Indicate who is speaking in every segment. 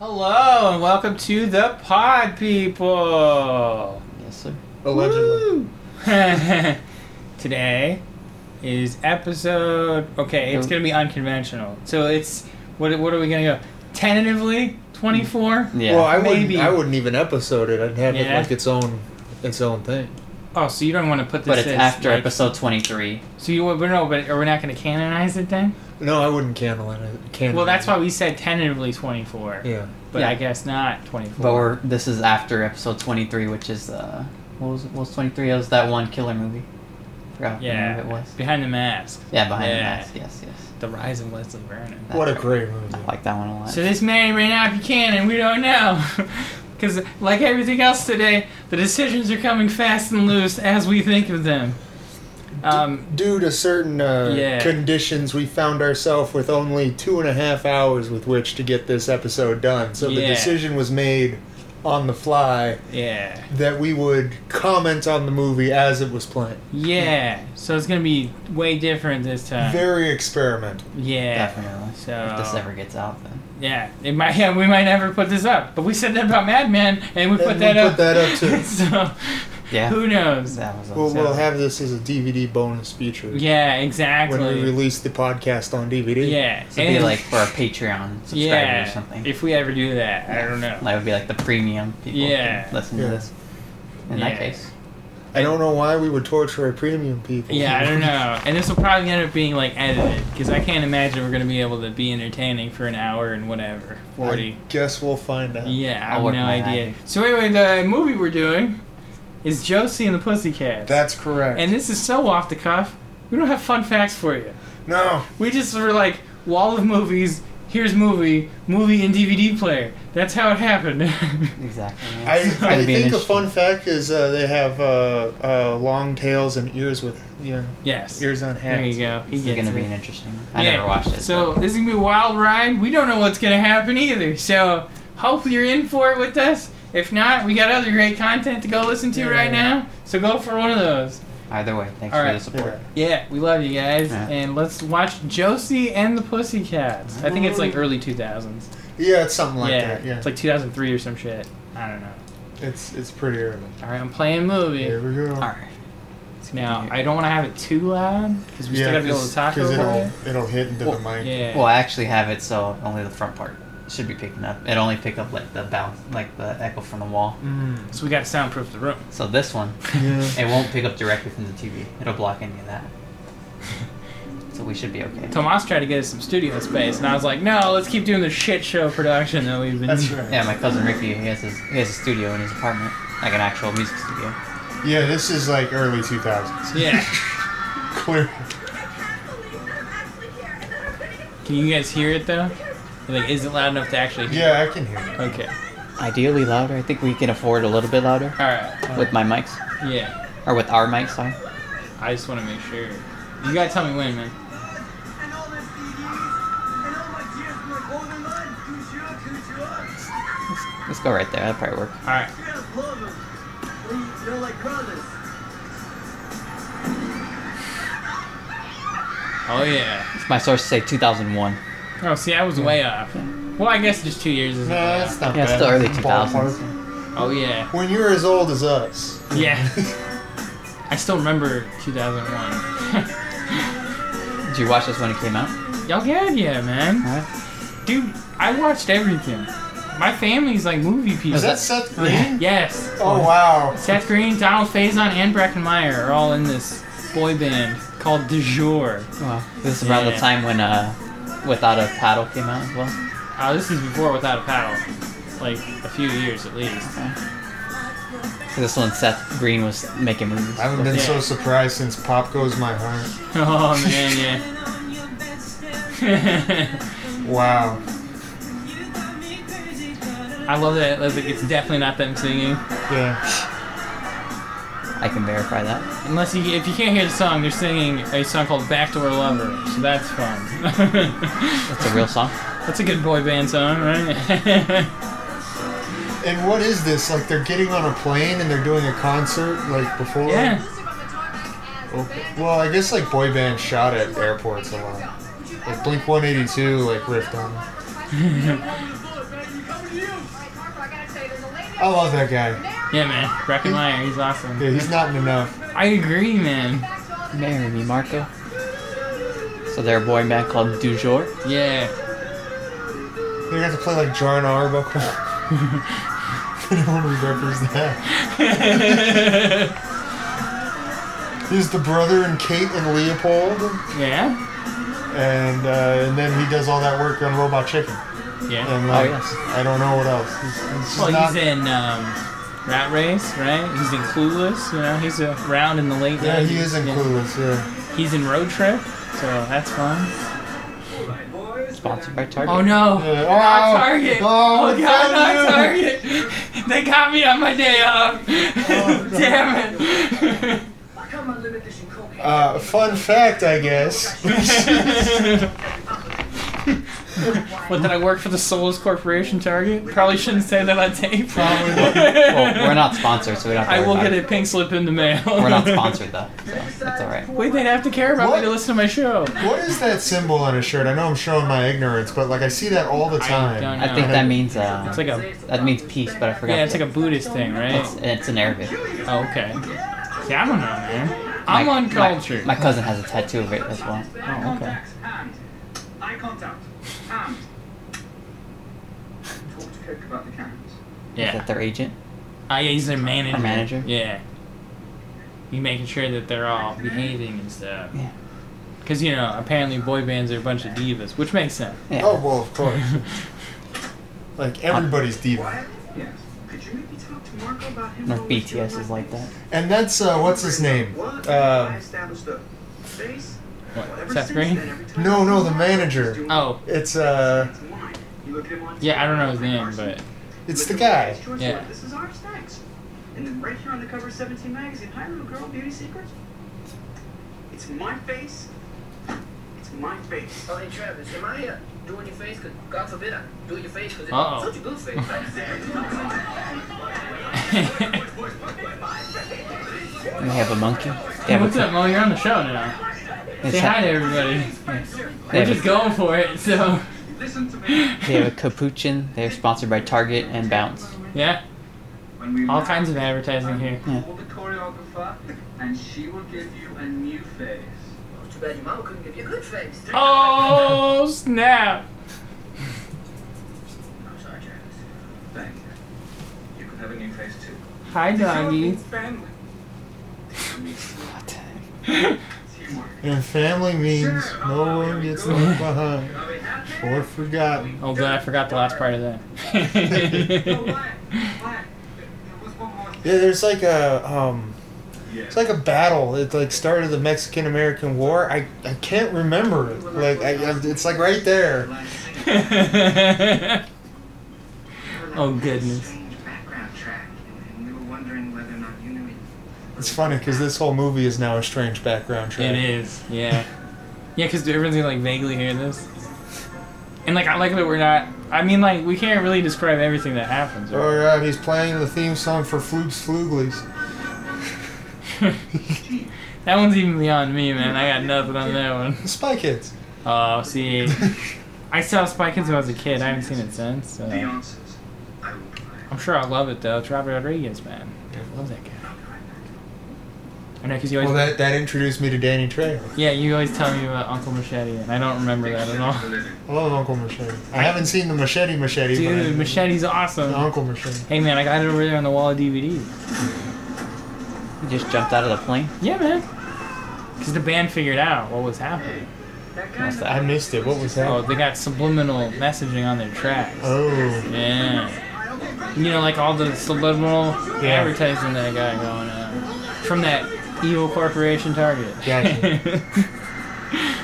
Speaker 1: Hello and welcome to the Pod People.
Speaker 2: Yes, sir.
Speaker 3: Allegedly.
Speaker 1: Woo! Today is episode. Okay, it's gonna be unconventional. So it's what? What are we gonna go? Tentatively, twenty-four.
Speaker 2: Yeah.
Speaker 3: well, I wouldn't.
Speaker 1: maybe.
Speaker 3: I wouldn't even episode it. I'd have
Speaker 1: Yeah.
Speaker 3: it like its own, its own thing.
Speaker 1: Oh, so you don't want to put this?
Speaker 2: but it's
Speaker 1: as,
Speaker 2: after
Speaker 1: like-
Speaker 2: episode 23.
Speaker 1: So you? But no, but are we not gonna canonize it then?
Speaker 3: No, I wouldn't cancel it. Cancel.
Speaker 1: Well, that's why we said tentatively twenty-four.
Speaker 3: Yeah.
Speaker 1: But
Speaker 2: Yeah.
Speaker 1: I guess not twenty-four.
Speaker 2: But we're, this is after episode 23, which is, uh, what was, what was 23? It was that one killer movie. Forgot what
Speaker 1: yeah,
Speaker 2: movie it was.
Speaker 1: behind the mask,
Speaker 2: Yeah, Behind
Speaker 1: Yeah.
Speaker 2: the Mask. Yes, yes.
Speaker 1: the rise of Leslie Vernon.
Speaker 2: That's
Speaker 3: what a
Speaker 2: right.
Speaker 3: great movie.
Speaker 2: I like that one a lot.
Speaker 1: So this may or may not be canon. We don't know, because like everything else today, the decisions are coming fast and loose as we think of them. Um,
Speaker 3: Due to certain uh,
Speaker 1: Yeah.
Speaker 3: conditions, we found ourselves with only two and a half hours with which to get this episode done. So the
Speaker 1: Yeah.
Speaker 3: decision was made on the fly
Speaker 1: yeah,
Speaker 3: that we would comment on the movie as it was playing.
Speaker 1: yeah. So it's gonna be way different this time.
Speaker 3: Very experimental.
Speaker 1: yeah.
Speaker 2: Definitely.
Speaker 1: So-
Speaker 2: If this ever gets out, then.
Speaker 1: Yeah, it might. Yeah, we might never put this up, but we said that about Mad Men, and we
Speaker 3: And
Speaker 1: put
Speaker 3: we
Speaker 1: that
Speaker 3: put
Speaker 1: up.
Speaker 3: that up, too.
Speaker 1: so,
Speaker 2: Yeah.
Speaker 1: who knows?
Speaker 2: That was
Speaker 3: We'll,
Speaker 2: awesome.
Speaker 3: we'll have this as a DVD bonus feature
Speaker 1: Yeah,
Speaker 3: when we
Speaker 1: exactly.
Speaker 3: release the podcast on DVD.
Speaker 1: yeah,
Speaker 2: So it'd be like for our Patreon subscribers
Speaker 1: yeah,
Speaker 2: or something.
Speaker 1: if we ever do that, I don't know.
Speaker 2: That would be like the premium people
Speaker 1: Yeah.
Speaker 2: can listen
Speaker 3: Yeah.
Speaker 2: to this. In
Speaker 1: Yeah.
Speaker 2: that case.
Speaker 3: I don't know why we would torture our premium people.
Speaker 1: Yeah, I don't know. And this will probably end up being like edited because I can't imagine we're gonna be able to be entertaining for an hour and whatever forty.
Speaker 3: I guess we'll find out.
Speaker 1: yeah, I
Speaker 2: uh, I'll
Speaker 1: have
Speaker 2: work
Speaker 1: no
Speaker 2: my
Speaker 1: idea.
Speaker 2: magic.
Speaker 1: So anyway, the movie we're doing is Josie and the Pussycats,
Speaker 3: That's correct.
Speaker 1: and this is so off the cuff. We don't have fun facts for you.
Speaker 3: no,
Speaker 1: We just were like wall of movies. Here's movie, movie and DVD player. That's how it happened.
Speaker 2: Exactly. yeah.
Speaker 3: I,
Speaker 2: It's gonna
Speaker 3: I
Speaker 2: be an
Speaker 3: think a
Speaker 2: interesting-
Speaker 3: fun fact is uh, they have uh, uh, long tails and ears with yeah
Speaker 1: yes.
Speaker 3: ears on
Speaker 1: There you
Speaker 3: hats.
Speaker 1: go. He
Speaker 2: This is
Speaker 1: gets
Speaker 2: gonna
Speaker 1: it.
Speaker 2: be an interesting. one. I
Speaker 1: Yeah,
Speaker 2: never watched it.
Speaker 1: So this is gonna be a wild ride. We don't know what's gonna happen either. So hopefully you're in for it with us. If not, we got other great content to go listen to
Speaker 3: Yeah.
Speaker 1: right now. So go for one of those.
Speaker 2: but Either way, thanks
Speaker 1: All
Speaker 2: for
Speaker 1: right.
Speaker 2: the support.
Speaker 1: Yeah, we love you guys,
Speaker 2: Yeah.
Speaker 1: and let's watch Josie and the Pussycats. I think it's like early 2000s.
Speaker 3: Yeah, yeah it's something like
Speaker 1: yeah,
Speaker 3: that. Yeah,
Speaker 1: it's like 2003 or some shit. I don't know.
Speaker 3: it's it's pretty early.
Speaker 1: All right, I'm playing movie.
Speaker 3: Here we go.
Speaker 2: All right.
Speaker 1: Now I don't want to have it too loud because we still gotta be able to talk
Speaker 3: because
Speaker 1: over
Speaker 3: it'll
Speaker 1: it.
Speaker 3: it'll hit into
Speaker 2: Well,
Speaker 3: the mic.
Speaker 1: Yeah.
Speaker 2: Well, I actually have it, so only the front part should be picking up. It only picked up like the bounce, like the echo from the wall.
Speaker 3: Mm,
Speaker 1: So we gotta soundproof the room.
Speaker 2: So this one,
Speaker 3: yeah.
Speaker 2: it won't pick up directly from the TV. It'll block any of that. so we should be okay.
Speaker 1: Tomas tried to get us some studio space, and I was like, no, let's keep doing the shit show production that we've been
Speaker 3: That's right.
Speaker 2: Yeah, my cousin Ricky, he has his he has a studio in his apartment, like an actual music studio.
Speaker 3: Yeah, this is like early 2000s.
Speaker 1: Yeah.
Speaker 3: Clear.
Speaker 1: Can you guys hear it though? Like, is it loud enough to actually hear?
Speaker 3: Yeah, I can hear it.
Speaker 1: Okay.
Speaker 2: Ideally louder. I think we can afford a little bit louder
Speaker 1: Alright.
Speaker 2: with my mics
Speaker 1: Yeah.
Speaker 2: or with our mics. Sorry.
Speaker 1: I just want to make sure. You gotta tell me when, man.
Speaker 2: Let's go right there. That probably work.
Speaker 1: Alright. Oh, yeah.
Speaker 2: My sources say 2001.
Speaker 1: Oh, see, I was way off. Well, I guess just two years is
Speaker 3: No, that's not
Speaker 2: Yeah, it's
Speaker 3: bad.
Speaker 2: the early
Speaker 3: Ballpark.
Speaker 2: 2000s.
Speaker 1: Oh, yeah.
Speaker 3: When you're as old as us.
Speaker 1: Yeah. I still remember 2001.
Speaker 2: Did you watch this when it came out?
Speaker 1: Y'all get yeah, man.
Speaker 2: Alright.
Speaker 1: Dude, I watched everything. My family's like movie people.
Speaker 3: Is that Seth Green?
Speaker 1: Yes.
Speaker 3: Oh wow.
Speaker 1: Seth Green, Donald Faison, and Breckenmeyer are all in this boy band called De Jour.
Speaker 2: Well, this is around
Speaker 1: Yeah.
Speaker 2: the time when uh, Without a Paddle came out as well.
Speaker 1: Uh, this is before Without a Paddle. Like a few years at least.
Speaker 2: This one, Seth Green was making movies.
Speaker 3: I haven't been
Speaker 1: Yeah.
Speaker 3: so surprised since Pop Goes My Heart.
Speaker 1: Oh man, yeah.
Speaker 3: Wow.
Speaker 1: I love that. Like, it's definitely not them singing.
Speaker 3: Yeah.
Speaker 2: I can verify that.
Speaker 1: Unless you, if you can't hear the song, they're singing a song called Backdoor Lover. So that's fun.
Speaker 2: It's a real song.
Speaker 1: that's a good boy band song, right?
Speaker 3: And what is this? Like they're getting on a plane and they're doing a concert like before?
Speaker 1: yeah.
Speaker 3: Okay. Well, I guess like boy band shot at airports a lot. Like Blink 182 like riffed on. it. I love that guy.
Speaker 1: Yeah, man. Breckenmeyer, he's awesome.
Speaker 3: Yeah, he's not in enough.
Speaker 1: I agree, man.
Speaker 2: Marry me, Marco. So they're a boy band called Du Jour.
Speaker 1: Yeah.
Speaker 3: They're gonna have to play like Jarn Arbuckle. no one remembers that. He's the brother in Kate and Leopold,
Speaker 1: yeah?
Speaker 3: and uh, and then he does all that work on Robot Chicken.
Speaker 1: Yeah.
Speaker 3: And like,
Speaker 2: yes.
Speaker 3: I don't know what else. He's, he's just
Speaker 1: Well,
Speaker 3: not-
Speaker 1: he's in um, Rat Race, right? He's in Clueless, you know? He's around in the late
Speaker 3: yeah,
Speaker 1: 90s.
Speaker 3: he is in
Speaker 1: Yeah.
Speaker 3: Clueless. Yeah.
Speaker 1: He's in Road Trip, so that's fun.
Speaker 2: Sponsored by Target.
Speaker 1: Oh no!
Speaker 3: Yeah.
Speaker 1: Not
Speaker 3: Oh,
Speaker 1: Target!
Speaker 3: no,
Speaker 1: Oh,
Speaker 3: it's
Speaker 1: god,
Speaker 3: not
Speaker 1: not
Speaker 3: you.
Speaker 1: Target! They got me on my day off!
Speaker 3: no.
Speaker 1: Damn it!
Speaker 3: Uh, fun fact, I guess.
Speaker 1: what did I work for the Souls Corporation Target? Probably shouldn't say that on tape.
Speaker 3: Probably not.
Speaker 2: well, we're not sponsored, so we don't have to
Speaker 1: I
Speaker 2: worry
Speaker 1: will
Speaker 2: about
Speaker 1: get a
Speaker 2: it.
Speaker 1: pink slip in the mail.
Speaker 2: We're not sponsored, though, so that's alright.
Speaker 1: Wait, they'd have to care about
Speaker 3: What?
Speaker 1: me to listen to my show.
Speaker 3: what is that symbol on his shirt? I know I'm showing my ignorance, but like I see that all the time.
Speaker 1: don't know.
Speaker 2: I think that means, uh,
Speaker 1: It's like a
Speaker 2: that means peace, but I forgot.
Speaker 1: yeah, it's like a Buddhist thing, right?
Speaker 2: It's, it's in Arabic.
Speaker 1: Oh, okay. See, I don't know, man.
Speaker 2: My-
Speaker 1: I'm on
Speaker 2: my-
Speaker 1: culture.
Speaker 2: My, cousin has a tattoo of it as well.
Speaker 1: oh, okay.
Speaker 4: Hand. Eye contact. Hand. Talk to Coke about the cameras.
Speaker 2: Is
Speaker 1: Yeah.
Speaker 2: that their agent?
Speaker 1: I he's their manager.
Speaker 2: Our manager?
Speaker 1: Yeah. You making sure that they're all behaving and stuff.
Speaker 2: Yeah.
Speaker 1: Because, you know, apparently boy bands are a bunch of divas, which makes sense.
Speaker 2: Yeah.
Speaker 3: Oh well, of course. like everybody's diva,
Speaker 4: Yes. Could you maybe talk to Marco about him?
Speaker 2: Or if
Speaker 4: always
Speaker 2: BTS
Speaker 4: feeling
Speaker 2: is like that.
Speaker 3: and that's uh, what's his name?
Speaker 4: What? I
Speaker 3: Uh,
Speaker 4: established a base.
Speaker 1: What,
Speaker 4: Ever
Speaker 1: Seth
Speaker 4: since
Speaker 1: Green?
Speaker 4: then, every time
Speaker 3: no,
Speaker 4: I
Speaker 3: no,
Speaker 4: see
Speaker 3: the
Speaker 4: him,
Speaker 3: manager.
Speaker 1: Oh,
Speaker 3: It's uh,
Speaker 4: it's wine. You look him on
Speaker 1: yeah, I don't know his
Speaker 4: TV,
Speaker 1: name, but.
Speaker 3: it's the
Speaker 4: Look
Speaker 3: guy.
Speaker 4: at his choice
Speaker 1: Yeah.
Speaker 4: word. This is ours, thanks. And then right here on the cover of 17 magazine, hi little girl, beauty secret. It's my face. It's my face.
Speaker 5: Oh, hey Travis, am I uh, doing your face? 'Cause God forbid I do your face because it's
Speaker 1: Uh-oh.
Speaker 5: such a good face. Like,
Speaker 2: We have a monkey. They have
Speaker 1: What's
Speaker 2: a,
Speaker 1: up, Mo? You're on the show now.
Speaker 2: they
Speaker 1: Say hi
Speaker 2: have,
Speaker 1: to everybody.
Speaker 2: they
Speaker 1: We're
Speaker 2: have a-
Speaker 1: just going for it, so.
Speaker 4: Listen to me.
Speaker 2: they have a capuchin. They're sponsored by Target and Bounce.
Speaker 1: Yeah,
Speaker 4: When we
Speaker 1: all
Speaker 4: met,
Speaker 1: kinds of advertising here.
Speaker 4: I called the choreographer, and she will give you a new face.
Speaker 5: oh, too bad your mama couldn't give you a good face.
Speaker 1: Oh, snap!
Speaker 5: I'm sorry, Travis.
Speaker 4: Thank you. You could have a new face too.
Speaker 1: Hi, doggy.
Speaker 4: Family.
Speaker 2: What?
Speaker 4: Teamwork.
Speaker 3: And family means no one gets left behind
Speaker 4: Are we happy?
Speaker 3: or forgotten.
Speaker 1: Oh, God, I forgot the last part of
Speaker 4: No,
Speaker 1: that.
Speaker 4: why? Why? There was one more
Speaker 3: Yeah, there's like a um,
Speaker 4: Yeah.
Speaker 3: it's like a battle. It like started the Mexican American War. I I can't remember it. Like I, I- it's like right there.
Speaker 1: Oh, goodness.
Speaker 3: It's funny because this whole movie is now a strange background track.
Speaker 1: It is, yeah. Yeah, because everyone's gonna like vaguely hear this. And like, I like that we're not. I mean, like, we can't really describe everything that happens.
Speaker 3: Oh god, he's playing the theme song for Floops Fluglies.
Speaker 1: right? that one's even beyond me, man. I got nothing on that one.
Speaker 3: Spy Kids.
Speaker 1: Oh, see, I saw Spy Kids when I was a kid. I haven't seen it since. So.
Speaker 4: The answers I will provide.
Speaker 1: I'm sure I'll love it though. It's Robert Rodriguez, man. I love that guy.
Speaker 4: I'll be right back.
Speaker 1: I know, cause you
Speaker 3: Well,
Speaker 1: always.
Speaker 3: that that introduced me to Danny Trejo.
Speaker 1: Yeah, you always tell me about Uncle Machete, and I don't remember that at all.
Speaker 3: I love Uncle Machete. I haven't seen the Machete Machete. but I-
Speaker 1: Dude, Machete's
Speaker 3: the
Speaker 1: awesome.
Speaker 3: Uncle Machete.
Speaker 1: Hey, man, I got it over there on the wall of DVDs.
Speaker 2: You just jumped out of the plane.
Speaker 1: Yeah, man. Because the band figured out what was happening.
Speaker 2: What's
Speaker 3: I
Speaker 2: that?
Speaker 3: missed it. What was
Speaker 1: Oh,
Speaker 3: that?
Speaker 1: they got subliminal messaging on their tracks.
Speaker 3: Oh.
Speaker 1: Yeah. You know, like all the subliminal
Speaker 3: Yeah.
Speaker 1: advertising that I got going on from that evil corporation Target.
Speaker 3: Gotcha.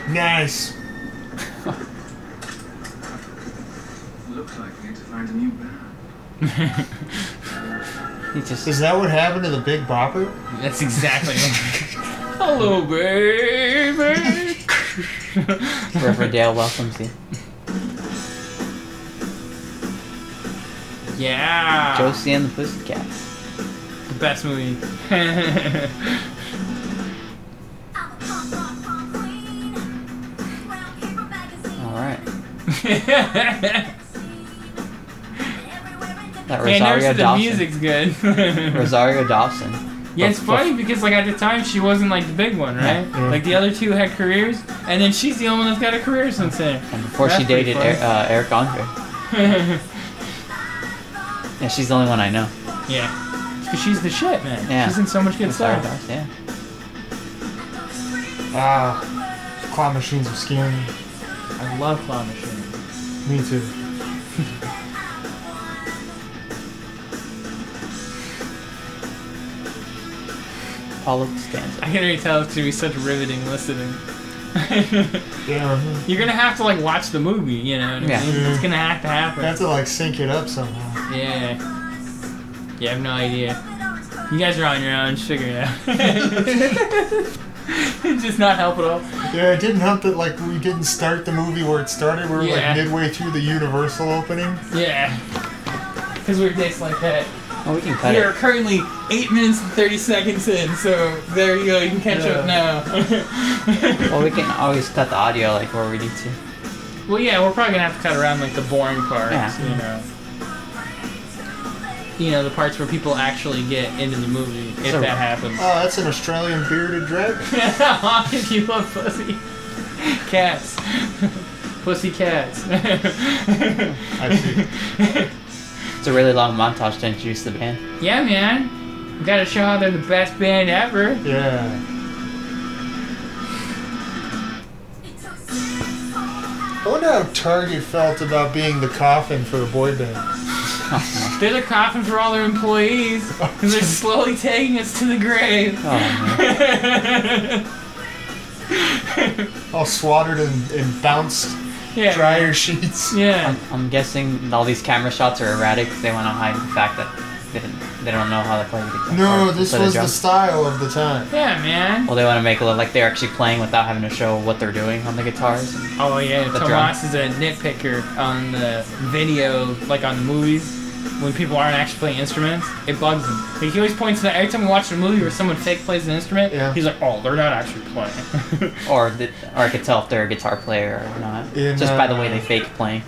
Speaker 3: Nice.
Speaker 4: Looks like we need to find a new band.
Speaker 2: He just
Speaker 3: Is that what happened to the Big Bopper?
Speaker 1: That's exactly. Hello, baby.
Speaker 2: Riverdale welcomes you.
Speaker 1: Yeah.
Speaker 2: Josie and the Pussycats.
Speaker 1: The best movie.
Speaker 2: All right.
Speaker 1: yeah,
Speaker 2: That
Speaker 1: Yeah, I noticed
Speaker 2: Rosario
Speaker 1: that the
Speaker 2: Dawson.
Speaker 1: music's good.
Speaker 2: Rosario Dawson.
Speaker 1: yeah, it's funny because like at the time she wasn't like the big one, right?
Speaker 3: Yeah.
Speaker 1: Like the other two had careers, and then she's the only one that's got a career since then.
Speaker 2: And before she
Speaker 1: That's pretty
Speaker 2: dated
Speaker 1: funny.
Speaker 2: er- uh, Eric Andre. Yeah, she's the only one I know.
Speaker 1: yeah, because she's the shit, man.
Speaker 2: uh, Yeah.
Speaker 1: She's in so much good
Speaker 2: Rosario
Speaker 1: stuff.
Speaker 2: Dawson, yeah.
Speaker 3: Ah, claw machines are scary.
Speaker 1: I love claw machines.
Speaker 3: Me too.
Speaker 2: Paula Costanza.
Speaker 1: I can already tell it's gonna be such riveting listening.
Speaker 3: Yeah. mm-hmm.
Speaker 1: You're gonna have to like watch the movie, you know? What I
Speaker 2: Yeah.
Speaker 1: mean? it's gonna have to happen.
Speaker 3: I have to like sync it up somehow.
Speaker 1: Yeah. You have no idea. You guys are on your own. Just figure it out. It's just not help at all.
Speaker 3: Yeah, it didn't help that like we didn't start the movie where it started. We were
Speaker 1: Yeah.
Speaker 3: like midway through the Universal opening.
Speaker 1: Yeah. Because we're dicks like that.
Speaker 2: Oh, we can cut
Speaker 1: We are
Speaker 2: it.
Speaker 1: currently 8 minutes and 30 seconds in, so there you go. You can catch up now.
Speaker 2: Well, we can always cut the audio like where we need to.
Speaker 1: well, yeah, we're probably going to have to cut around like the boring parts,
Speaker 2: Yeah.
Speaker 1: you know. You know, the parts where people actually get into the movie, if
Speaker 2: So-
Speaker 1: that happens.
Speaker 3: Oh, that's an Australian bearded dragon.
Speaker 1: if you love pussy cats. pussy cats. I see.
Speaker 2: It's a really long montage to introduce the band.
Speaker 1: Yeah, man. Gotta show how they're the best band ever.
Speaker 3: Yeah. I wonder how Target felt about being the coffin for the boy band.
Speaker 2: Oh,
Speaker 1: They're the coffin for all their employees. And they're slowly taking us to the grave.
Speaker 2: Oh, man.
Speaker 3: All swatted and, and bounced
Speaker 1: yeah.
Speaker 3: dryer sheets.
Speaker 1: Yeah.
Speaker 2: I'm, I'm guessing all these camera shots are erratic. They want to hide the fact that they, didn't, they don't know how to play the guitar.
Speaker 3: No,
Speaker 2: or
Speaker 3: this
Speaker 2: play the
Speaker 3: was the
Speaker 2: drum.
Speaker 3: style of the time.
Speaker 1: Yeah, man.
Speaker 2: Well, they want to make it look like they're actually playing without having to show what they're doing on the guitars.
Speaker 1: Oh yeah,
Speaker 2: The
Speaker 1: Tomas is a nitpicker on the video, like on the movies, when people aren't actually playing instruments. It bugs him. Like, he always points to that every time we watch a movie where someone fake plays an instrument.
Speaker 3: Yeah.
Speaker 1: He's like, oh, they're not actually playing.
Speaker 2: Or, the, or I could tell if they're a guitar player or not.
Speaker 3: In,
Speaker 2: Just by the
Speaker 3: uh,
Speaker 2: way they fake playing.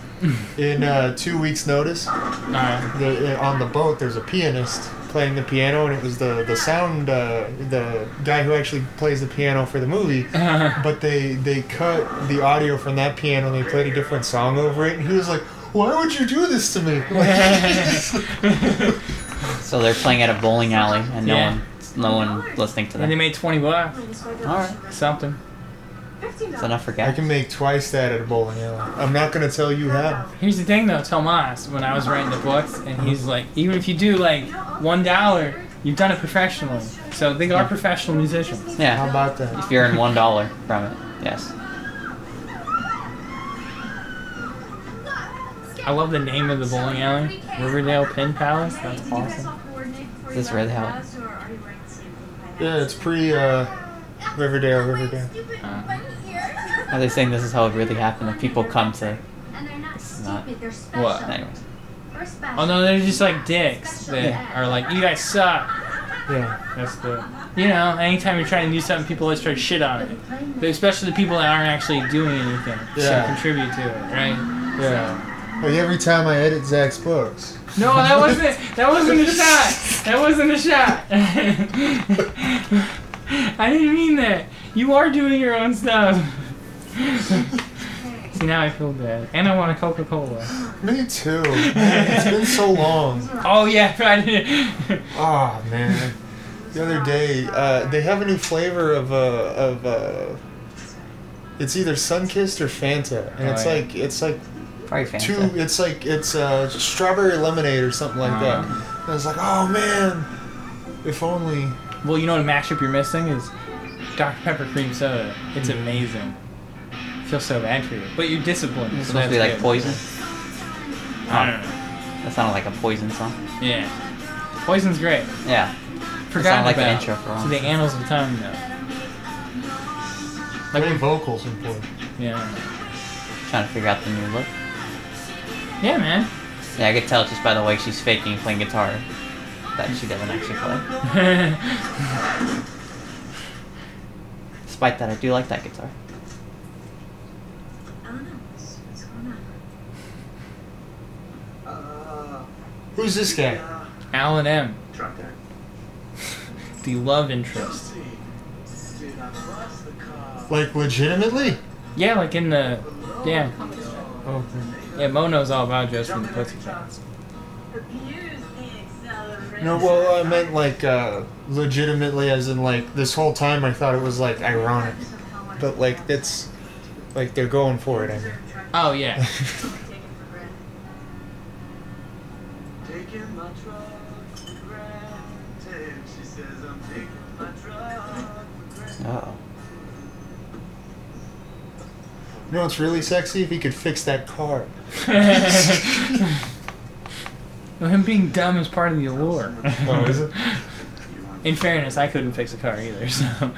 Speaker 3: In uh, two weeks' notice,
Speaker 1: Alright.
Speaker 3: the, uh, on the boat, there's a pianist playing the piano, and it was the the sound uh, the guy who actually plays the piano for the movie.
Speaker 1: Uh-huh.
Speaker 3: But they they cut the audio from that piano and they played a different song over it, and he was like, "Why would you do this to me?"
Speaker 2: So they're playing at a bowling alley and no
Speaker 1: Yeah.
Speaker 2: one no one listening to
Speaker 1: and they
Speaker 2: them.
Speaker 1: made twenty bucks,
Speaker 2: Alright,
Speaker 1: something.
Speaker 6: Fifteen
Speaker 2: it's enough for
Speaker 3: I
Speaker 2: guys.
Speaker 3: can make twice that at a bowling alley. I'm not gonna tell you how.
Speaker 1: Here's the thing though, Tomas, when I was writing the books, and he's like, even if you do like one dollar, you've done it professionally. So they are professional musicians.
Speaker 2: Yeah.
Speaker 3: How about that?
Speaker 2: If you earn one dollar from it, yes.
Speaker 1: I love the name of the bowling alley, Riverdale Pin Palace. That's awesome.
Speaker 6: Is
Speaker 2: this red hell?
Speaker 3: Yeah, it's pretty uh, Riverdale, Riverdale.
Speaker 2: Are they saying this is how it really happened? That people come to.
Speaker 7: And they're not
Speaker 2: not-
Speaker 7: stupid, they're special.
Speaker 1: What?
Speaker 2: Anyways,
Speaker 7: We're special.
Speaker 1: Oh no, they're just like dicks that are like, you guys suck.
Speaker 3: Yeah.
Speaker 1: That's the, you know, anytime you're trying to do something, people always try to shit on it. But especially the people that aren't actually doing anything
Speaker 3: Yeah.
Speaker 1: to contribute to it, right?
Speaker 3: Yeah. Like every time I edit Zach's books.
Speaker 1: No, that wasn't. That wasn't a shot. That wasn't a shot. I didn't mean that. You are doing your own stuff. See, now I feel bad, and I want a Coca Cola.
Speaker 3: Me too. Man, it's been so long.
Speaker 1: Oh yeah, I did.
Speaker 3: Oh man. The other day, uh, they have a new flavor of uh, of uh, it's either Sunkist or Fanta, and
Speaker 1: Oh,
Speaker 3: it's
Speaker 1: yeah.
Speaker 3: like it's like
Speaker 2: probably fans.
Speaker 3: two, it's like it's uh, strawberry lemonade or something like that. And I was like, oh man, if only.
Speaker 1: Well, you know what mashup you're missing is Dr. Pepper cream soda. It's
Speaker 2: Hmm.
Speaker 1: amazing. feel so bad for you. But you're disciplined.
Speaker 2: It's
Speaker 1: so
Speaker 2: supposed to be
Speaker 1: that's good.
Speaker 2: like poison.
Speaker 1: I don't know.
Speaker 2: That sounded like a poison song.
Speaker 1: Yeah. Poison's great.
Speaker 2: Yeah.
Speaker 1: Forgotten
Speaker 2: like an
Speaker 1: about.
Speaker 2: intro for all.
Speaker 1: to the annals of time, though.
Speaker 3: Like many vocals important.
Speaker 1: Yeah.
Speaker 2: Trying to figure out the new look.
Speaker 1: Yeah, man.
Speaker 2: Yeah, I could tell just by the way she's faking playing guitar that she doesn't actually play. Despite that, I do like that guitar.
Speaker 4: Uh,
Speaker 3: Who's this guy?
Speaker 4: Uh,
Speaker 1: Alan M.
Speaker 4: drop that.
Speaker 1: The love interest.
Speaker 3: Like legitimately?
Speaker 1: Yeah, like in the. Yeah.
Speaker 3: Oh,
Speaker 1: Yeah, Mo knows all about Joe's from the Pussy Cats.
Speaker 6: Abuse the acceleration.
Speaker 3: no. Well, I meant like uh, legitimately, as in like this whole time I thought it was like ironic, but like it's like they're going for it. I mean.
Speaker 1: Oh, yeah.
Speaker 4: Taking my truck for granted. She says I'm taking my truck for granted.
Speaker 2: Oh.
Speaker 3: You know, it's really sexy if he could fix that car.
Speaker 1: Well, him being dumb is part of the allure.
Speaker 3: Oh, is it?
Speaker 1: In fairness, I couldn't fix a car either, so.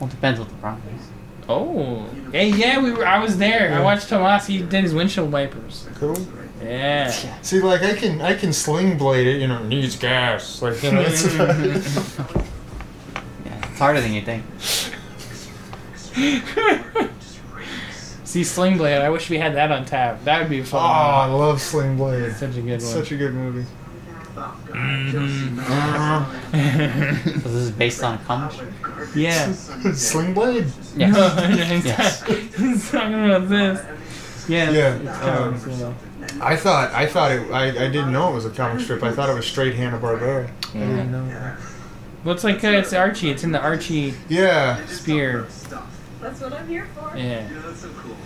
Speaker 2: Well, depends what the problem is.
Speaker 1: Oh. Hey, yeah, we were. I was there. I watched Tomas. He did his windshield wipers.
Speaker 3: Cool.
Speaker 1: Yeah.
Speaker 3: See, like I can, I can sling blade it. You know, needs gas. Like you know, it's
Speaker 2: Yeah, it's harder than you think.
Speaker 4: Just race.
Speaker 1: See, Sling Blade. I wish we had that on tap. That would be
Speaker 3: oh,
Speaker 1: fun.
Speaker 3: I love sling blade.
Speaker 1: Such a good one.
Speaker 3: Such a good movie.
Speaker 4: Oh, God. Chelsea,
Speaker 1: Uh-huh.
Speaker 2: So this is based on a comic strip.
Speaker 4: garbage.
Speaker 1: yeah.
Speaker 3: sling blade.
Speaker 2: Yes.
Speaker 1: No, no, he's,
Speaker 2: Yes.
Speaker 1: he's talking about this. Yeah.
Speaker 3: Yeah,
Speaker 1: It's kind
Speaker 3: um,
Speaker 1: of you know.
Speaker 3: I thought I thought it. I, I didn't know it was a comic strip. I thought it was straight Hanna Barbera. I didn't know.
Speaker 1: Well, it's like uh, it's Archie. It's in the Archie
Speaker 3: Yeah.
Speaker 1: spear.
Speaker 4: Stuff.
Speaker 6: That's what I'm here for.
Speaker 1: Yeah.
Speaker 4: You know, that's so cool.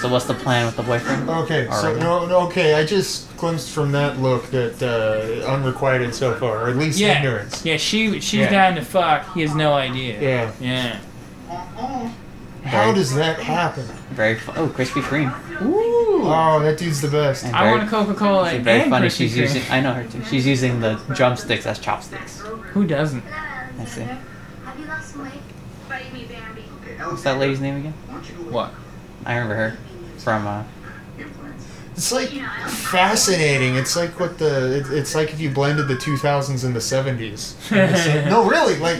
Speaker 2: So what's the plan with the boyfriend?
Speaker 3: Okay. So
Speaker 2: Alright.
Speaker 3: no, no. Okay. I just glimpsed from that look that uh, unrequited so far, or at least
Speaker 1: Yeah.
Speaker 3: ignorance.
Speaker 1: Yeah. She she's
Speaker 3: Yeah.
Speaker 1: dying to fuck. He has no idea.
Speaker 3: Yeah.
Speaker 1: Yeah.
Speaker 3: How
Speaker 2: Right.
Speaker 3: does that happen?
Speaker 2: Very fu- oh, Krispy Kreme.
Speaker 1: Ooh.
Speaker 3: Oh, that dude's the best.
Speaker 2: And
Speaker 1: I
Speaker 2: very-
Speaker 1: want a Coca Cola
Speaker 2: She's
Speaker 1: and
Speaker 2: very funny.
Speaker 1: Krispy
Speaker 2: She's
Speaker 1: Kreme.
Speaker 2: using. I know her too. She's using the drumsticks as chopsticks.
Speaker 1: Who doesn't?
Speaker 2: I see.
Speaker 6: Have you lost weight? Bite me, Bambi.
Speaker 4: Okay,
Speaker 2: What's that lady's name again?
Speaker 1: What?
Speaker 2: I remember her from. Uh,
Speaker 3: It's like fascinating. It's like what the. It, it's like if you blended the 2000s and the 70s. It's like- no, really. Like,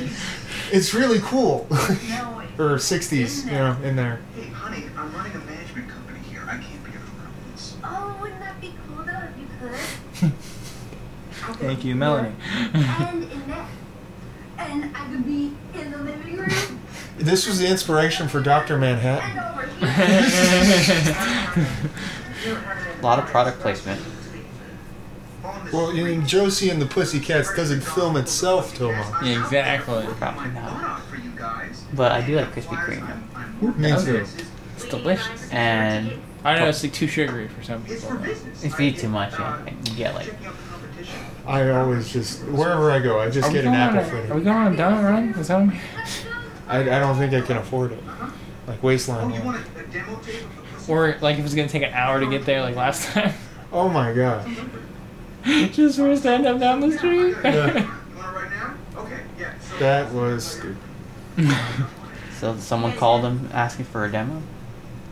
Speaker 3: it's really cool.
Speaker 6: No, it-
Speaker 3: or 60s, you know, in there.
Speaker 4: Hey, honey, I'm running a management company here. I can't be around this.
Speaker 6: oh, wouldn't that be cool though if you could?
Speaker 1: Thank you, Melanie.
Speaker 6: And in there. And I could be in the living room
Speaker 3: This was the inspiration for Doctor
Speaker 6: and
Speaker 3: Manhattan.
Speaker 6: over here.
Speaker 2: a lot of product placement.
Speaker 4: On this
Speaker 3: Well, I mean, Josie and the Pussycats doesn't film itself, Tomo.
Speaker 1: Yeah, exactly.
Speaker 2: Probably
Speaker 4: butt
Speaker 2: not.
Speaker 4: off for you guys.
Speaker 2: But I do like Krispy Kreme.
Speaker 4: I'm, I'm
Speaker 3: Me too.
Speaker 1: It's delicious.
Speaker 2: And
Speaker 1: I don't know. It's like too sugary for some people.
Speaker 4: business.
Speaker 2: if you eat too much, yeah, you get like
Speaker 4: Checking out the competition.
Speaker 3: I always just wherever I go, I just
Speaker 1: Are we
Speaker 3: get an
Speaker 1: going on
Speaker 3: apple
Speaker 1: a- Are we
Speaker 3: fritter.
Speaker 1: going on a donut run? Is that what I'm-
Speaker 3: I, I don't think I can afford it. Like waistline.
Speaker 4: Oh, you
Speaker 3: one.
Speaker 4: want a, a demo tape of the pussy?
Speaker 1: Or like if it's gonna take an hour to get there, like last time,
Speaker 3: Oh my god.
Speaker 1: just for us to end up down the street.
Speaker 3: Yeah.
Speaker 4: You want it right now? Okay, yeah. So
Speaker 3: That was stupid.
Speaker 2: so someone called him asking for a demo,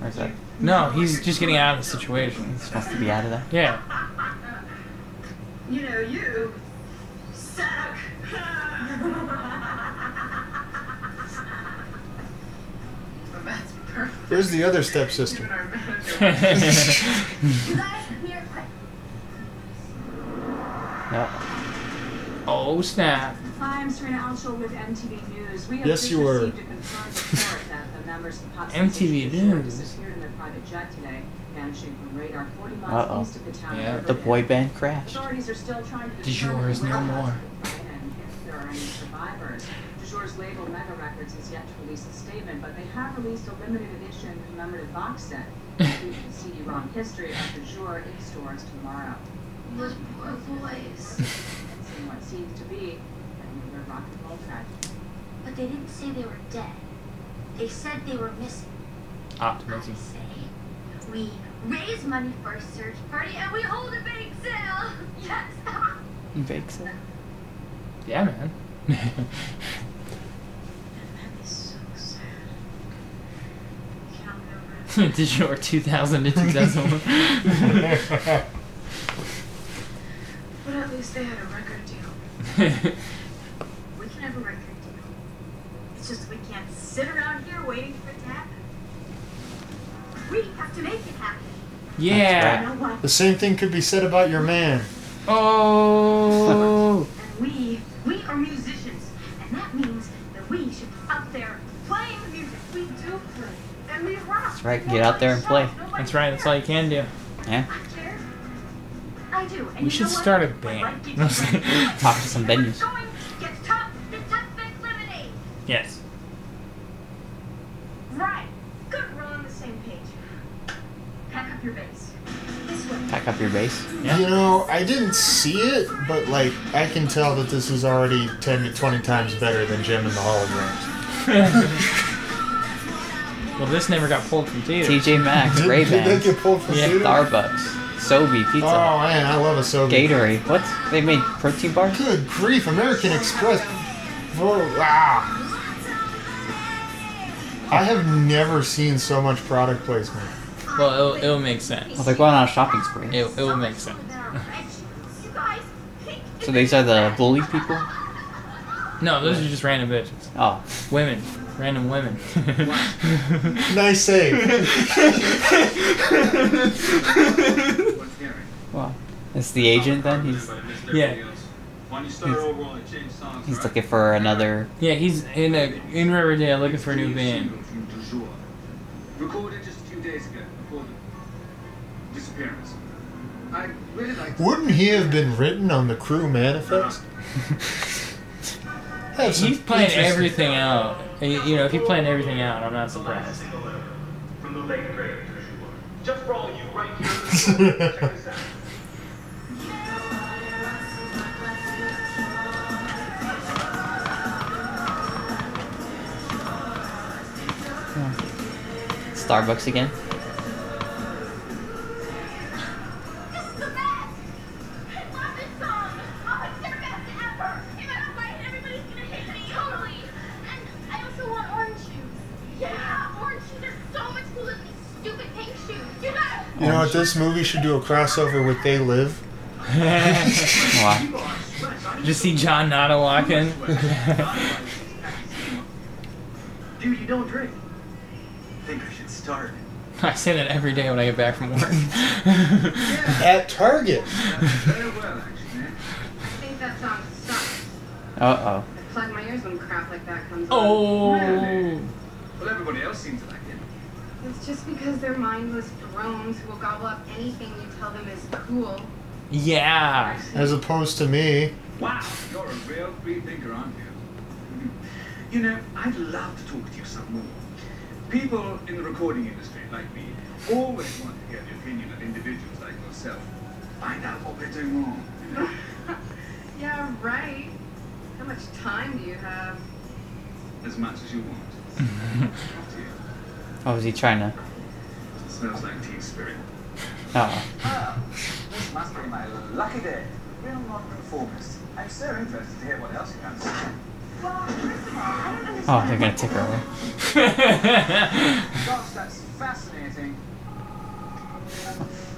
Speaker 2: or is that
Speaker 1: no, he's just getting out of the situation.
Speaker 2: supposed to be out of that?
Speaker 1: Yeah.
Speaker 6: You know, you suck.
Speaker 5: That's perfect.
Speaker 3: Where's the other stepsister?
Speaker 5: Our manager.
Speaker 6: You guys, come here quick.
Speaker 2: No.
Speaker 1: oh snap!
Speaker 7: I'm Serena Alshul with MTV News. We have
Speaker 3: Yes,
Speaker 7: just
Speaker 3: you were.
Speaker 7: received a confirmed report that the members of the Pops
Speaker 1: MTV
Speaker 7: Sensation Tour
Speaker 1: News.
Speaker 7: disappeared in their private jet today, vanishing from radar 40 miles
Speaker 2: Uh-oh.
Speaker 7: east of the town.
Speaker 1: Yeah.
Speaker 7: of
Speaker 2: The
Speaker 7: Riverdale.
Speaker 2: boy band crashed.
Speaker 7: Authorities are still trying to
Speaker 1: De jure
Speaker 7: determine
Speaker 1: is no
Speaker 7: whereabouts
Speaker 1: more.
Speaker 7: of the band and if there are any survivors. De Jure's label Mega Records has yet to release a statement, but they have released a limited edition commemorative box set. You can see CD-ROM history of De Jure in stores tomorrow.
Speaker 6: The poor boys.
Speaker 7: It's in what seems to be another rock and roll tragedy.
Speaker 6: But they didn't say they were dead. They said they were missing. I
Speaker 1: Optimism.
Speaker 6: say we raise money for a search party and we hold a bake sale. Yes.
Speaker 2: Bake sale.
Speaker 1: Yeah, man.
Speaker 6: It's so sad. Count over.
Speaker 1: Did your 2000 to 2001.
Speaker 6: But at least they had a record deal. We can have a record deal. It's just we can't sit around here waiting for it to happen. We have to make it happen.
Speaker 1: Yeah.
Speaker 6: No one,
Speaker 3: The same thing could be said about your man.
Speaker 1: Oh.
Speaker 6: and we, we are musicians, and that means that we should be out there playing the music we do play, and we rock.
Speaker 2: That's right, get out there and play.
Speaker 6: Nobody
Speaker 1: That's right. That's all you can do.
Speaker 2: Yeah.
Speaker 6: I care. I do. And
Speaker 1: We
Speaker 6: you
Speaker 1: should
Speaker 6: know what?
Speaker 1: start a
Speaker 6: My
Speaker 1: band.
Speaker 6: life gives me that.
Speaker 2: Talk to some venues.
Speaker 6: Going to get top, the top bank lemonade.
Speaker 1: Yes.
Speaker 6: Right. Good. We're all on the same page. Pack up your bags. This way.
Speaker 2: Pack up your base.
Speaker 1: Yeah.
Speaker 3: You know, I didn't see it, but like I can tell that this is already ten to twenty times better than Jim and the Holograms.
Speaker 1: well, this never got pulled from theater.
Speaker 2: TJ Maxx,
Speaker 3: Did,
Speaker 2: Ray
Speaker 3: did that
Speaker 2: Bans,
Speaker 3: get pulled from
Speaker 1: Yeah.
Speaker 3: theater?
Speaker 2: Starbucks, Sobe, Pizza
Speaker 3: Oh
Speaker 2: Hut,
Speaker 3: man, I love a soda.
Speaker 2: Gatorade. What? They made protein bars?
Speaker 3: Good grief, American Express. Whoa, wow. I have never seen so much product placement.
Speaker 1: Well, it'll, it'll make sense.
Speaker 2: Well, Oh, they're going on a shopping spree.
Speaker 1: It, it'll make sense.
Speaker 6: You guys.
Speaker 2: So these are the bully people?
Speaker 1: No, those are just random bitches.
Speaker 2: Oh,
Speaker 1: Women. Random women.
Speaker 3: Nice save.
Speaker 2: well. It's the agent then? He's
Speaker 1: Yeah.
Speaker 2: he's looking for another.
Speaker 1: yeah, he's in a in Riverdale looking for a new band.
Speaker 4: Recorded just a few days ago before the disappearance. I really like
Speaker 3: Wouldn't he have been written on the crew manifest? Have some
Speaker 1: He's playing
Speaker 3: interest-
Speaker 1: everything out. You you know, if he's playing everything out, I'm not surprised.
Speaker 4: From the late great Just for all you right
Speaker 2: Starbucks again?
Speaker 3: You know what? This movie should do a crossover with They Live.
Speaker 2: Wow.
Speaker 1: Just see John Nada walking.
Speaker 4: Dude, you don't drink. Think I should start.
Speaker 1: I say that every day when I get back from work.
Speaker 3: At Target.
Speaker 4: Very well, actually, man.
Speaker 2: Uh oh.
Speaker 7: Plug my ears when crap like that comes on.
Speaker 1: oh.
Speaker 4: Well, everybody else seems to like it.
Speaker 7: It's just because they're mindless drones who will gobble up anything you tell them is cool.
Speaker 1: Yeah.
Speaker 3: As opposed to me.
Speaker 4: Wow, you're a real free thinker, aren't you? You know, I'd love to talk to you some more. People in the recording industry, like me, always want to hear the opinion of individuals like yourself. Find out what we're doing wrong. you know?
Speaker 7: Yeah, right. How much time do you have?
Speaker 4: As much as you want. Up to you.
Speaker 2: What was Oh, he trying to?
Speaker 4: Smells like tea spirit.
Speaker 2: Oh.
Speaker 4: This must be my lucky day. Real nonconformist. I'm so interested to hear what else you have to say.
Speaker 2: Oh, they're gonna take her away.
Speaker 4: Gosh, that's fascinating.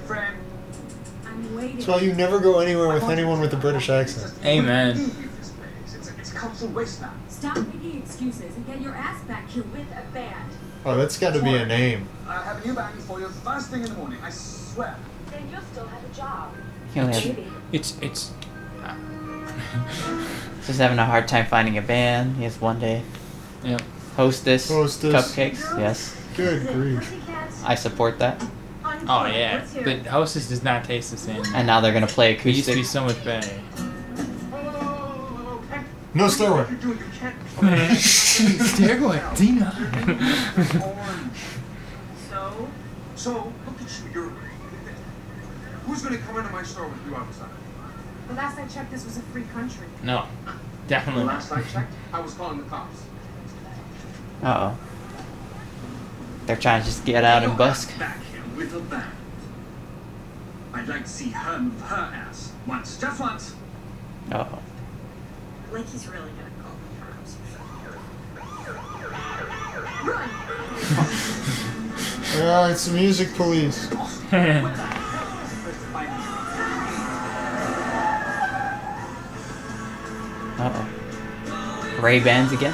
Speaker 4: Friend,
Speaker 6: I'm waiting.
Speaker 3: That's why you never go anywhere with anyone with a British accent.
Speaker 1: Amen.
Speaker 4: It's, a, it's a cultural wasteland.
Speaker 6: Stop making excuses and get your ass back here with a band.
Speaker 3: Oh, that's got to be a name.
Speaker 4: I'll have a new band for you first thing in the morning, I swear.
Speaker 6: Then you'll still have a job.
Speaker 2: He only had,
Speaker 6: Maybe.
Speaker 1: It's it's
Speaker 2: just having a hard time finding a band. He has one day.
Speaker 1: yeah.
Speaker 2: Hostess.
Speaker 3: Hostess.
Speaker 2: Cupcakes. Yes.
Speaker 3: Good grief.
Speaker 6: Pussycats.
Speaker 2: I support that.
Speaker 1: Oh yeah. But Hostess does not taste the same.
Speaker 2: And now they're gonna play
Speaker 1: It used to be
Speaker 2: acoustic.
Speaker 1: so much better.
Speaker 4: Oh, okay.
Speaker 3: No stairway.
Speaker 4: What you doing? You can't.
Speaker 1: Stairway, Dina.
Speaker 4: Orange.
Speaker 7: So?
Speaker 4: So, look at you, you're. Who's gonna come into my store with you outside?
Speaker 7: The last I checked, this was a free country.
Speaker 1: no, definitely not.
Speaker 4: Last I checked, I was calling the cops.
Speaker 2: Uh oh. They're trying to just get out and busk.
Speaker 4: Back here with a bang. I'd like to see her move her ass once, just once.
Speaker 2: Uh oh.
Speaker 6: Like he's really gonna call the cops.
Speaker 3: Yeah, it's the music police.
Speaker 2: Uh oh. Ray Bans again.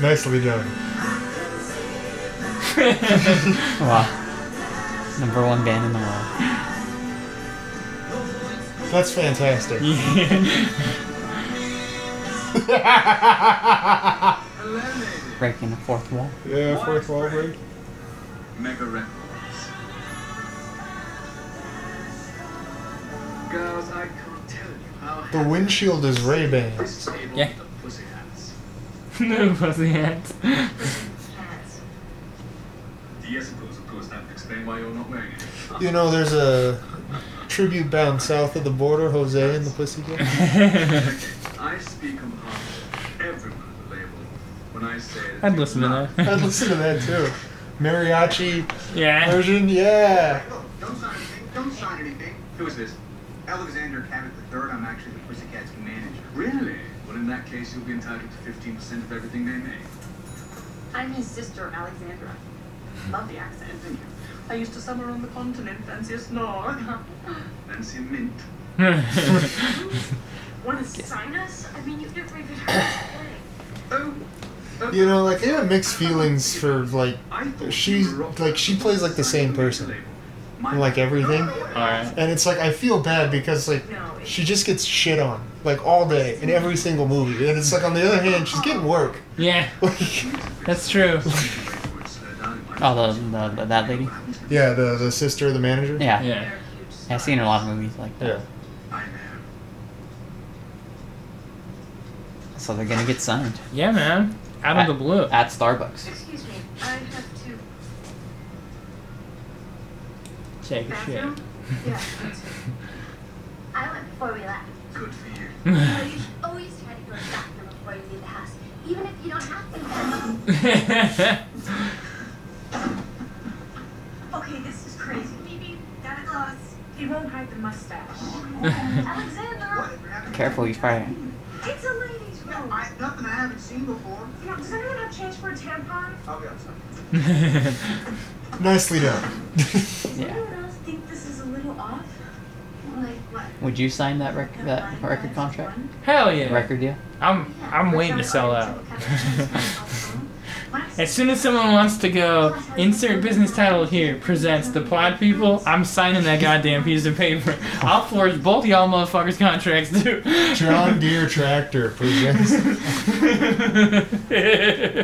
Speaker 3: Nicely done.
Speaker 2: Wow. Number one band in the world.
Speaker 3: That's fantastic.
Speaker 4: Hello, lady.
Speaker 2: Breaking the fourth wall.
Speaker 3: yeah, fourth wall break.
Speaker 4: Mega Records. Girls, I can't tell you how
Speaker 3: The
Speaker 4: happy
Speaker 3: windshield is Ray Ban.
Speaker 4: this table
Speaker 1: Yeah.
Speaker 4: with the pussyhats.
Speaker 1: no pussy hats.
Speaker 6: Cats.
Speaker 4: Yes, of course, of course. That would explain why you're not wearing it.
Speaker 3: You know, there's a tribute bound south of the border, Jose and the Pussycat.
Speaker 4: I speak on behalf of everyone at the label when I say that
Speaker 1: I'd
Speaker 4: you
Speaker 1: listen to
Speaker 4: love-
Speaker 3: I'd
Speaker 1: that.
Speaker 3: listen to that too. Mariachi
Speaker 1: yeah.
Speaker 3: version, yeah.
Speaker 4: Look, don't sign anything. Don't sign anything. Who is this?
Speaker 8: Alexander Cabot III. I'm actually the Pussycats' manager.
Speaker 4: Really? Well, in that case, you'll be entitled to 15% of everything they make.
Speaker 7: I'm his sister, Alexandra.
Speaker 8: Love the accent. Thank you. I used to summer on the continent, fancy a snore.
Speaker 4: Nancy Mint.
Speaker 6: Want to sign us? I mean, you've never even heard
Speaker 4: Oh, oh,
Speaker 3: You know, like, I have mixed feelings for, like,
Speaker 4: I thought
Speaker 3: she's-
Speaker 4: you were rock-
Speaker 3: like, she plays like the same person.
Speaker 4: My-
Speaker 3: like everything.
Speaker 1: Alright.
Speaker 3: And it's like, I feel bad because, like, she just gets shit on, like, all day in every single movie. And it's like, on the other hand, she's getting work.
Speaker 1: Yeah, that's true.
Speaker 2: Oh, the, the, that lady.
Speaker 3: yeah, the, the sister of the manager.
Speaker 2: Yeah.
Speaker 1: Yeah.
Speaker 2: I've seen a lot of movies like that.
Speaker 3: Yeah.
Speaker 4: I know.
Speaker 2: So they're gonna get signed
Speaker 1: Yeah, man. Out of the blue.
Speaker 2: at Starbucks.
Speaker 6: Excuse me, I have to
Speaker 1: Check your
Speaker 6: bathroom. Yeah. I went before we left.
Speaker 4: Good for you.
Speaker 6: You know, you should always try to go to the bathroom before you leave the house, even if you don't have to.
Speaker 1: shit.
Speaker 6: Okay, this is crazy. Maybe Santa Claus. He won't hide the mustache. Alexander,
Speaker 8: Whatever happened?
Speaker 2: Careful, you probably.
Speaker 6: it's a ladies'
Speaker 8: No,
Speaker 6: room.
Speaker 8: I, nothing I haven't seen before.
Speaker 6: Yeah, does anyone have change for a tampon?
Speaker 8: I'll be outside.
Speaker 3: Nicely done.
Speaker 6: Does
Speaker 2: Yeah.
Speaker 6: anyone else think this is a little off? Like what?
Speaker 2: Would you sign that record that record contract?
Speaker 1: Hell yeah.
Speaker 2: Record deal?
Speaker 1: I'm I'm waiting to sell out. as soon as someone wants to go, insert business title here presents the Pod People. I'm signing that goddamn piece of paper. I'll forge both y'all motherfuckers' contracts too.
Speaker 3: John Deere tractor presents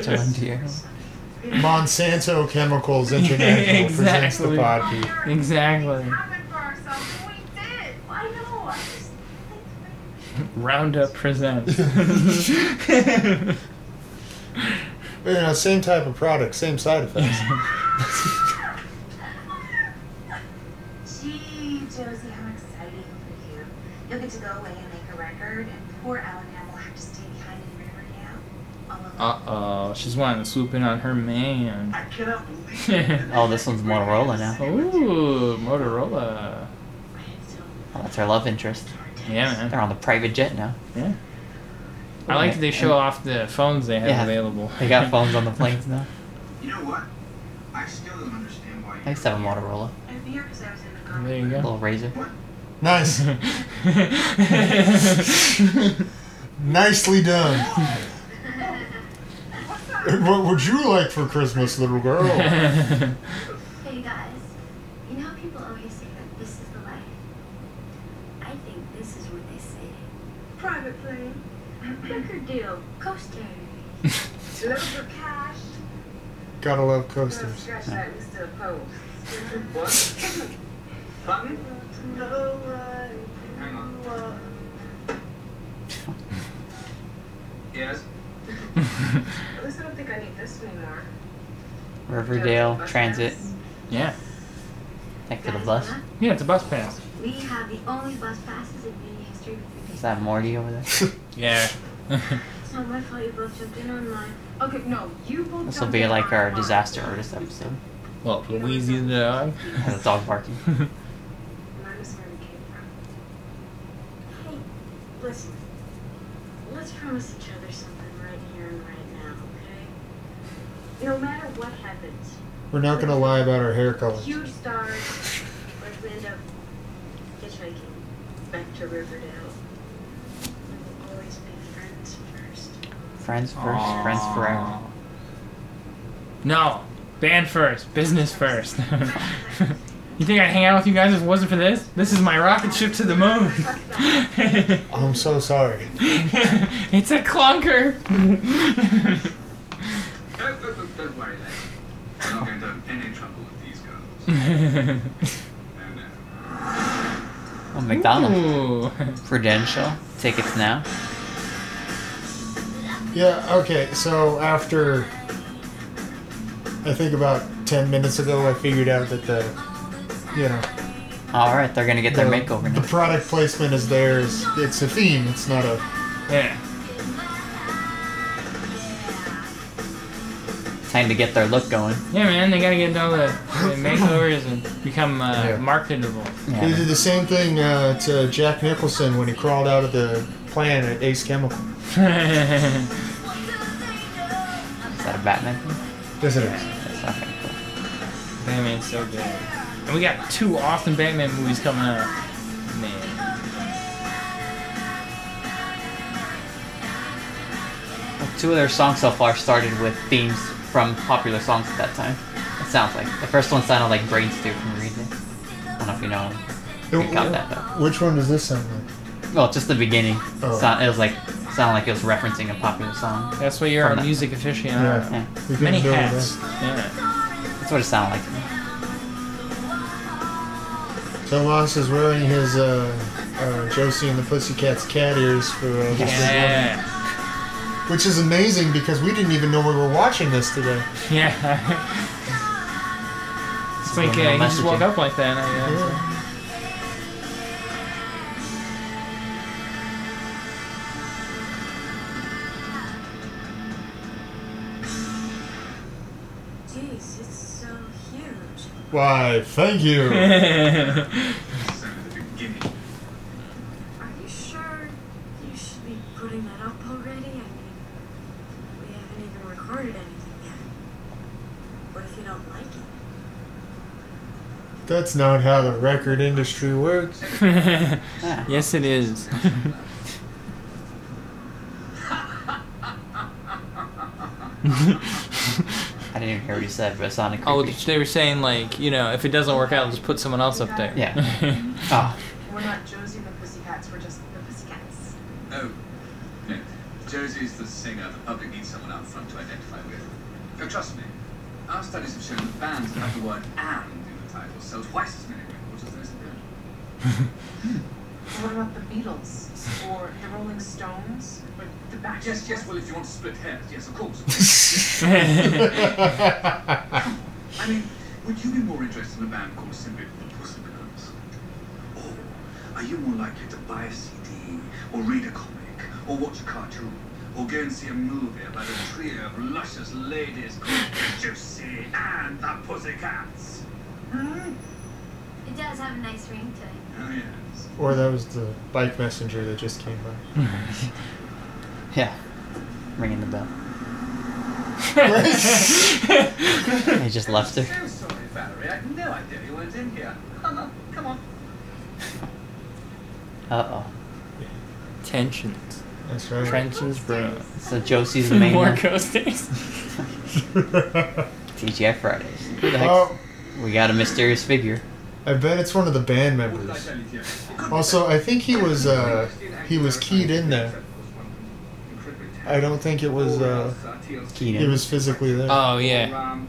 Speaker 2: John Deere.
Speaker 3: Monsanto Chemicals International presents the
Speaker 1: Exactly.
Speaker 3: pod Pete.
Speaker 1: exactly.
Speaker 6: happened for ourselves, and we did. I know. I just think
Speaker 1: Roundup presents.
Speaker 3: You know, same type of product, same side effects.
Speaker 6: Gee, Josie, how exciting for you. You'll get to go away and make a record, and poor Ellen Ann will have to stay behind and rear her now. All alone.
Speaker 1: uh oh, she's wanting to swoop in on her man.
Speaker 4: I cannot believe
Speaker 2: Oh, this one's Motorola now.
Speaker 1: Ooh, Motorola.
Speaker 2: Oh, that's our love interest.
Speaker 1: Yeah, man.
Speaker 2: They're on the private jet now.
Speaker 1: I like that they show off the phones they have
Speaker 2: Yeah.
Speaker 1: available.
Speaker 2: They got phones on the planes now.
Speaker 8: You know what? I still don't understand why you.
Speaker 2: I used to have a Motorola,
Speaker 6: I'm here because I was in the car.
Speaker 1: There you
Speaker 2: a
Speaker 1: go.
Speaker 2: little razor.
Speaker 3: nice. Nicely done. What would you like for Christmas, little girl?
Speaker 6: Hey guys, you know how people always say that this is the life? I think this is what they say. Private plane, record deal, coaster,
Speaker 7: Look,
Speaker 6: for cash.
Speaker 3: Gotta love
Speaker 7: uh,
Speaker 3: coasters.
Speaker 7: scratch that, we still pose.
Speaker 4: Pardon?
Speaker 7: No way.
Speaker 4: Hang on. Yes?
Speaker 7: At least I don't think I need this anymore.
Speaker 2: Riverdale Transit.
Speaker 1: yeah.
Speaker 2: Thanks to the bus.
Speaker 1: Yeah, it's a bus pass.
Speaker 6: We have the only bus passes in Union Street.
Speaker 2: Is that Morty over there?
Speaker 1: Yeah.
Speaker 6: It's not my fault you both jumped in on mine.
Speaker 7: Okay, no, you both.
Speaker 2: This will
Speaker 7: jump
Speaker 2: be
Speaker 7: in
Speaker 2: like
Speaker 7: on
Speaker 2: our
Speaker 7: mine.
Speaker 2: disaster artist episode.
Speaker 1: well, Wheezy the dog.
Speaker 2: Has a dog barking.
Speaker 7: Mine is where we came from.
Speaker 6: Hey, listen. Let's promise each other something right here and right now, okay? No matter what happens,
Speaker 3: We're not gonna lie about our hair color.
Speaker 6: huge stars like we end up hitchhiking back to Riverdale. We will always be friends first.
Speaker 2: Friends first, friends forever.
Speaker 1: No, Band first, business first. you think I'd hang out with you guys if it wasn't for this? This is my rocket ship to the moon.
Speaker 3: I'm so sorry.
Speaker 1: it's a clunker.
Speaker 4: Don't, don't, don't, don't worry, lad. I'm not going to have any trouble with these girls. No, no.
Speaker 2: Oh, McDonald's.
Speaker 1: Ooh.
Speaker 2: Prudential. Tickets now.
Speaker 3: Yeah, okay, so after I think about 10 minutes ago, I figured out that the, you know,
Speaker 2: All right, they're gonna get their
Speaker 3: the,
Speaker 2: makeover
Speaker 3: the
Speaker 2: now.
Speaker 3: product placement is theirs. It's a theme, it's not a.
Speaker 1: Yeah.
Speaker 2: Time to get their look going.
Speaker 1: Yeah, man, they gotta get all the, the makeovers and become uh,
Speaker 3: Yeah.
Speaker 1: marketable.
Speaker 3: They
Speaker 2: Yeah.
Speaker 3: did the same thing uh, to Jack Nicholson when he crawled out of the plant at Ace Chemical.
Speaker 1: yeah,
Speaker 2: Is that a Batman? thing?
Speaker 3: Yes, it is.
Speaker 2: That's okay. Cool.
Speaker 1: Batman's so good. And we got two awesome Batman movies coming out. Man.
Speaker 2: Well, two of their songs so far started with themes from popular songs at that time. It sounds like the first one sounded like Brain Stew from Green Day. I don't know if you know. We got that though.
Speaker 3: Which one does this sound like?
Speaker 2: Well, just the beginning.
Speaker 3: Oh.
Speaker 2: Sound, it was like sounded like it was referencing a popular song.
Speaker 1: That's why you're
Speaker 2: From
Speaker 1: our
Speaker 2: that-
Speaker 1: music aficionado.
Speaker 2: Yeah,
Speaker 3: We couldn't
Speaker 1: Many
Speaker 3: do it
Speaker 1: hats. Yeah.
Speaker 2: that's what it sounded like. to me.
Speaker 3: then. So Moss is wearing his uh, uh, Josie and the Pussycats cat ears for uh, this big
Speaker 1: Yeah.
Speaker 3: one, which is amazing because we didn't even know we were watching this today.
Speaker 1: Yeah. it's like uh,
Speaker 2: Subliminal
Speaker 1: he just woke
Speaker 2: messaging.
Speaker 1: up like that. I guess.
Speaker 3: Yeah.
Speaker 6: Jeez, it's so huge.
Speaker 3: Why? Thank you.
Speaker 1: yeah,
Speaker 4: So at the beginning.
Speaker 6: Are you sure you should be putting that up already? I mean, we haven't even recorded anything yet. What if you don't like it?
Speaker 3: That's not how the record industry works.
Speaker 2: Yeah.
Speaker 1: yes, it is.
Speaker 2: I didn't even hear what you said, but it sounded
Speaker 1: oh,
Speaker 2: creepy.
Speaker 1: they were saying like, you know, if it doesn't work out, just put someone else up there.
Speaker 2: Yeah. Oh,
Speaker 8: We're not Josie and the Pussycats, we're just the Pussycats.
Speaker 4: Oh, no. Josie's the singer. The public needs someone out front to identify with. Oh, trust me. Our studies have shown that bands that have the word and in the title sell twice as many records as those that don't.
Speaker 8: What about the Beatles? Or the Rolling Stones? Or the Backstreet
Speaker 4: Yes, yes,
Speaker 8: Boys?
Speaker 4: well, if you want to split hairs, yes, of course.
Speaker 3: yeah,
Speaker 4: I mean, would you be more interested in a band called Simply the Pussycats? Or are you more likely to buy a CD, or read a comic, or watch a cartoon, or go and see a movie about a trio of luscious ladies called Juicy and the Pussycats? Hmm?
Speaker 6: It does have a nice ring to it.
Speaker 4: Oh, yes.
Speaker 3: or that was the bike messenger that just came by.
Speaker 2: yeah. Ringing the bell. He just left her.
Speaker 4: So sorry, Valerie. I had no idea you weren't in here. Come on.
Speaker 2: Uh oh.
Speaker 1: Tensions.
Speaker 3: That's right.
Speaker 1: Trenches, bro.
Speaker 2: So Josie's the main
Speaker 1: More
Speaker 2: one.
Speaker 1: coastings.
Speaker 2: TGI Fridays. Who the heck's-
Speaker 3: oh,
Speaker 2: We got a mysterious figure.
Speaker 3: I bet it's one of the band
Speaker 4: What did I
Speaker 3: members.
Speaker 4: tell you, dear?
Speaker 3: Also, I think he was uh, he was keyed in there. I don't think it was uh, he
Speaker 2: Keenan.
Speaker 3: was physically there.
Speaker 1: Oh yeah.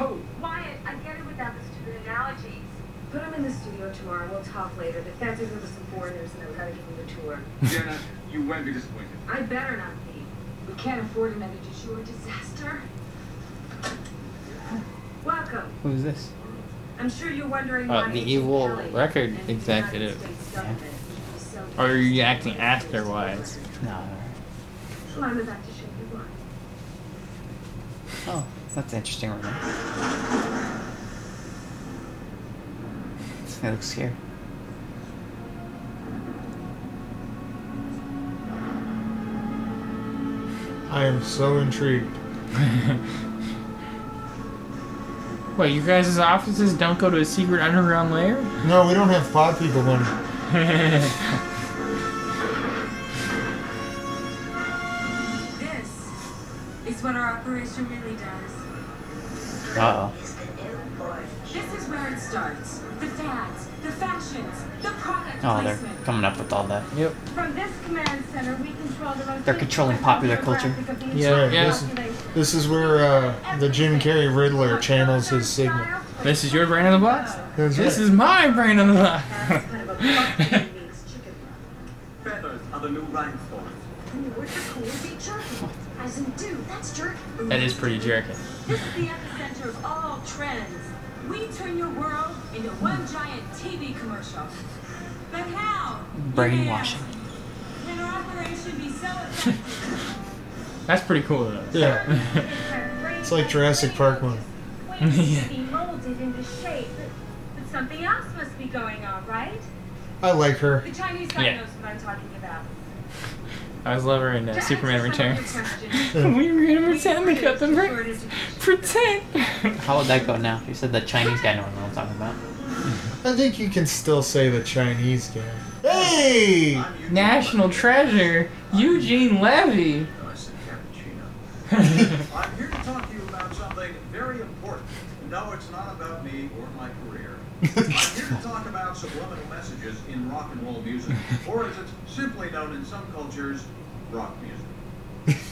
Speaker 4: Oh,
Speaker 9: Wyatt, I get it without the stupid analogies. Put him in the studio tomorrow. We'll talk later. The feds are with some foreigners, and I've got to give him the tour.
Speaker 4: Jenna, you won't be disappointed.
Speaker 9: I better not be.
Speaker 7: We can't afford another du jour disaster.
Speaker 9: Welcome.
Speaker 2: Who's this?
Speaker 9: I'm sure you're wondering
Speaker 1: Uh,
Speaker 9: why
Speaker 1: the
Speaker 9: Agent
Speaker 1: evil
Speaker 9: Kelly
Speaker 1: record
Speaker 9: and the
Speaker 1: executive.
Speaker 9: United States government is so-
Speaker 1: Or are you acting actor wise?
Speaker 2: No.
Speaker 9: Well, I'm about to show you why.
Speaker 2: Oh, that's interesting right now. It looks scary.
Speaker 3: I am so intrigued.
Speaker 1: What, you guys' offices don't go to a secret underground lair?
Speaker 3: No, we don't have pod people money.
Speaker 9: This is what our operation really does.
Speaker 2: Uh oh.
Speaker 10: This is where it starts. The fads, the fashions, the product
Speaker 2: Oh, they're
Speaker 10: placement.
Speaker 2: coming up with all that.
Speaker 1: Yep.
Speaker 9: From this command center, we control the
Speaker 2: They're controlling popular culture.
Speaker 1: Yeah,
Speaker 3: Right, This, this is where uh, the Jim Carrey Riddler channels his signal.
Speaker 1: This is your brain on the box?
Speaker 3: That's
Speaker 1: This
Speaker 3: right.
Speaker 1: is my brain on the box.
Speaker 5: Feathers are the new rhinestones.
Speaker 9: What's the cool feature? As in, dude, that's jerk.
Speaker 1: that is pretty jerky.
Speaker 10: This is the epicenter of all trends. We turn your world into one giant TV commercial. But how? you may
Speaker 2: Brainwashing.
Speaker 10: ask? Can our operation be so effective?
Speaker 1: That's pretty cool though.
Speaker 3: Yeah.
Speaker 9: It's
Speaker 3: like Jurassic Park one.
Speaker 1: Yeah.
Speaker 9: Be molded into shape, but, but something else must be going on, right?
Speaker 3: I like her.
Speaker 9: The Chinese guy
Speaker 1: Yeah.
Speaker 9: knows what I'm talking about.
Speaker 1: I was loving her in uh,
Speaker 9: To
Speaker 1: Superman
Speaker 9: answer some of your
Speaker 1: Returns.
Speaker 9: questions,
Speaker 1: we were gonna
Speaker 9: we
Speaker 1: pretend we got them
Speaker 9: produced
Speaker 1: right.
Speaker 9: short education.
Speaker 1: Pretend.
Speaker 2: How would that go now? You said the Chinese guy knows what I'm talking about.
Speaker 3: I think you can still say the Chinese guy. Hey!
Speaker 1: National treasure, Eugene Levy.
Speaker 5: I said cappuccino. I'm here to talk to you about something very important. No, it's not about me or my career. I'm here to talk about subliminal messages in rock and roll music, or as it's simply known in some cultures, rock music.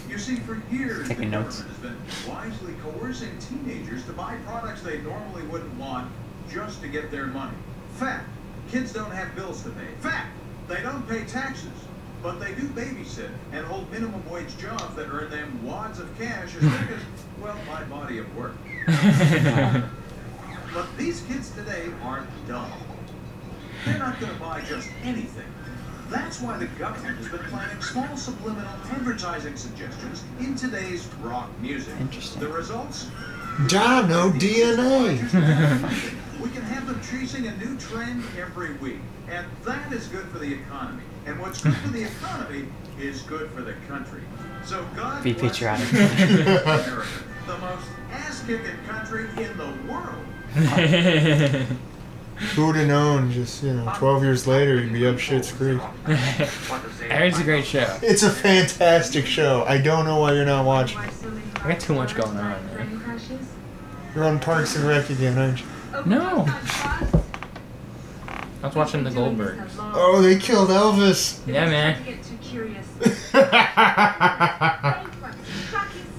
Speaker 5: You see, for years, the
Speaker 2: Taking notes.
Speaker 5: government has been wisely coercing teenagers to buy products they normally wouldn't want just to get their money. Fact, kids don't have bills to pay. Fact, they don't pay taxes. But they do babysit and hold minimum wage jobs that earn them wads of cash as big as, well, my body of work. But these kids today aren't dumb. They're not going to buy just anything. That's why the government has been planning small subliminal advertising suggestions in today's rock music.
Speaker 2: Interesting.
Speaker 5: The results?
Speaker 3: Dino DNA!
Speaker 5: we can have them chasing a new trend every week. And that is good for the economy. And what's good for the economy is good for the country. So God
Speaker 2: Be
Speaker 5: bless
Speaker 2: patriotic.
Speaker 5: America, the most ass-kicking country in the world.
Speaker 3: Who'd have known just, you know, 12 years later he'd be up shit's creek.
Speaker 1: Aaron's a great show.
Speaker 3: It's a fantastic show. I don't know why you're not watching.
Speaker 11: Why so many
Speaker 1: I got too much going on,
Speaker 11: Frame
Speaker 1: man.
Speaker 11: crashes?
Speaker 3: You're on Parks and Rec again, aren't you?
Speaker 1: No. I was watching The Goldbergs.
Speaker 3: Oh, they killed Elvis!
Speaker 1: Yeah, man.
Speaker 11: Get too curious.
Speaker 9: Shocking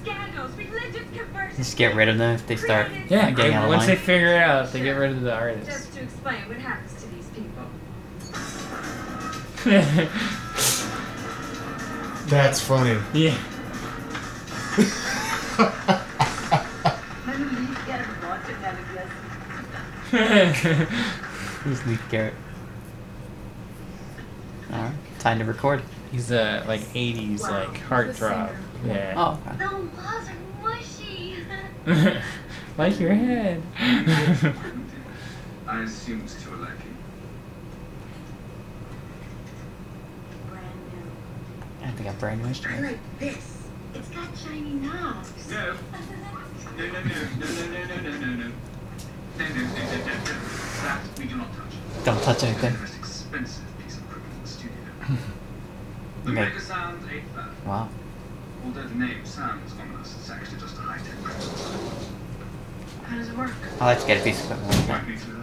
Speaker 9: scandals, religious conversions.
Speaker 2: Just get rid of them if they start.
Speaker 1: Yeah,
Speaker 2: Getting
Speaker 1: they-
Speaker 2: out of
Speaker 1: once
Speaker 2: line.
Speaker 1: they figure it out, they get rid of the artist.
Speaker 9: Just to explain what happens to these people.
Speaker 3: That's funny.
Speaker 1: yeah.
Speaker 2: Who's Leaf Garrett? Alright, time to record.
Speaker 1: He's a like '80s like heartthrob. Yeah.
Speaker 2: Oh, okay.
Speaker 9: The walls are mushy.
Speaker 1: Oh. like your head.
Speaker 5: I assumed you were liking.
Speaker 9: Brand new.
Speaker 2: I think I brainwashed
Speaker 9: I
Speaker 2: him.
Speaker 9: like this. It's got shiny knobs.
Speaker 5: No, no, no, no, no, no, no, no, no, no, no, no, no, no, no, no, no. That we do not touch.
Speaker 2: Don't touch anything.
Speaker 5: The most expensive piece of equipment in the studio. The
Speaker 2: Mate.
Speaker 5: Mega Sound 8000.
Speaker 2: Wow.
Speaker 5: Although the name sounds ominous, it's actually just a high-tech processor.
Speaker 9: How does it work?
Speaker 2: I like to get a piece of equipment like
Speaker 5: Might
Speaker 2: that.
Speaker 5: need to learn.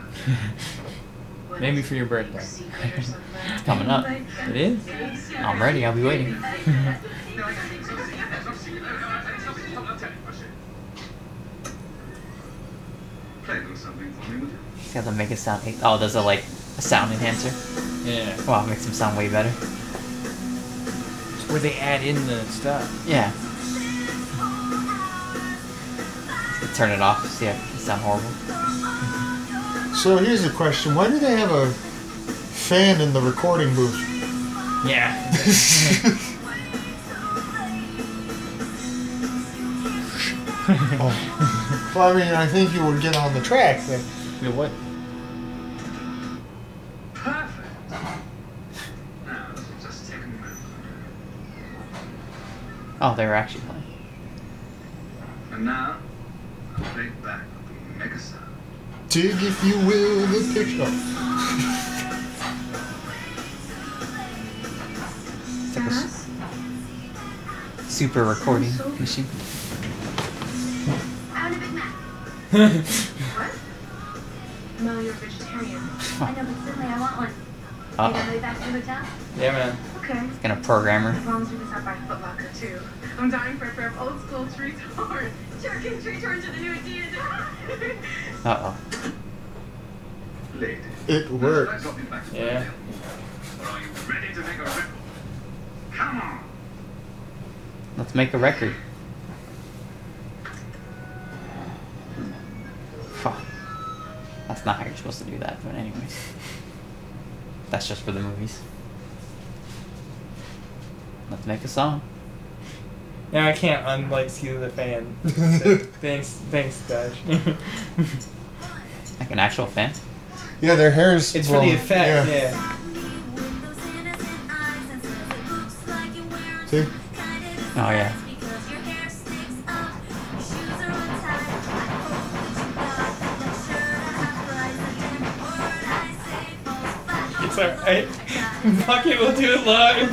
Speaker 9: What,
Speaker 1: Maybe for your birthday.
Speaker 9: secret or something?
Speaker 2: Coming up.
Speaker 1: It is.
Speaker 2: I'm ready, I'll be waiting.
Speaker 5: No, I don't think so. That's not secret. No, no, I'll tell you, I'll tell you, I'll tell you. I'll show you. Play them something for me, would you?
Speaker 2: See how they make it sound. Oh, there's a like a sound enhancer.
Speaker 1: Yeah.
Speaker 2: Wow, makes them sound way better.
Speaker 1: Where they add in the stuff.
Speaker 2: Yeah. Turn it off. See if it sound horrible.
Speaker 3: So here's a question why do they have a fan in the recording booth?
Speaker 1: Yeah.
Speaker 3: oh. Well, I mean, I think you would get on the track, but
Speaker 1: Wait, what?
Speaker 5: Perfect. Now, just take a moment.
Speaker 2: Oh, they were actually playing.
Speaker 5: And now, I'll play back the mega sound.
Speaker 3: dig, if you will, the picture.
Speaker 2: It's like a s- super recording machine.
Speaker 9: I want a Big Mac.
Speaker 6: What?
Speaker 8: Mel, you're a vegetarian.
Speaker 6: I know, but suddenly I want one. You know,
Speaker 2: Uh-oh.
Speaker 6: way back to the hotel?
Speaker 1: Yeah, man.
Speaker 8: Okay.
Speaker 2: Gonna programmer.
Speaker 8: As long as we can stop by Foot Locker too. I'm dying for a pair of old school tree torn.
Speaker 6: Jerking tree torch are the new ideas.
Speaker 2: Uh oh.
Speaker 4: Ladies,
Speaker 3: It worked.
Speaker 4: let's not be back to
Speaker 1: Yeah.
Speaker 4: Or are you ready to make a record? Come on.
Speaker 2: Let's make a record. Fuck. That's not how you're supposed to do that, but anyways. That's just for the movies. Let's make a song.
Speaker 1: Now I can't unlike see the fan. So, thanks, thanks, Dodge.
Speaker 2: Like an actual fan.
Speaker 3: Yeah, their hair's.
Speaker 1: it's for the
Speaker 3: blown.
Speaker 1: effect. Yeah.
Speaker 3: See?
Speaker 2: Oh, yeah.
Speaker 1: It's alright. Fuck it, we'll do it live.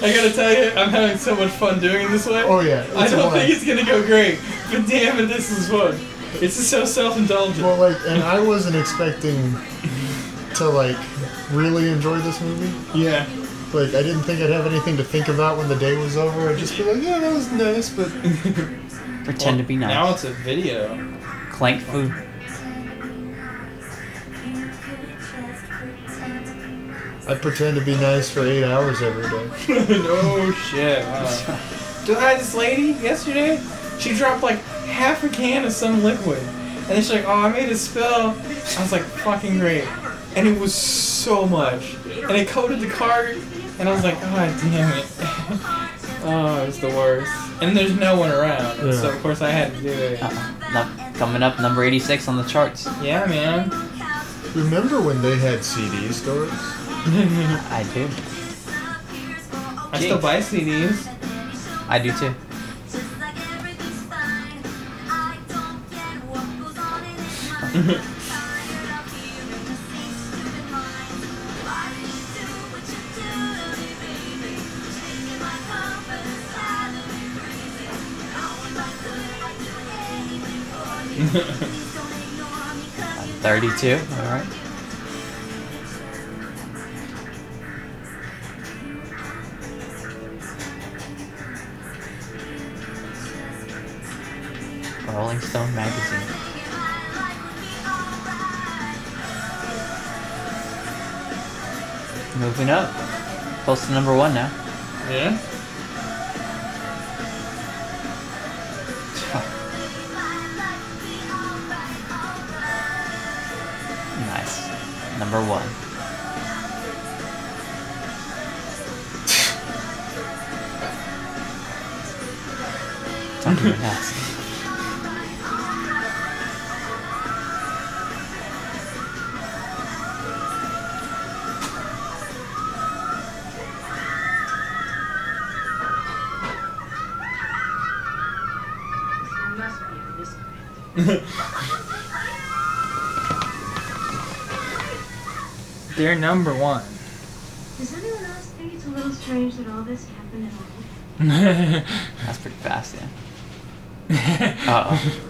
Speaker 1: I gotta tell you, I'm having so much fun doing it this way.
Speaker 3: Oh yeah. It's
Speaker 1: I don't
Speaker 3: a
Speaker 1: think
Speaker 3: blast.
Speaker 1: it's gonna go great, but damn it, this is fun. It's just so self-indulgent.
Speaker 3: Well, like, and I wasn't expecting to like really enjoy this movie.
Speaker 1: yeah.
Speaker 3: Like, I didn't think I'd have anything to think about when the day was over. I'd just be like, yeah, that was nice, but
Speaker 2: Pretend to be nice.
Speaker 1: Now it's a video.
Speaker 2: Clank food.
Speaker 3: I pretend to be nice for eight hours every day.
Speaker 1: no shit. Wow. Did I this lady yesterday? She dropped like half a can of some liquid, and then she's like, "Oh, I made a spill." I was like, "Fucking great," and it was so much, and it coated the car, and I was like, "God damn it." oh, it was the worst. And there's no one around,
Speaker 3: Yeah.
Speaker 1: so of course I had to do it.
Speaker 2: Uh-oh. Num- coming up number 86 on the charts.
Speaker 1: Yeah, man.
Speaker 3: Remember when they had CD stores?
Speaker 2: I do.
Speaker 1: I still buy CDs.
Speaker 2: I do too. Uh, 32. Alright. Rolling Stone magazine. Moving up. Close to number one now.
Speaker 1: Yeah.
Speaker 2: Nice. Number one. Don't even ask.
Speaker 7: There must be a misprint.
Speaker 1: They're number one.
Speaker 6: Does anyone else think it's a little strange that all this happened at all?
Speaker 2: That's pretty fast, yeah. Uh oh.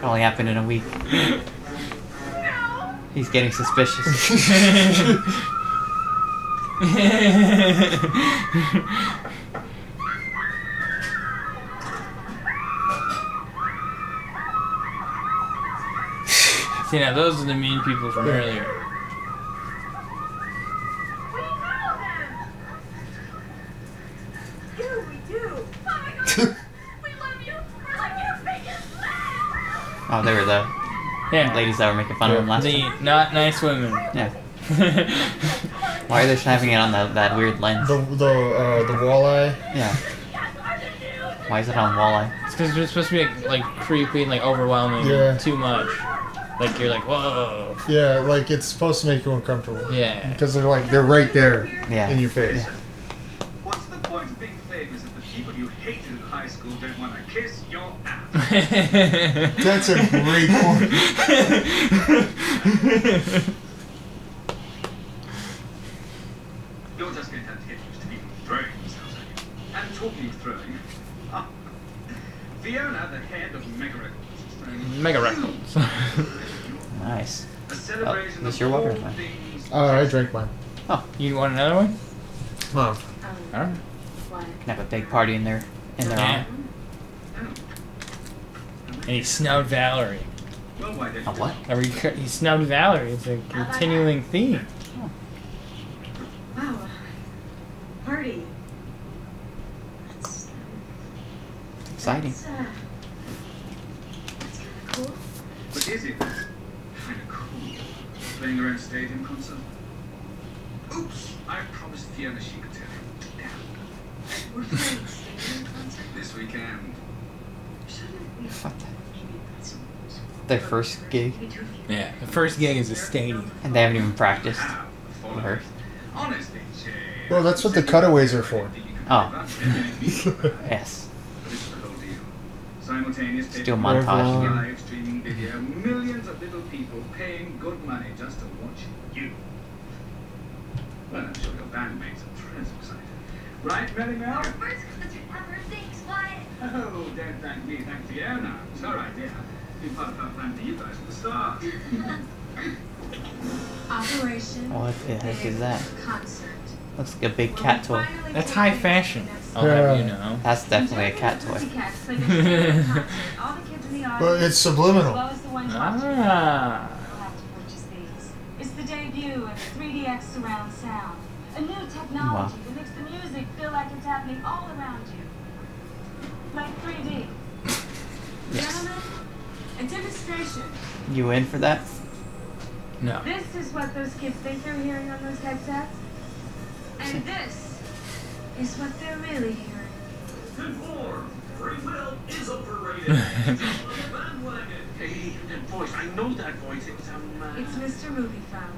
Speaker 2: It only happened in a week. He's getting suspicious.
Speaker 1: See now, those are the mean people from earlier.
Speaker 2: Oh, they were the
Speaker 1: Yeah,
Speaker 2: ladies that were making fun of him last
Speaker 1: the
Speaker 2: time.
Speaker 1: not nice women.
Speaker 2: Yeah. Why are they having it on that, that weird lens?
Speaker 3: The the uh, the walleye.
Speaker 2: Yeah. Why is it on walleye?
Speaker 1: it's because they're supposed to be like, like creepy and like overwhelming,
Speaker 3: Yeah.
Speaker 1: too much. Like you're like, whoa,
Speaker 3: Yeah, like it's supposed to make you uncomfortable.
Speaker 1: yeah.
Speaker 3: Because they're like they're right there
Speaker 2: Yeah.
Speaker 3: in your face.
Speaker 4: What's the point of being famous if the people you hated in high school don't want to kiss your ass?
Speaker 1: That's
Speaker 3: That's a great point.
Speaker 4: You're just going to have to get used to people throwing themselves at you. And talking of throwing,
Speaker 5: found out ah, the head of Mega Records.
Speaker 1: Mega Records.
Speaker 2: Nice.
Speaker 5: A
Speaker 2: Oh,
Speaker 5: celebration
Speaker 2: this
Speaker 5: of
Speaker 2: your water?
Speaker 5: all
Speaker 2: Fine.
Speaker 5: things
Speaker 3: Uh, I drank mine.
Speaker 2: Oh,
Speaker 1: you want another one?
Speaker 3: Mom.
Speaker 1: All right.
Speaker 2: can have a big party in there. In their
Speaker 1: Yeah.
Speaker 2: honor.
Speaker 1: And he snubbed Valerie.
Speaker 5: Well, why did
Speaker 2: A what?
Speaker 1: A rec- he snubbed Valerie. It's a continuing theme.
Speaker 12: Wow. Party. That's,
Speaker 2: Exciting.
Speaker 12: that's, uh, that's kind of cool.
Speaker 5: But is it kind of cool playing around stadium concert? Oops! I promised Fiona she could tell you. Damn.
Speaker 12: We're playing a stadium concert.
Speaker 5: This weekend.
Speaker 12: Shouldn't we
Speaker 2: Fuck that.
Speaker 12: maybe put some
Speaker 2: Their first gig,
Speaker 1: Yeah. The first gig is a stadium.
Speaker 2: and they haven't even practiced.
Speaker 5: Have the following.
Speaker 2: Rehearsed.
Speaker 5: Honestly, Jay.
Speaker 3: Well, that's what the cutaways are for.
Speaker 2: Oh. Yes.
Speaker 5: Simultaneous
Speaker 2: Still
Speaker 5: taping,
Speaker 2: montage.
Speaker 3: Whatever.
Speaker 5: live streaming video, millions of little people paying good money just to watch you. Well, I'm sure your bandmates and friends are excited. Right, Mary Mel?
Speaker 4: Our first concert ever. Thanks, Wyatt.
Speaker 5: Oh, don't thank me, thank Fiona. It's all right, dear. We popped our plan to you guys at the start.
Speaker 12: Operation.
Speaker 2: What the heck is that?
Speaker 12: Concert.
Speaker 2: Looks like a big cat toy.
Speaker 1: That's high fashion. I'll have you know.
Speaker 2: That's definitely a cat toy.
Speaker 3: Well, it's subliminal.
Speaker 1: Ah.
Speaker 9: It's the debut of 3DX surround sound, a new
Speaker 2: Wow.
Speaker 9: technology that makes the music feel like it's happening all around you. Like 3D.
Speaker 2: Yes.
Speaker 9: Gentlemen, a demonstration.
Speaker 2: You in for that?
Speaker 1: No.
Speaker 9: This is what those kids think they're hearing on those headsets. And this is what they're really hearing.
Speaker 5: Conform. Free will is overrated. Jump on the bandwagon. Hey, that voice. I know that voice. It's um. Uh...
Speaker 9: It's Mr. Movie Phone.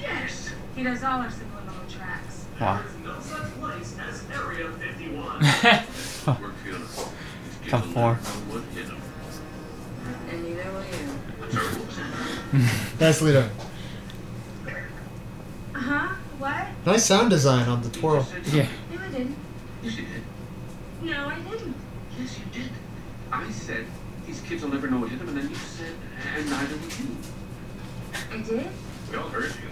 Speaker 5: Yes.
Speaker 9: He does all our subliminal tracks.
Speaker 2: Wow.
Speaker 5: There's no such place as Area
Speaker 3: Oh.
Speaker 5: 51. We're beautiful.
Speaker 2: Come forward.
Speaker 9: And neither will you.
Speaker 3: Nicely done.
Speaker 9: Uh huh. What?
Speaker 3: Nice sound design on the twirl.
Speaker 1: yeah.
Speaker 9: No, I didn't.
Speaker 5: Yes, you did.
Speaker 9: No, I didn't.
Speaker 5: Yes, you did. I said these kids will never know what hit them, and then you said, and neither will
Speaker 9: I
Speaker 5: you.
Speaker 9: did?
Speaker 5: We all heard you.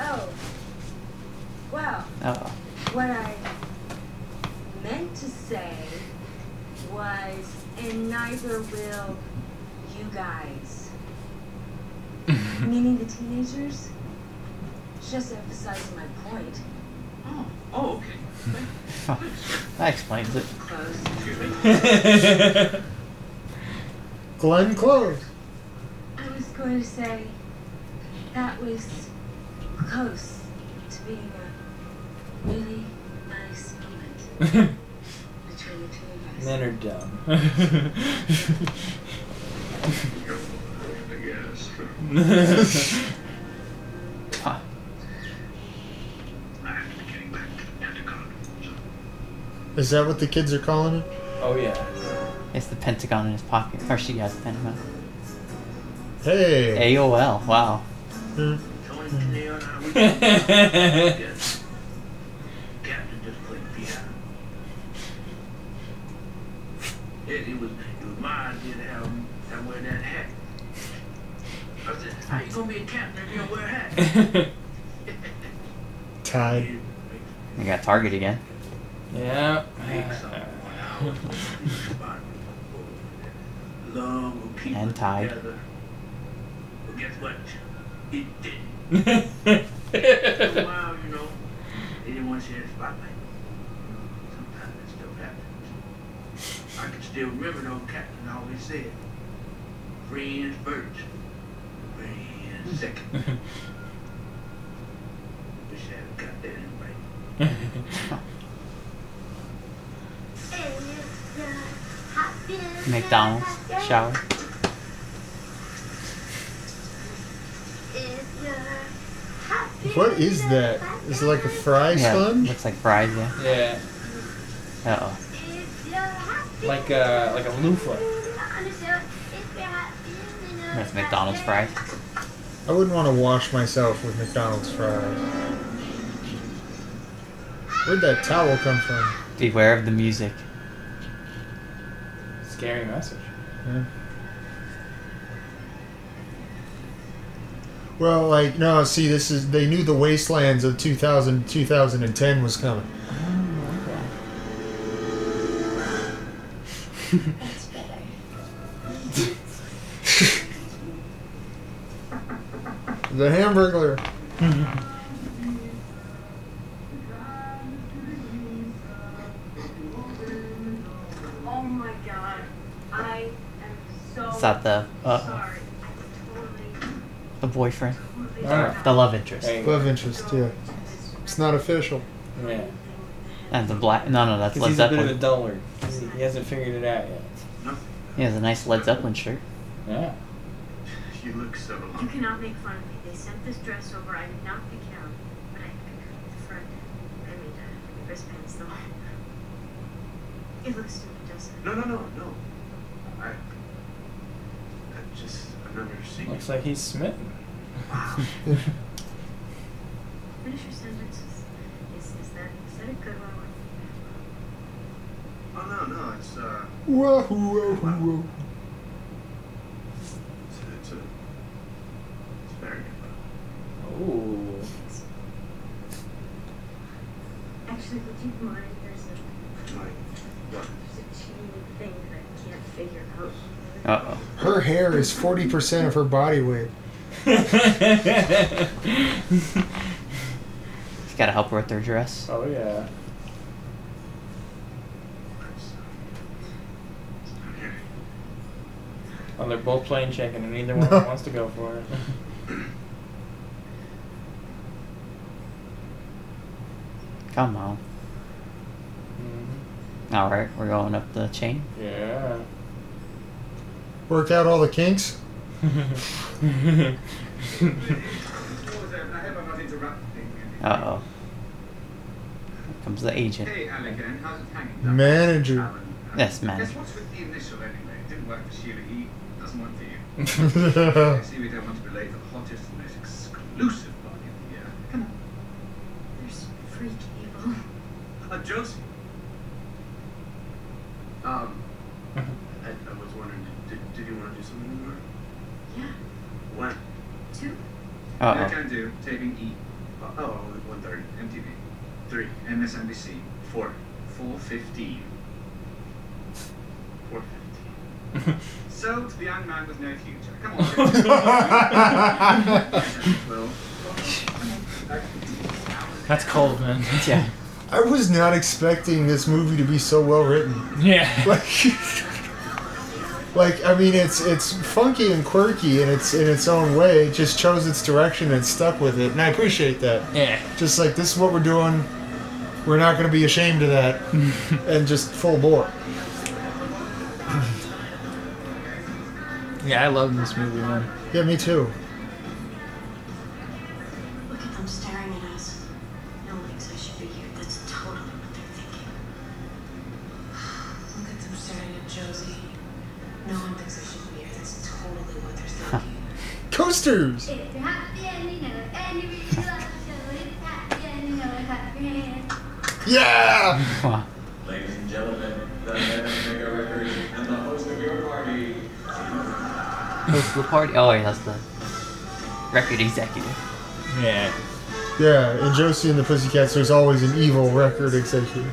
Speaker 9: Oh. Well,
Speaker 2: Oh,
Speaker 9: what I meant to say was, and neither will you guys. Meaning the teenagers? Just emphasizing my point.
Speaker 5: Oh. Oh, okay.
Speaker 2: oh. that explains it.
Speaker 9: Close.
Speaker 5: Excuse me.
Speaker 3: Glenn Close.
Speaker 9: I was going to say that was close to being a really nice moment between the two of us.
Speaker 6: Men are dumb.
Speaker 5: I guess.
Speaker 2: Huh.
Speaker 5: I have to be getting back to the Pentagon. So
Speaker 3: Is that what the kids are calling it?
Speaker 6: Oh yeah.
Speaker 2: It's the Pentagon in his pocket. Or she has the Pentagon.
Speaker 3: Hey.
Speaker 2: AOL. Wow.
Speaker 3: Hmm.
Speaker 5: Tony Caneo and I we Yes. Captain just played piano. It, it was it was my idea to have him have wear that hat. I said, how you gonna be a captain if you don't wear a hat?
Speaker 3: Tied.
Speaker 2: You got Target again.
Speaker 1: yeah.
Speaker 5: Long will keep
Speaker 2: And
Speaker 5: us
Speaker 2: tied.
Speaker 5: together. Well, guess what? It didn't. For a while, you know, they didn't want to share the spotlight. Sometimes that stuff happens. I can still remember the old captain always said, friends first, friends second. Wish I had got that invite.
Speaker 2: McDonald's. Shower.
Speaker 3: What is that? Is it like a fry
Speaker 2: Yeah.
Speaker 3: sponge?
Speaker 2: Looks like fries, yeah.
Speaker 6: Yeah.
Speaker 2: Uh oh.
Speaker 6: Like uh like a loofah.
Speaker 2: That's McDonald's fries.
Speaker 3: I wouldn't want to wash myself with McDonald's fries. Where'd that towel come from?
Speaker 2: Beware of the music.
Speaker 13: Scary message.
Speaker 3: Well, like no, see, this is they knew the wastelands of 2000 2010 was coming.
Speaker 6: That's better.
Speaker 3: The Hamburglar.
Speaker 9: Oh my god. I am so
Speaker 2: Is that the uh,
Speaker 9: sorry.
Speaker 2: the boyfriend,
Speaker 3: Ah.
Speaker 2: the love interest,
Speaker 13: Hey.
Speaker 3: Love interest, yeah. It's not official.
Speaker 13: Yeah.
Speaker 2: and the black? No, no, that's
Speaker 13: Because
Speaker 2: Led
Speaker 13: he's a bit of a
Speaker 2: Zeppelin.
Speaker 13: dullard. He's- He hasn't figured it out yet.
Speaker 2: He has a nice Led Zeppelin shirt.
Speaker 13: Yeah.
Speaker 5: You look so
Speaker 9: You
Speaker 5: alone.
Speaker 9: cannot make fun of me. They sent this dress over. I did not pick it out. But I picked the front. I mean, uh, wristbands though. It looks stupid, doesn't it?
Speaker 5: No, no, no, no. I. I just. I've never seen
Speaker 13: Looks like he's smitten.
Speaker 9: Finish your sentences. Is, is that is that a good one? or a
Speaker 5: Oh, no, no, it's, uh.
Speaker 3: Whoa, whoa, whoa.
Speaker 5: It's, it's a. It's very good.
Speaker 13: Ooh.
Speaker 9: bad one? Actually, would you mind? There's a
Speaker 5: Like, what?
Speaker 9: there's a chain thing that I can't figure out.
Speaker 2: Uh
Speaker 3: Her hair is 40% of her body weight.
Speaker 2: oh, he's gotta help her with her dress.
Speaker 13: oh yeah.
Speaker 5: It's, I'm here.
Speaker 13: Oh, they're both playing chicken, and neither one wants to go for it.
Speaker 2: Come on.
Speaker 13: Mhm.
Speaker 2: All right, we're going up the chain.
Speaker 13: Mm-hmm. Yeah.
Speaker 3: Work out all the kinks?
Speaker 5: I hope I'm not interrupting.
Speaker 2: Uh oh. Comes the agent.
Speaker 5: Hey, Alec, and how's it hanging? Doug?
Speaker 3: Manager.
Speaker 5: Alan, uh,
Speaker 2: Yes,
Speaker 5: Guess
Speaker 2: manager.
Speaker 5: what's with the initial anyway? It didn't work for Sheila. He doesn't want to. I
Speaker 3: Whoa,
Speaker 5: see we don't want to belay the hottest and most exclusive party of the year. Come on.
Speaker 9: There's free cable.
Speaker 5: Uh, Josie. Um, I, I was wondering, did, did you want to do something more?
Speaker 9: Yeah.
Speaker 5: When?
Speaker 9: Two.
Speaker 2: Uh
Speaker 5: can do. Taping E. Uh, oh, one thirty. MTV. Three. MSNBC. Four. Four fifteen. Four fifteen. so to the young man with no future. Come on.
Speaker 1: That's cold, man.
Speaker 2: oh. Yeah.
Speaker 3: I was not expecting this movie to be so well written.
Speaker 1: Yeah.
Speaker 3: Like, like I mean, it's it's funky and quirky in its in its own way. It just chose its direction and stuck with it, and I appreciate that.
Speaker 1: Yeah.
Speaker 3: Just like this is what we're doing. We're not going to be ashamed of that, and just full bore.
Speaker 1: Yeah, I love this movie, man.
Speaker 3: Yeah, me too.
Speaker 9: Look at them staring at us. No legs, I should be here. That's totally what they're thinking.
Speaker 7: Look at them staring at Josie. No one thinks I should be here. That's totally what they're thinking.
Speaker 3: Coasters.
Speaker 6: It's a happy ending of any real love show. It's a happy ending of a happy end.
Speaker 3: Yeah.
Speaker 2: Wow.
Speaker 5: Ladies and gentlemen, the man of mega record and the host of your party.
Speaker 2: Host the party. Oh, yeah, that's the record executive.
Speaker 1: Yeah.
Speaker 3: Yeah, in Josie and the Pussycats, there's always an evil record executive.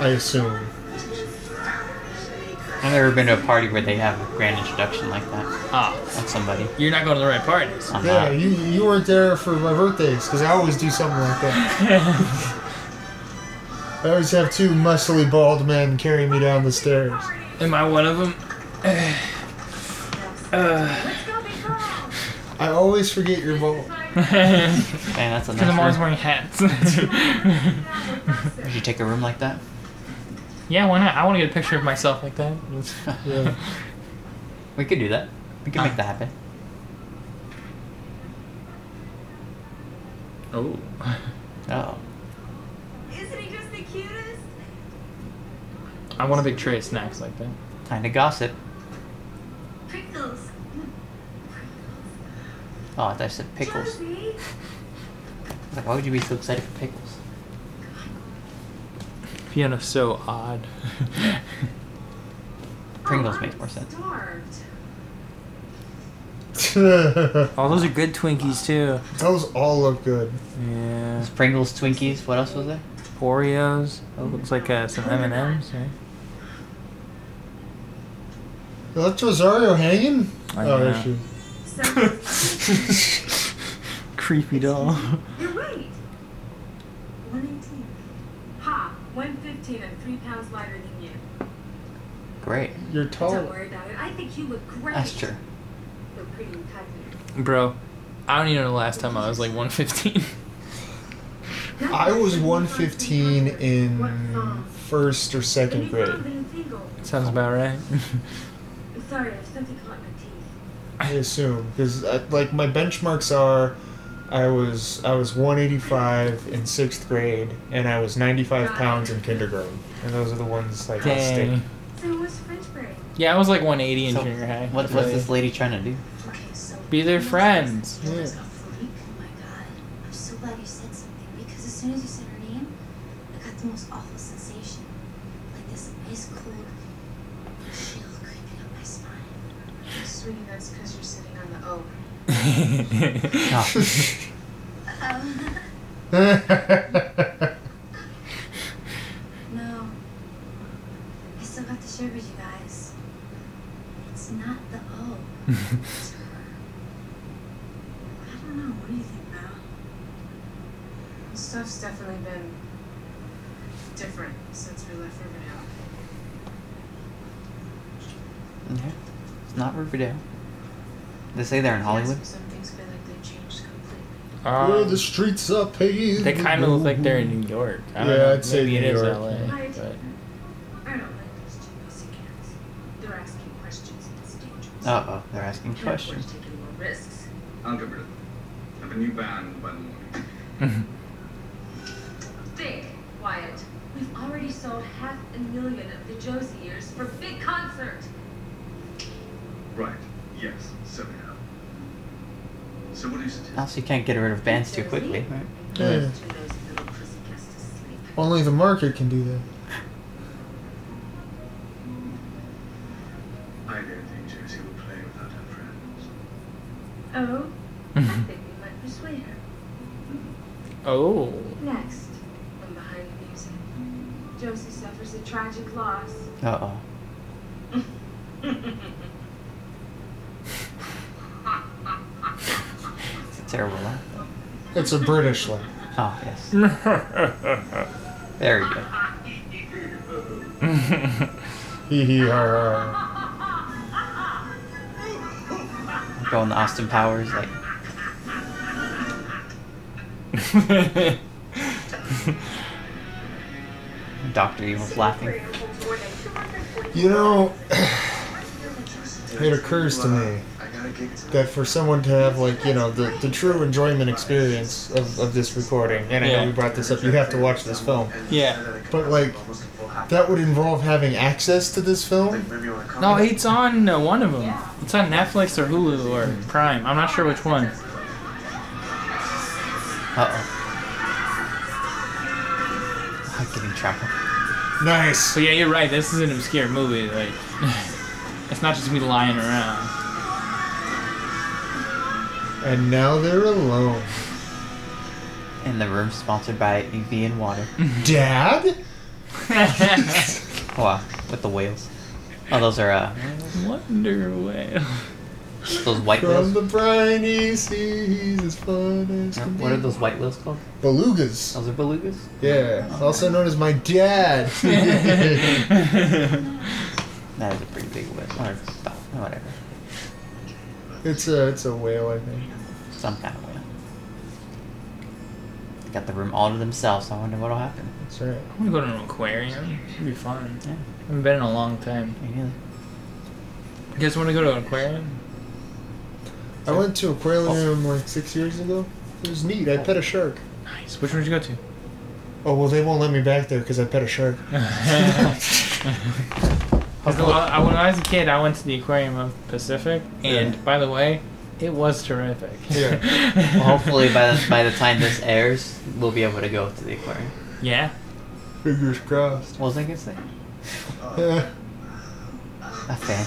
Speaker 3: I assume.
Speaker 2: I've never been to a party where they have a grand introduction like that.
Speaker 1: Ah,
Speaker 2: Of somebody.
Speaker 1: you're not going to the right parties.
Speaker 2: I'm
Speaker 3: Yeah,
Speaker 2: not.
Speaker 3: you you weren't there for my birthdays because I always do something like that.
Speaker 1: Ah.
Speaker 3: I always have two muscly bald men carry me down the stairs.
Speaker 1: Am I one of them? Uh,
Speaker 9: Let's go, big girl!
Speaker 3: I always forget you're bald.
Speaker 1: because
Speaker 2: Man, that's a
Speaker 1: I'm always
Speaker 2: nice room.
Speaker 1: wearing hats.
Speaker 2: Would you take a room like that?
Speaker 1: yeah, why not? I want to get a picture of myself like that.
Speaker 3: Yeah.
Speaker 2: We could do that. We could make that happen.
Speaker 1: Oh.
Speaker 2: Oh.
Speaker 9: Isn't he just the cutest?
Speaker 1: I want a big tray of snacks like that.
Speaker 2: Time to gossip.
Speaker 9: Prickles.
Speaker 2: Oh, I thought I said pickles. I
Speaker 9: Josie. Oh,
Speaker 2: was like, why would you be so excited for pickles?
Speaker 1: Fiona's so odd.
Speaker 2: Pringles makes more sense.
Speaker 1: Oh, those are good Twinkies too.
Speaker 3: Those all look good.
Speaker 1: Yeah.
Speaker 2: Pringles, Twinkies. What else was there?
Speaker 1: Oreos. That looks like uh, some M and M's. Right?
Speaker 3: You left Rosario hanging?
Speaker 1: I
Speaker 3: oh,
Speaker 1: know.
Speaker 3: there she
Speaker 9: uh,
Speaker 1: Creepy doll.
Speaker 14: You're right. 118. Ha! 115 and three pounds lighter than you.
Speaker 2: Great.
Speaker 3: You're
Speaker 9: Don't
Speaker 3: tall.
Speaker 9: worry about it. I think you look great.
Speaker 2: Oh. That's true.
Speaker 9: Look pretty and cognate.
Speaker 1: Bro, I don't even know the last time I was like 115.
Speaker 3: I was 115 in first or second
Speaker 9: And you
Speaker 3: grade.
Speaker 9: haven't been single.
Speaker 1: Sounds about right.
Speaker 9: I'm sorry, I have something caught in my teeth.
Speaker 3: I assume because like my benchmarks are, I was I was 185 in sixth grade and I was 95 pounds in kindergarten, and those are the ones like that stick.
Speaker 1: Dang.
Speaker 9: So what's French braid?
Speaker 1: Yeah, I was like 180 in
Speaker 2: So,
Speaker 1: junior high.
Speaker 2: What, what's
Speaker 1: Really.
Speaker 2: this lady trying to do?
Speaker 6: Okay, so
Speaker 1: Be their friends.
Speaker 3: Yeah.
Speaker 6: a freak. Oh my god. I'm so glad you said something because as soon as you said her name, I got the most awful sensation. Like this ice cold chill creeping up my spine.
Speaker 7: Sweetie, that's because you're sitting on the oak.
Speaker 2: Oh,
Speaker 6: Um, no. I still got the shivers, you guys. It's not the O. It's her. I don't know. What do you think, Mal?
Speaker 7: This stuff's definitely been different since we left Riverdale.
Speaker 2: okay. It's not Riverdale. They say they're in
Speaker 7: Yes,
Speaker 2: Hollywood.
Speaker 7: but some things feel like they changed completely.
Speaker 3: Where
Speaker 1: Um,
Speaker 3: the streets are paved.
Speaker 1: they kind of look like they're in New York. I don't
Speaker 3: Yeah,
Speaker 1: know.
Speaker 3: I'd say
Speaker 1: Maybe
Speaker 3: New
Speaker 1: it is
Speaker 3: York.
Speaker 1: LA. But
Speaker 9: I don't like those two pussycats. They're asking questions and it's dangerous.
Speaker 2: Uh oh, they're asking
Speaker 9: And of course
Speaker 2: questions.
Speaker 9: taking more risks.
Speaker 5: I'll get rid of them. I have a new band by the morning.
Speaker 9: Big, Wyatt. We've already sold half a million of the Josie ears for big concert.
Speaker 5: Right. Yes, so we have. So what do you suggest?
Speaker 2: Also, Oh, you can't get rid of bands too
Speaker 9: Josie,
Speaker 2: quickly.
Speaker 9: and
Speaker 3: Yeah.
Speaker 9: those two those little pussycats to sleep.
Speaker 3: Only the market can do that.
Speaker 5: I don't think Josie will play without her friends.
Speaker 9: Oh, I think we might persuade her.
Speaker 1: oh,
Speaker 9: Next.
Speaker 7: From behind the music, Josie suffers a tragic loss.
Speaker 2: Uh oh. It's a terrible laugh.
Speaker 3: It's a British one.
Speaker 2: Oh, yes. There we go.
Speaker 3: Hee hee har
Speaker 2: Going to Austin Powers, like, Dr. Evil's laughing.
Speaker 3: har. You know,
Speaker 5: Josie,
Speaker 3: occurs to
Speaker 5: uh,
Speaker 3: me
Speaker 5: I gotta get to
Speaker 3: that for someone to have like you know the, the true enjoyment experience of, of this recording, and I know
Speaker 1: Yeah.
Speaker 3: we brought this up, you have to watch this film.
Speaker 1: yeah.
Speaker 3: But, like, That would involve having access to this film.
Speaker 1: No, it's on uh, one of them. It's on Netflix or Hulu or Prime. I'm not sure which one.
Speaker 2: Uh oh. I'm getting trampled.
Speaker 3: Nice.
Speaker 1: So yeah, you're right. This is an obscure movie. Like, it's not just me lying around.
Speaker 3: And now they're alone.
Speaker 2: In the room, sponsored by EV and Water.
Speaker 3: Dad?
Speaker 2: Wow, Oh, uh, with the whales. Oh, those are, uh,
Speaker 1: Wonder whale.
Speaker 2: those white
Speaker 3: From
Speaker 2: whales.
Speaker 3: the briny seas, as fun as
Speaker 2: Yeah,
Speaker 3: can
Speaker 2: What are
Speaker 3: be.
Speaker 2: those white whales called?
Speaker 3: Belugas.
Speaker 2: Those are belugas?
Speaker 3: Yeah, also known as my dad.
Speaker 2: That is a pretty big whale. Or dolphin, whatever.
Speaker 3: it's a it's a whale, I think.
Speaker 2: Some kind of whale. They got the room all to themselves. I wonder what'll happen.
Speaker 3: That's right.
Speaker 1: I'm gonna go to an aquarium. It'd be fun.
Speaker 2: Yeah.
Speaker 1: I haven't been in a long time.
Speaker 2: Me neither.
Speaker 1: You guys want to go to an aquarium?
Speaker 3: I went to aquarium like six years ago. It was neat. I pet a shark.
Speaker 1: Nice. Which one would you go to?
Speaker 3: Oh well, they won't let me back there because I pet a shark.
Speaker 1: 'Cause the- I- when I was a kid, I went to the Aquarium of Pacific, and
Speaker 3: Yeah.
Speaker 1: by the way, it was terrific.
Speaker 3: Yeah.
Speaker 2: Well, hopefully, by the, by the time this airs, we'll be able to go to the aquarium.
Speaker 1: yeah.
Speaker 3: Fingers crossed.
Speaker 2: What was I gonna say?
Speaker 3: Yeah.
Speaker 2: Not fan.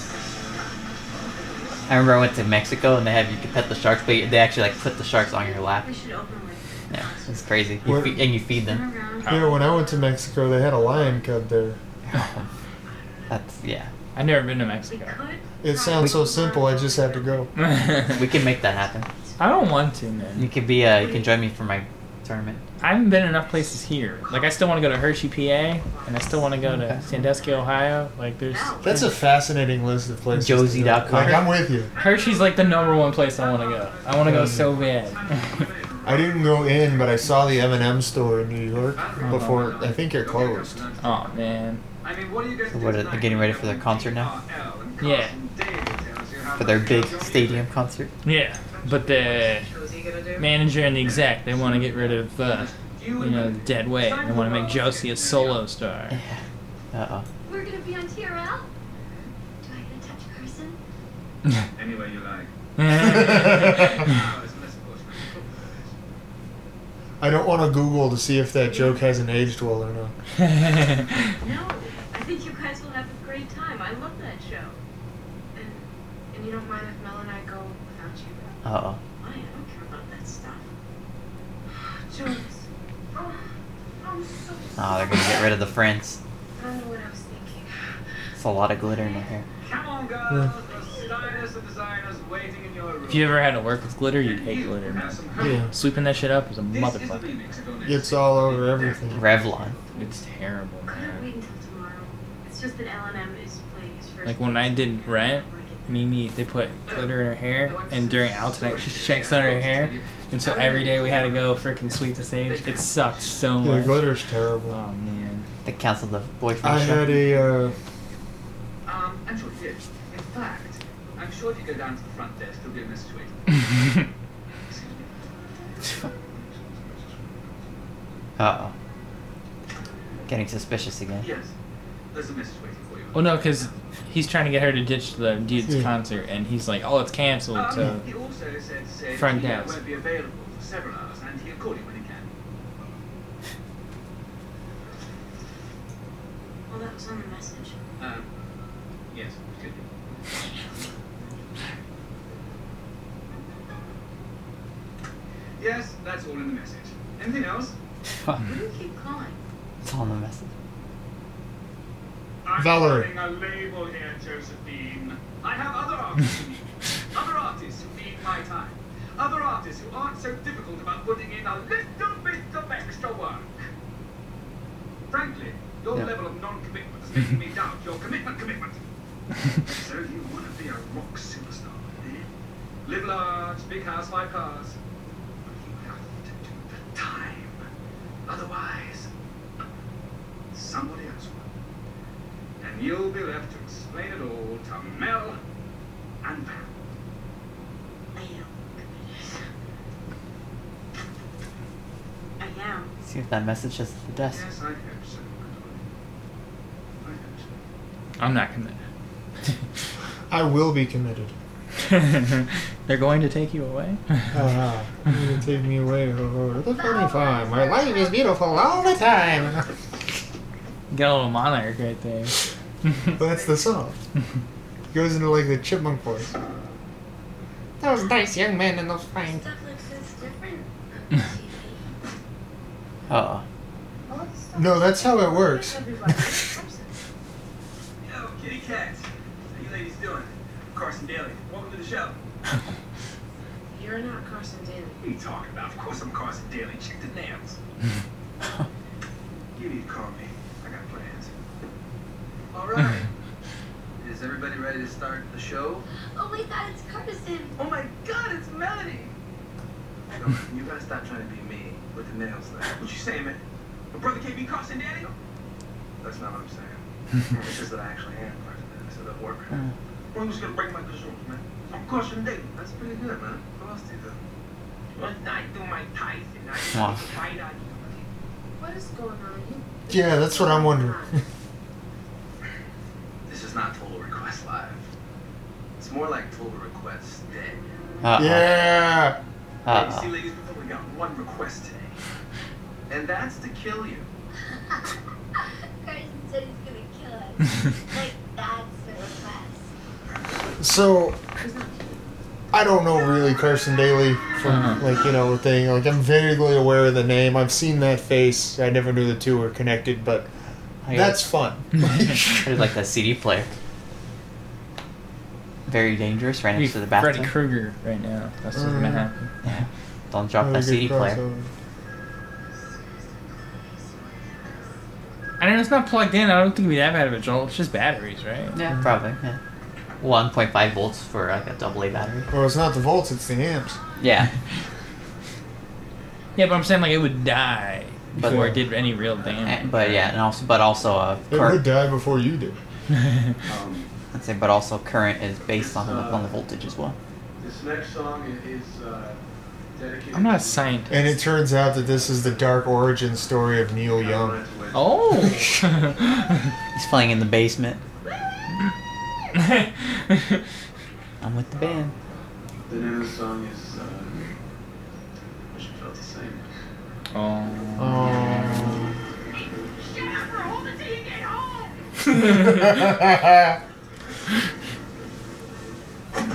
Speaker 2: I remember I went to Mexico and they have you can pet the sharks, but they actually like put the sharks on your lap.
Speaker 9: We should open with
Speaker 2: Yeah, it's crazy. You
Speaker 3: What-
Speaker 2: feed, and you feed them.
Speaker 3: Yeah, when I went to Mexico, they had a lion cub there.
Speaker 2: That's yeah.
Speaker 1: I've never been to Mexico.
Speaker 3: It sounds so simple. I just had to go.
Speaker 1: I
Speaker 2: We can make that happen.
Speaker 1: don't want to, man.
Speaker 2: You can be uh, you can join me for my tournament.
Speaker 1: I haven't been enough places here. Like I still want to go to Hershey, PA, and I still want to go to Sandusky, Ohio. Like there's
Speaker 3: That's a fascinating list of places. to go.
Speaker 2: Josie.com.
Speaker 3: Like I'm with you.
Speaker 1: Hershey's like the number one place I want to go. I want to go
Speaker 2: Mm.
Speaker 1: so bad.
Speaker 3: I didn't go in, but I saw the M&M store in New York before. I think it closed.
Speaker 1: oh man,
Speaker 5: I mean, what are you guys
Speaker 2: So what are they getting ready for their concert now?
Speaker 1: yeah,
Speaker 2: For their big stadium concert.
Speaker 1: yeah. But the manager and the exec they want to get rid of uh, you know Dead Weight. They want to make Josie a solo star.
Speaker 2: Uh oh.
Speaker 6: We're gonna be on TRL? Do I get to touch Carson?
Speaker 5: Anyway, you like.
Speaker 3: I
Speaker 5: Oh, it's less important.
Speaker 3: don't want to Google to see if that joke hasn't aged well or not.
Speaker 9: No, I think you guys will have a great time. I love that show.
Speaker 6: And, and you don't mind if Mel and I go without you?
Speaker 2: Uh oh.
Speaker 6: Why? I don't care about that stuff. Jones. Oh, I'm so
Speaker 2: Oh, they're gonna get rid of the friends.
Speaker 6: I don't know what I was thinking.
Speaker 2: It's a lot of glitter in my hair.
Speaker 5: Come on, girls. The stylists and designers waiting in your room.
Speaker 1: If you ever had to work with glitter, you'd hate glitter, man.
Speaker 3: Yeah.
Speaker 1: Sweeping that shit up is a
Speaker 5: This is the
Speaker 1: motherfucker.
Speaker 5: remix of Don't
Speaker 3: It's all over everything.
Speaker 2: Revlon.
Speaker 1: It's terrible,
Speaker 9: Couldn't
Speaker 1: man.
Speaker 9: wait until tomorrow. It's just that L and M is playing his first.
Speaker 1: Like when I did Rent, Mimi, they put glitter in her hair, and during Out Tonight, she shakes on her hair, and so every day we had to go freaking sweep the stage. It sucked so
Speaker 3: Yeah,
Speaker 1: much.
Speaker 3: glitter's terrible.
Speaker 1: Oh man.
Speaker 2: They canceled the boyfriend
Speaker 3: I
Speaker 2: show.
Speaker 3: had a uh,
Speaker 5: Um, actually, yes. In fact, I'm sure if you go down to the front desk, there'll be a message waiting. Excuse me.
Speaker 2: Uh oh. Getting suspicious again.
Speaker 5: Yes, there's a message waiting for you. Um,
Speaker 1: Well, Oh, no, because he's trying to get her to ditch the dude's
Speaker 3: Yeah.
Speaker 1: concert, and he's like, "Oh, it's canceled." So
Speaker 5: Um, he also said, said
Speaker 1: Front
Speaker 5: he
Speaker 1: desk.
Speaker 5: won't be available for several hours, and he'll call you when he can.
Speaker 9: Well, that was on the message.
Speaker 5: Um, yes, excuse me. Yes, that's all in the message. Anything else?
Speaker 9: Why do you keep calling?
Speaker 2: it's all in the message.
Speaker 5: I'm
Speaker 3: Valerie.
Speaker 5: putting a label here, Josephine. I have other artists who need me. Other artists who need my time. Other artists who aren't so difficult about putting in a little bit of extra work. Frankly, your
Speaker 2: Yeah.
Speaker 5: level of non-commitment is making me doubt your commitment commitment. so you want to be a rock superstar, eh? Live large, big house, five cars. But you have to do the time. Otherwise, somebody else will and you'll be left to explain it all to Mel and Pam.
Speaker 9: I am committed. I am.
Speaker 2: See if that message is at the desk.
Speaker 5: Yes, I hope so, my darling. I hope so.
Speaker 1: I'm not committed.
Speaker 3: I will be committed.
Speaker 1: They're going to take you away.
Speaker 3: Uh-huh. You're gonna take me away. Oh, oh, the funny time. My life is beautiful all the time.
Speaker 1: Got a little monarch right there.
Speaker 3: That's the song. It goes into like the chipmunk voice. Those nice young men in those fine.
Speaker 9: Stuff looks this different on the TV.
Speaker 2: Uh oh.
Speaker 9: All the stuff
Speaker 3: No, that's how it works.
Speaker 9: everybody except
Speaker 5: Yo, kitty cats. How you ladies doing? Carson Daly. Welcome to the show.
Speaker 6: You're not Carson Daly.
Speaker 5: What are you talking about? Of course I'm Carson Daly. Check the nails. you need to call me. I got plans. All right. Is everybody ready to start the show?
Speaker 6: Oh my god, it's Carson!
Speaker 5: Oh my god, it's Melody! you gotta stop trying to be me with the nails though. What you saying, man? My brother can't be Carson Daddy? That's not what I'm saying. it's just that I actually am Carson Daddy, so that work.
Speaker 2: Mm.
Speaker 5: Well, I'm just gonna break my controls, man. I'm Carson Daddy. That's pretty good, man. What else do you do? Well, I do my ties and I
Speaker 2: Wow.
Speaker 5: fight on you.
Speaker 6: What is going on? You-
Speaker 3: Yeah, that's what I'm wondering.
Speaker 5: This is not Total Request Live. It's more like Total Request Dead.
Speaker 2: Uh oh.
Speaker 3: yeah.
Speaker 5: Hey,
Speaker 2: Uh
Speaker 5: you see,
Speaker 2: oh.
Speaker 5: ladies, we've only got one request today. And that's to kill you.
Speaker 6: Carson said he's gonna kill us. like, that's the request.
Speaker 3: So, I don't know really Carson Daly from
Speaker 2: Uh-huh.
Speaker 3: like you know thing. Like I'm vaguely aware of the name. I've seen that face. I never knew the two were connected, but
Speaker 2: I-
Speaker 3: that's fun.
Speaker 2: I did like that CD player. Very dangerous, right
Speaker 1: Be
Speaker 2: next to the bathtub.
Speaker 1: Freddy Krueger right now. That's what's
Speaker 3: Mm.
Speaker 1: gonna happen.
Speaker 2: Don't drop
Speaker 3: Another
Speaker 2: that
Speaker 3: good
Speaker 2: CD player.
Speaker 3: crossover.
Speaker 1: I know it's not plugged in. I don't think it'd be that bad of a jolt. It's just batteries, right?
Speaker 2: Yeah, probably. Yeah. 1.5 volts for like a double A battery.
Speaker 3: Well, it's not the volts, it's the amps.
Speaker 2: Yeah.
Speaker 1: Yeah, but I'm saying like it would die
Speaker 2: But-
Speaker 1: before it did any real damage.
Speaker 2: And- but yeah, and also but also uh,
Speaker 3: It
Speaker 2: current.
Speaker 3: would die before you did.
Speaker 5: Um,
Speaker 2: I'd say, but also current is based on the,
Speaker 3: Uh.
Speaker 2: on the voltage as well.
Speaker 5: this next song i- is uh, dedicated.
Speaker 1: I'm not a
Speaker 5: to-
Speaker 1: scientist.
Speaker 3: And it turns out that this is the dark origin story of Neil Young.
Speaker 1: oh.
Speaker 2: He's playing in the basement. I'm with the band.
Speaker 5: The name of the song is. Uh, Wish It Felt the Same.
Speaker 1: oh.
Speaker 3: Oh.
Speaker 6: Shut up or hold it till you get home!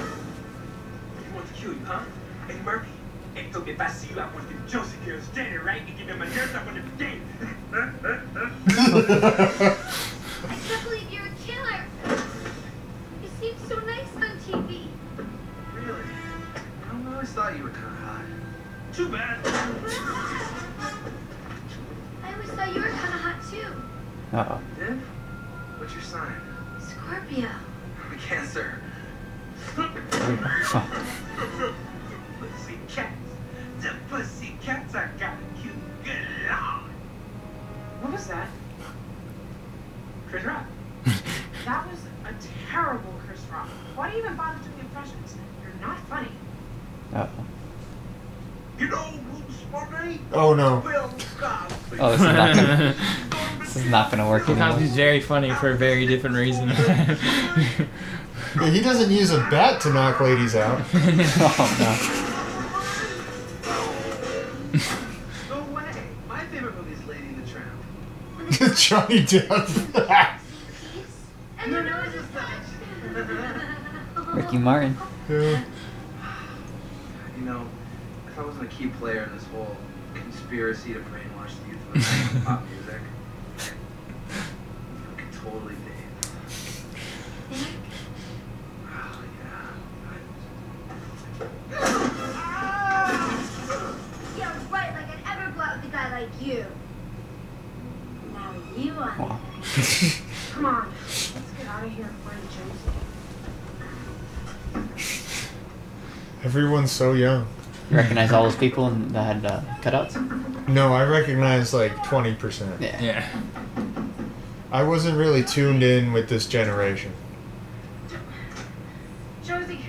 Speaker 5: You want to kill you, huh? Hey, Murphy. Esto que vacila porque yo sé que ustedes, right? Y que me mandaron a poner gay.
Speaker 6: I can't believe you're a killer! You seem so nice on TV.
Speaker 5: Really? I always thought you were kind of hot. Too bad.
Speaker 6: I always thought you were kinda hot too.
Speaker 2: Uh oh.
Speaker 5: Yeah? What's your sign?
Speaker 6: Scorpio.
Speaker 5: I'm a cancer. pussy cats. The pussy cats are got cute. Good lord.
Speaker 7: What was that?
Speaker 5: Chris Rock.
Speaker 7: That was a terrible Chris Rock. Why do you even bother doing impressions? You're not funny.
Speaker 2: Uh oh.
Speaker 5: You know who's funny?
Speaker 3: Oh, no.
Speaker 5: Bill Cosby.
Speaker 2: Oh, this is not gonna, this is not gonna work
Speaker 1: Bill
Speaker 2: anymore.
Speaker 1: Cosby's very funny for a very different reason.
Speaker 3: Yeah, he doesn't use a bat to knock ladies out.
Speaker 2: Oh
Speaker 5: No way. My favorite movie is Lady and the Tramp.
Speaker 3: Johnny Depp.
Speaker 6: Peace. And the nose is
Speaker 2: no. Ricky Martin.
Speaker 3: Yeah.
Speaker 5: You know, if I wasn't a key player in this whole conspiracy to brainwash the youth with pop music, I could totally date. Oh,
Speaker 6: Yeah, right, like I'd ever go out with a guy like you. Now you on
Speaker 2: Wow.
Speaker 6: Come on.
Speaker 7: Let's get out of here and find James.
Speaker 3: Everyone's so young.
Speaker 2: You recognize all those people and that had uh, cutouts?
Speaker 3: No, I recognize like 20%.
Speaker 2: Yeah.
Speaker 1: yeah.
Speaker 3: I wasn't really tuned in with this generation.
Speaker 7: Josie.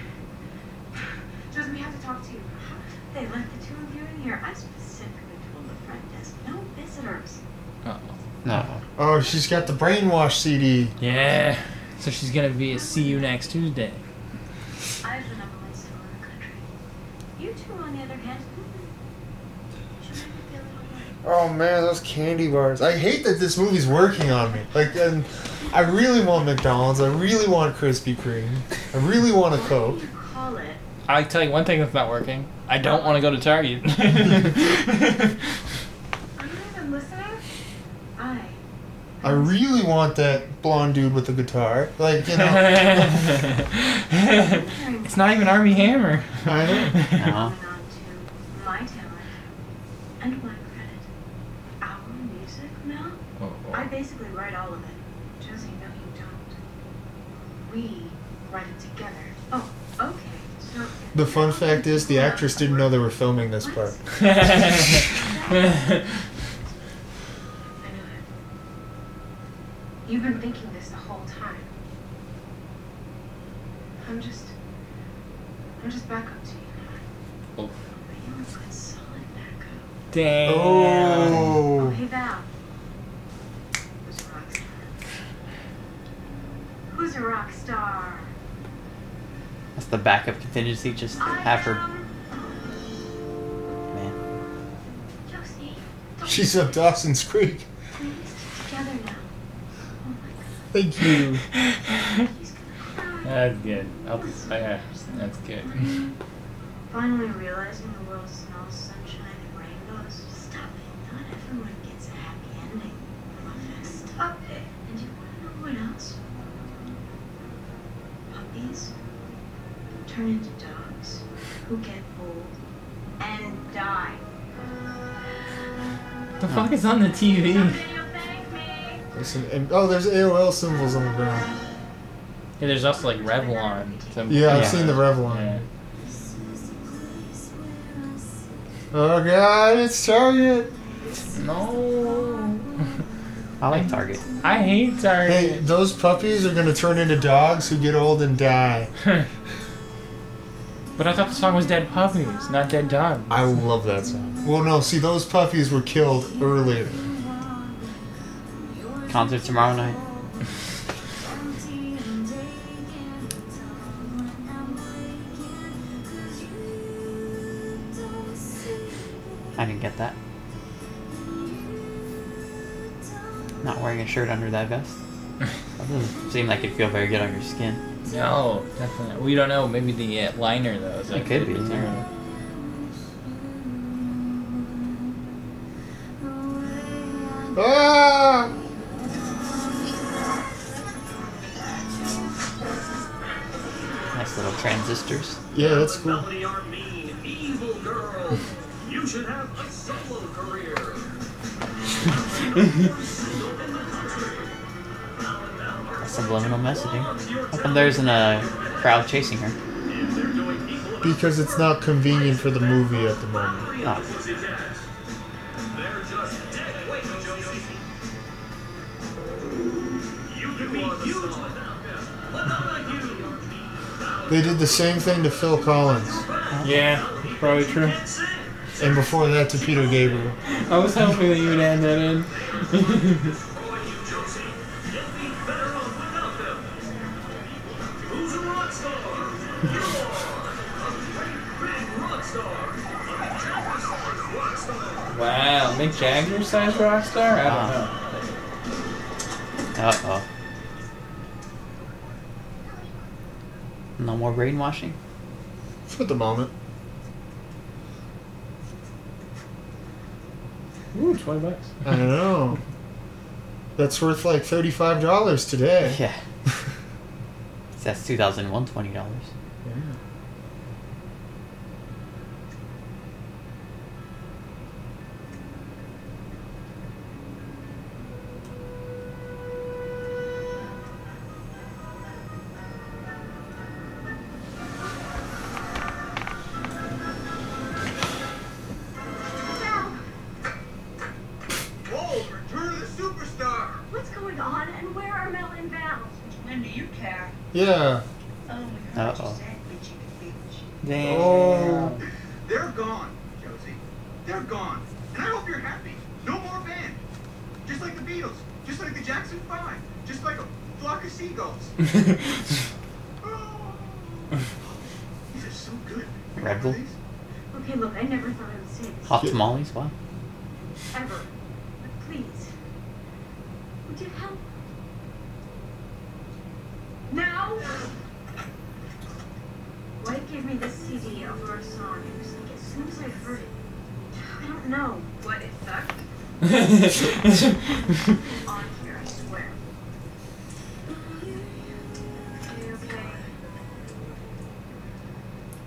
Speaker 7: Josie, we have to talk to you.
Speaker 9: They left the two of you in here. I specifically told the front desk, no visitors.
Speaker 1: Uh-oh.
Speaker 2: No.
Speaker 3: Oh, she's got the brainwash CD.
Speaker 1: Yeah. So she's gonna be a see you next Tuesday.
Speaker 9: I've the number one store in the country. You two, on the other hand, mm-mm. should make me feel a little
Speaker 3: Oh
Speaker 9: worried.
Speaker 3: man, those candy bars. I hate that this movie's working on me. Like, and I really want McDonald's. I really want Krispy Kreme. I really want a Coke.
Speaker 9: What do you call it?
Speaker 1: I tell you one thing that's not working. I don't want to go to Target.
Speaker 7: Are you even listening? I.
Speaker 3: I really want that blonde dude with the guitar. Like, you know.
Speaker 1: it's not even Army Hammer.
Speaker 3: I know.
Speaker 2: No.
Speaker 9: Went on to my talent and my credit. Our music now? I basically write all of it.
Speaker 7: Josie, no, you don't. We write it together.
Speaker 9: Oh, okay. So
Speaker 3: The fun fact is, the actress didn't know they were filming this part.
Speaker 7: I knew it. You've been thinking this the whole time. I'm just. I'm just back up to you.
Speaker 2: Oh.
Speaker 9: but you're a good solid backup.
Speaker 1: Damn.
Speaker 9: Oh,
Speaker 3: Oh.
Speaker 9: hey Val.
Speaker 7: Who's a rock star?
Speaker 9: Who's a rock star?
Speaker 2: That's the backup contingency. Just have her.
Speaker 7: um,
Speaker 2: Man.
Speaker 9: Josie,
Speaker 3: She's up Dawson's Creek.
Speaker 9: please get together now. Oh my
Speaker 3: Thank you.
Speaker 9: god, he's gonna cry.
Speaker 1: That's good. I'll be, oh, yeah, that's good.
Speaker 9: Finally realizing the world smells sunshine and rainbows. Stop it. Not everyone gets a happy ending. Muffin, Stop it. And you want to know what else? Puppies turn into dogs who get old and die.
Speaker 1: The fuck is on the TV?
Speaker 3: There's some, and, oh, there's AOL symbols on the ground.
Speaker 1: Yeah, there's also like Revlon. Some,
Speaker 3: Yeah, I've seen the Revlon. Oh god, it's Target.
Speaker 1: No.
Speaker 2: I like Target.
Speaker 1: I hate Target.
Speaker 3: Hey, those puppies are gonna turn into dogs who get old and die.
Speaker 1: But I thought the song was Dead Puppies, not Dead Dog.
Speaker 3: I love that song. Well, no, see, those puppies were killed earlier.
Speaker 2: Concert tomorrow night. I didn't get that. Not wearing a shirt under that vest. That doesn't seem like it'd feel very good on your skin.
Speaker 1: No, definitely. not. We don't know. Maybe the uh, liner though. Is
Speaker 2: It could be. Yeah.
Speaker 3: Ah!
Speaker 2: Nice little transistors.
Speaker 3: Yeah, that's cool.
Speaker 5: Melody are mean, evil girls. You should have a solo career.
Speaker 2: Subliminal messaging. How come there isn't a crowd chasing her?
Speaker 3: Because it's not convenient for the movie at the moment.
Speaker 2: Oh,
Speaker 3: They did the same thing to Phil Collins,
Speaker 1: Yeah, probably true.
Speaker 3: and before that to Peter Gabriel.
Speaker 1: I was hoping that you would add that in. Wow, Mick Jagger sized rock star? I don't know.
Speaker 2: uh oh. No more brainwashing.
Speaker 3: For the moment.
Speaker 1: Ooh, 20 bucks.
Speaker 3: I don't know. That's worth like $35 today.
Speaker 2: Yeah. So That's two thousand one twenty dollars.
Speaker 5: Whoa, return of the superstar.
Speaker 9: What's going on and where are Mel and Val?
Speaker 6: When do you care?
Speaker 3: Yeah.
Speaker 6: Oh, we
Speaker 2: Uh
Speaker 6: heard you
Speaker 2: oh.
Speaker 6: said bitchy bitch.
Speaker 2: Damn.
Speaker 3: Oh.
Speaker 5: They're gone, Josie. They're gone. And I hope you're happy. No more band. Just like the Beatles. Just like the Jackson 5. Just like a flock of seagulls. Oh. These are so good. You
Speaker 2: Red
Speaker 5: remember
Speaker 2: Bull?
Speaker 5: these?
Speaker 9: Okay, look, I never thought I would say this.
Speaker 2: Hot tamales? Wow.
Speaker 9: Ever. But please. Would you help? Now? White gave me this CD over a song. It was like as soon as I heard it. I don't know what it sucked
Speaker 2: Ah.
Speaker 9: on here, I swear. Are you okay?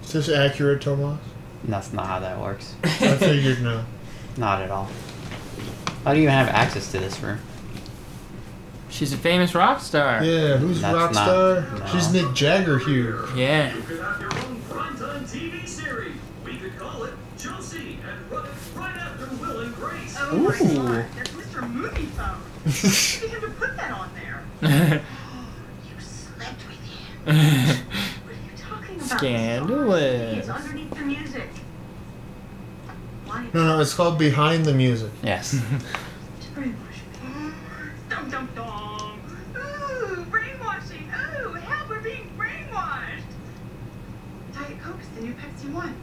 Speaker 3: Is this accurate, Tomas?
Speaker 2: That's not how that works.
Speaker 3: I figured no.
Speaker 2: Not at all. How do you even have access to this room?
Speaker 1: She's a famous rock star.
Speaker 3: Yeah, who's
Speaker 2: That's
Speaker 3: rock
Speaker 2: not-
Speaker 3: Rockstar?
Speaker 2: no.
Speaker 3: She's Nick Jagger here.
Speaker 1: Yeah.
Speaker 5: You could have your own primetime TV series. We could call it Josie and run it right after Will and Grace.
Speaker 7: Oh my god, that's Mr. Movie Phone. We have to put that on there. Oh,
Speaker 6: You slept with him.
Speaker 15: Oh,
Speaker 9: What are you talking about?
Speaker 1: Scandalous.
Speaker 9: It's underneath the music. Why?
Speaker 3: No, no, it's called Behind the Music.
Speaker 2: Yes.
Speaker 9: To brainwash me.
Speaker 7: Dum dum dum. Ooh, brainwashing. Ooh, help, we're being brainwashed. Diet Coke's the new Pepsi One.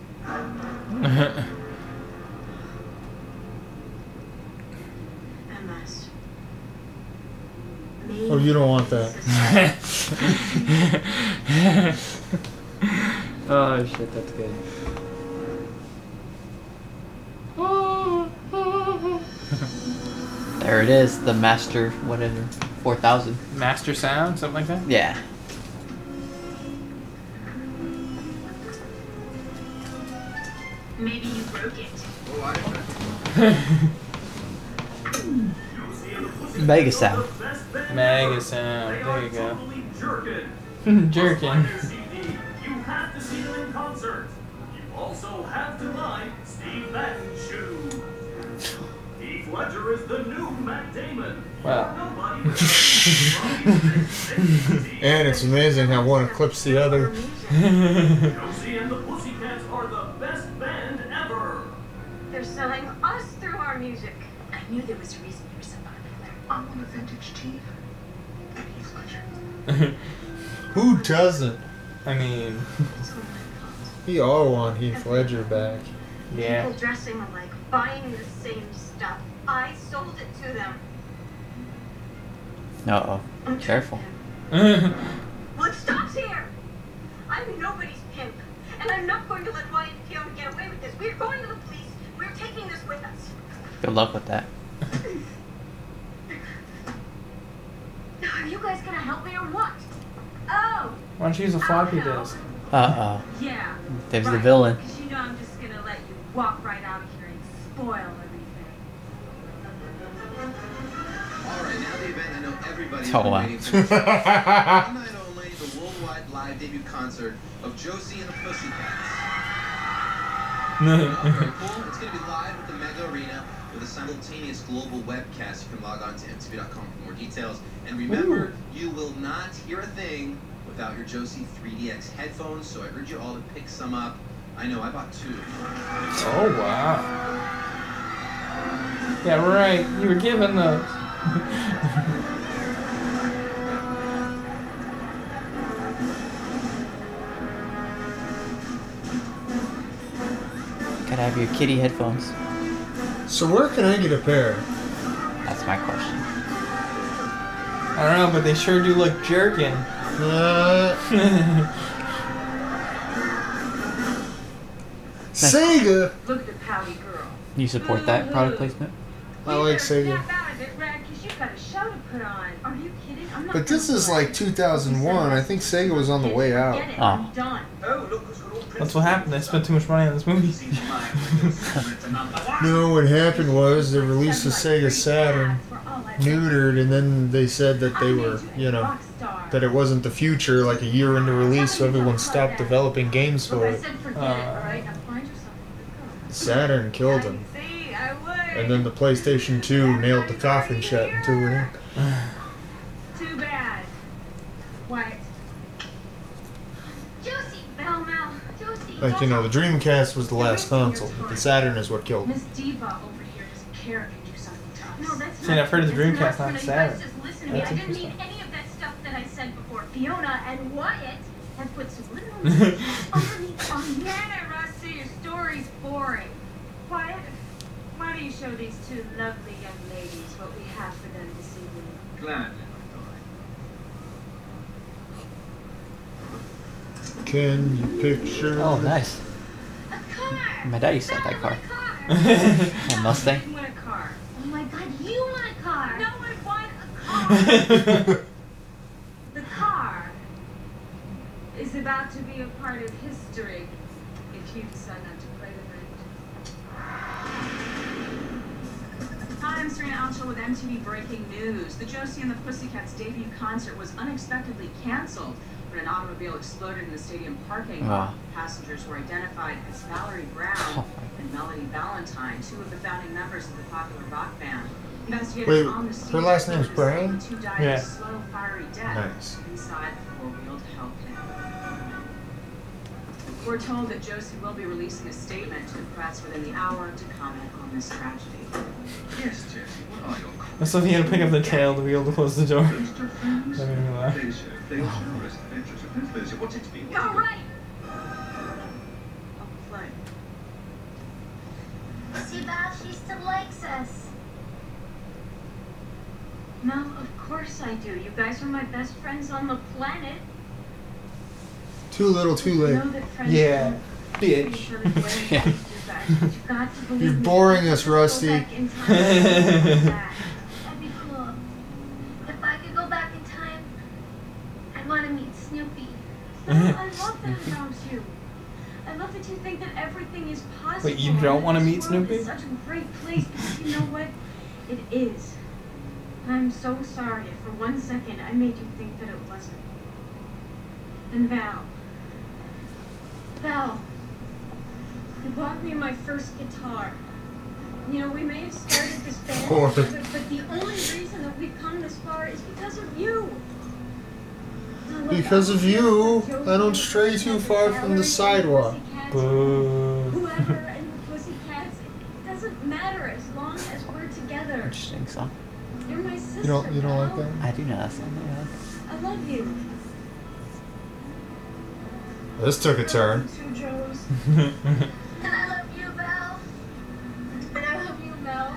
Speaker 9: MS.
Speaker 3: Oh, you don't want that.
Speaker 9: Maybe.
Speaker 15: oh shit, that's good.
Speaker 2: There it is, the Master whatever, four thousand.
Speaker 15: Master sound, something like that.
Speaker 2: Yeah.
Speaker 9: Maybe you broke it.
Speaker 2: Mega sound.
Speaker 15: Mega sound. There you go.
Speaker 4: Jerkin.
Speaker 15: Jerkin.
Speaker 4: CD, you have to see them in concert. You also have to buy Steve Madden shoes. Heath Ledger is the new Matt Damon.
Speaker 15: Wow.
Speaker 3: and it's amazing how one eclipsed the other.
Speaker 4: Josie and the Pussycats are the best band ever.
Speaker 9: They're selling us through our music. I knew there was a reason you were so popular.
Speaker 5: I want a vintage tee and Heath Ledger.
Speaker 3: Who doesn't?
Speaker 15: I mean,
Speaker 3: We all want Heath Ledger back.
Speaker 15: yeah.
Speaker 9: People dressing alike, buying the same stuff. I sold it to them.
Speaker 2: Uh oh. Careful.
Speaker 9: Well, it stops here. I'm nobody's pimp, and I'm not going to let Wyatt and Fiona get away with this. We're going to the police. We're taking this with us.
Speaker 2: Good luck with that.
Speaker 9: Are you guys gonna help me or what? Oh,
Speaker 15: Why don't you use a floppy disk?
Speaker 2: Uh
Speaker 9: yeah.
Speaker 2: oh. There's the villain.
Speaker 9: Because you know I'm just gonna let you walk right out of here and spoil everything.
Speaker 5: Alright, now the event I know everybody's
Speaker 2: Oh,
Speaker 5: been
Speaker 2: wow.
Speaker 5: waiting for. One night only, the worldwide live debut concert of Josie and the Pussycats. Very cool. It's going to be live at the Mega Arena with a simultaneous global webcast. You can log on to mtv.com for more details. And remember, you will not hear a thing without your Josie 3DX headphones, so I urge you all to pick some up. I know I bought two.
Speaker 15: Oh wow. Yeah, right. You were given those.
Speaker 2: Gotta have your kitty headphones.
Speaker 3: So where can I get a pair?
Speaker 2: That's my question.
Speaker 15: I don't know, but they sure do look jerkin.
Speaker 3: Uh, Sega.
Speaker 9: Look at the pouty girl.
Speaker 2: You support that product placement?
Speaker 3: I
Speaker 9: You
Speaker 3: like
Speaker 9: better
Speaker 3: Sega.
Speaker 9: Snap out of it, Red, because you got a show to put on. Are you kidding? I'm not
Speaker 3: But this
Speaker 9: gonna
Speaker 3: is
Speaker 9: play.
Speaker 3: like 2001. I think Sega was on the way
Speaker 9: Get
Speaker 3: out.
Speaker 9: it.
Speaker 2: Oh.
Speaker 9: I'm done.
Speaker 4: Oh, look who's got all
Speaker 15: That's what happened. They spent too much money on this movie.
Speaker 4: Seems like it's another one.
Speaker 3: No, what happened was they released the Sega Saturn
Speaker 9: For all I-
Speaker 3: neutered, and then they said that they
Speaker 9: I
Speaker 3: were,
Speaker 9: made
Speaker 3: you
Speaker 9: a
Speaker 3: know,
Speaker 9: rock star.
Speaker 3: that it wasn't the future. Like a year into release, so everyone stopped developing games
Speaker 9: Look,
Speaker 3: for
Speaker 9: I
Speaker 3: it.
Speaker 9: said forget
Speaker 15: Uh,
Speaker 9: it, alright? Now find yourself a good
Speaker 3: Saturn
Speaker 9: girl.
Speaker 3: killed him,
Speaker 9: I See, I would.
Speaker 3: and then the PlayStation 2 nailed the coffin shut until we.
Speaker 9: Too bad. What?
Speaker 6: Josie! Mel, Mel, Josie!
Speaker 3: Like you know, the Dreamcast was the last console, but the Saturn is what killed. it.
Speaker 9: Miss Diva over here doesn't care if you do something to us.
Speaker 6: No, that's
Speaker 15: See, I've heard of the
Speaker 6: that's
Speaker 15: Dreamcast, not
Speaker 6: for
Speaker 15: the
Speaker 6: you guys
Speaker 15: Saturn.
Speaker 6: Just listen to me.
Speaker 15: That's
Speaker 6: I didn't mean
Speaker 15: interesting.
Speaker 6: any of that stuff that I said before. Fiona and Wyatt have put subliminal underneath on me.
Speaker 9: Nana Rusty, your story's boring. Why, why do you show these two lovely young ladies what we have for them this evening?
Speaker 4: Gladly.
Speaker 3: Can you picture?
Speaker 2: Oh, nice.
Speaker 9: A car!
Speaker 2: My dad used to have that car. A
Speaker 9: I
Speaker 2: Mustang.
Speaker 9: didn't want a car.
Speaker 6: Oh my god, you want a car!
Speaker 9: No, I want a car! the car is about to be a part of history if you decide not to play the rent. Hi, I'm Serena Alchel with MTV Breaking News. The Josie and the Pussycats debut concert was unexpectedly canceled when an automobile exploded in the stadium parking lot.
Speaker 2: Wow.
Speaker 9: Passengers were identified as Valerie Brown
Speaker 2: Oh.
Speaker 9: and Melody Valentine, two of the founding members of the popular rock band.
Speaker 3: Wait,
Speaker 9: Investigators on the scene
Speaker 3: her last name's
Speaker 9: reported
Speaker 3: Brown?
Speaker 9: the two died
Speaker 15: Yeah.
Speaker 9: a slow, fiery death
Speaker 3: Nice.
Speaker 9: inside the four-wheeled Hellcat. We're told that Josie will be releasing a statement to the press within the hour to comment on this tragedy.
Speaker 4: Yes, Jesse, what are your comments?
Speaker 15: That's something you had to pick up the tail to be able to close the door.
Speaker 4: Those two friends?
Speaker 15: That made me laugh.
Speaker 4: Pleasure, pleasure, rest, pleasure, pleasure. What's it to be?
Speaker 9: All right. I'll play.
Speaker 6: See, Val, she still likes us.
Speaker 9: No, of course I do. You guys are my best friends on the planet.
Speaker 3: Too little, too
Speaker 9: You
Speaker 3: late.
Speaker 9: know that friends
Speaker 3: Yeah,
Speaker 9: don't
Speaker 3: bitch.
Speaker 9: treat each other the way they
Speaker 2: Yeah.
Speaker 9: used to back. But You've got to believe
Speaker 3: You're
Speaker 9: me.
Speaker 3: boring us,
Speaker 9: Go
Speaker 3: Rusty.
Speaker 9: back in time.
Speaker 6: That'd be cool. If I could go back in time, I'd want to meet Snoopy.
Speaker 9: No,
Speaker 1: Mm-hmm.
Speaker 9: I love that about you. I love that you think that everything is possible.
Speaker 1: Wait, you don't
Speaker 9: and
Speaker 1: wanna
Speaker 9: this
Speaker 1: meet
Speaker 9: world
Speaker 1: Snoopy?
Speaker 9: Is such a great place because you know what? It is. I'm so sorry if for one second I made you think that it wasn't. And Val. Val. You bought me my first guitar. You know, we may have started this band,
Speaker 3: Poor.
Speaker 9: but, but the only reason that we've come this far is because of you. Now, look,
Speaker 3: Because
Speaker 9: I'm
Speaker 3: of
Speaker 9: here
Speaker 3: you,
Speaker 9: for
Speaker 3: I don't
Speaker 9: Josie,
Speaker 3: stray too
Speaker 9: and
Speaker 3: far from the
Speaker 9: Valerie and
Speaker 3: sidewalk.
Speaker 9: Pussycats,
Speaker 3: Boo.
Speaker 9: Whoever and the Pussycats, it doesn't matter as long as we're together.
Speaker 2: Interesting song.
Speaker 9: You're my sister.
Speaker 3: You don't, you don't like
Speaker 9: pal.
Speaker 3: that?
Speaker 2: I do know that song. Yeah, I like it.
Speaker 9: I love you.
Speaker 3: This took a turn.
Speaker 9: Two Joes.
Speaker 6: And I love you, Val. And I love you, Mel.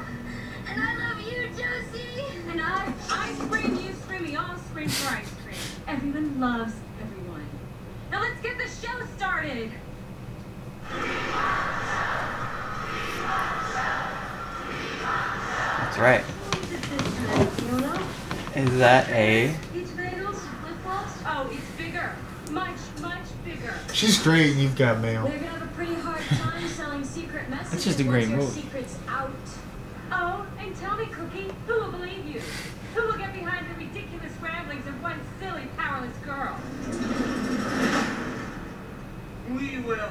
Speaker 6: And I love you, Josie.
Speaker 9: And I, I scream, you scream, we all scream for ice cream. Everyone loves everyone. Now let's get the show started.
Speaker 2: That's right.
Speaker 9: What is it this time? You know?
Speaker 2: Is that a?
Speaker 9: Peach bagels, flip flops. Oh, it's bigger, much, much bigger.
Speaker 3: She's great, and you've got mail.
Speaker 9: They're gonna have a pretty hard time selling secret messages.
Speaker 15: just a great
Speaker 9: once your
Speaker 15: movie.
Speaker 9: secret's out. Oh, and tell me, Cookie, who will believe you? Who will get behind the ridiculous ramblings of one silly, powerless girl?
Speaker 4: We will.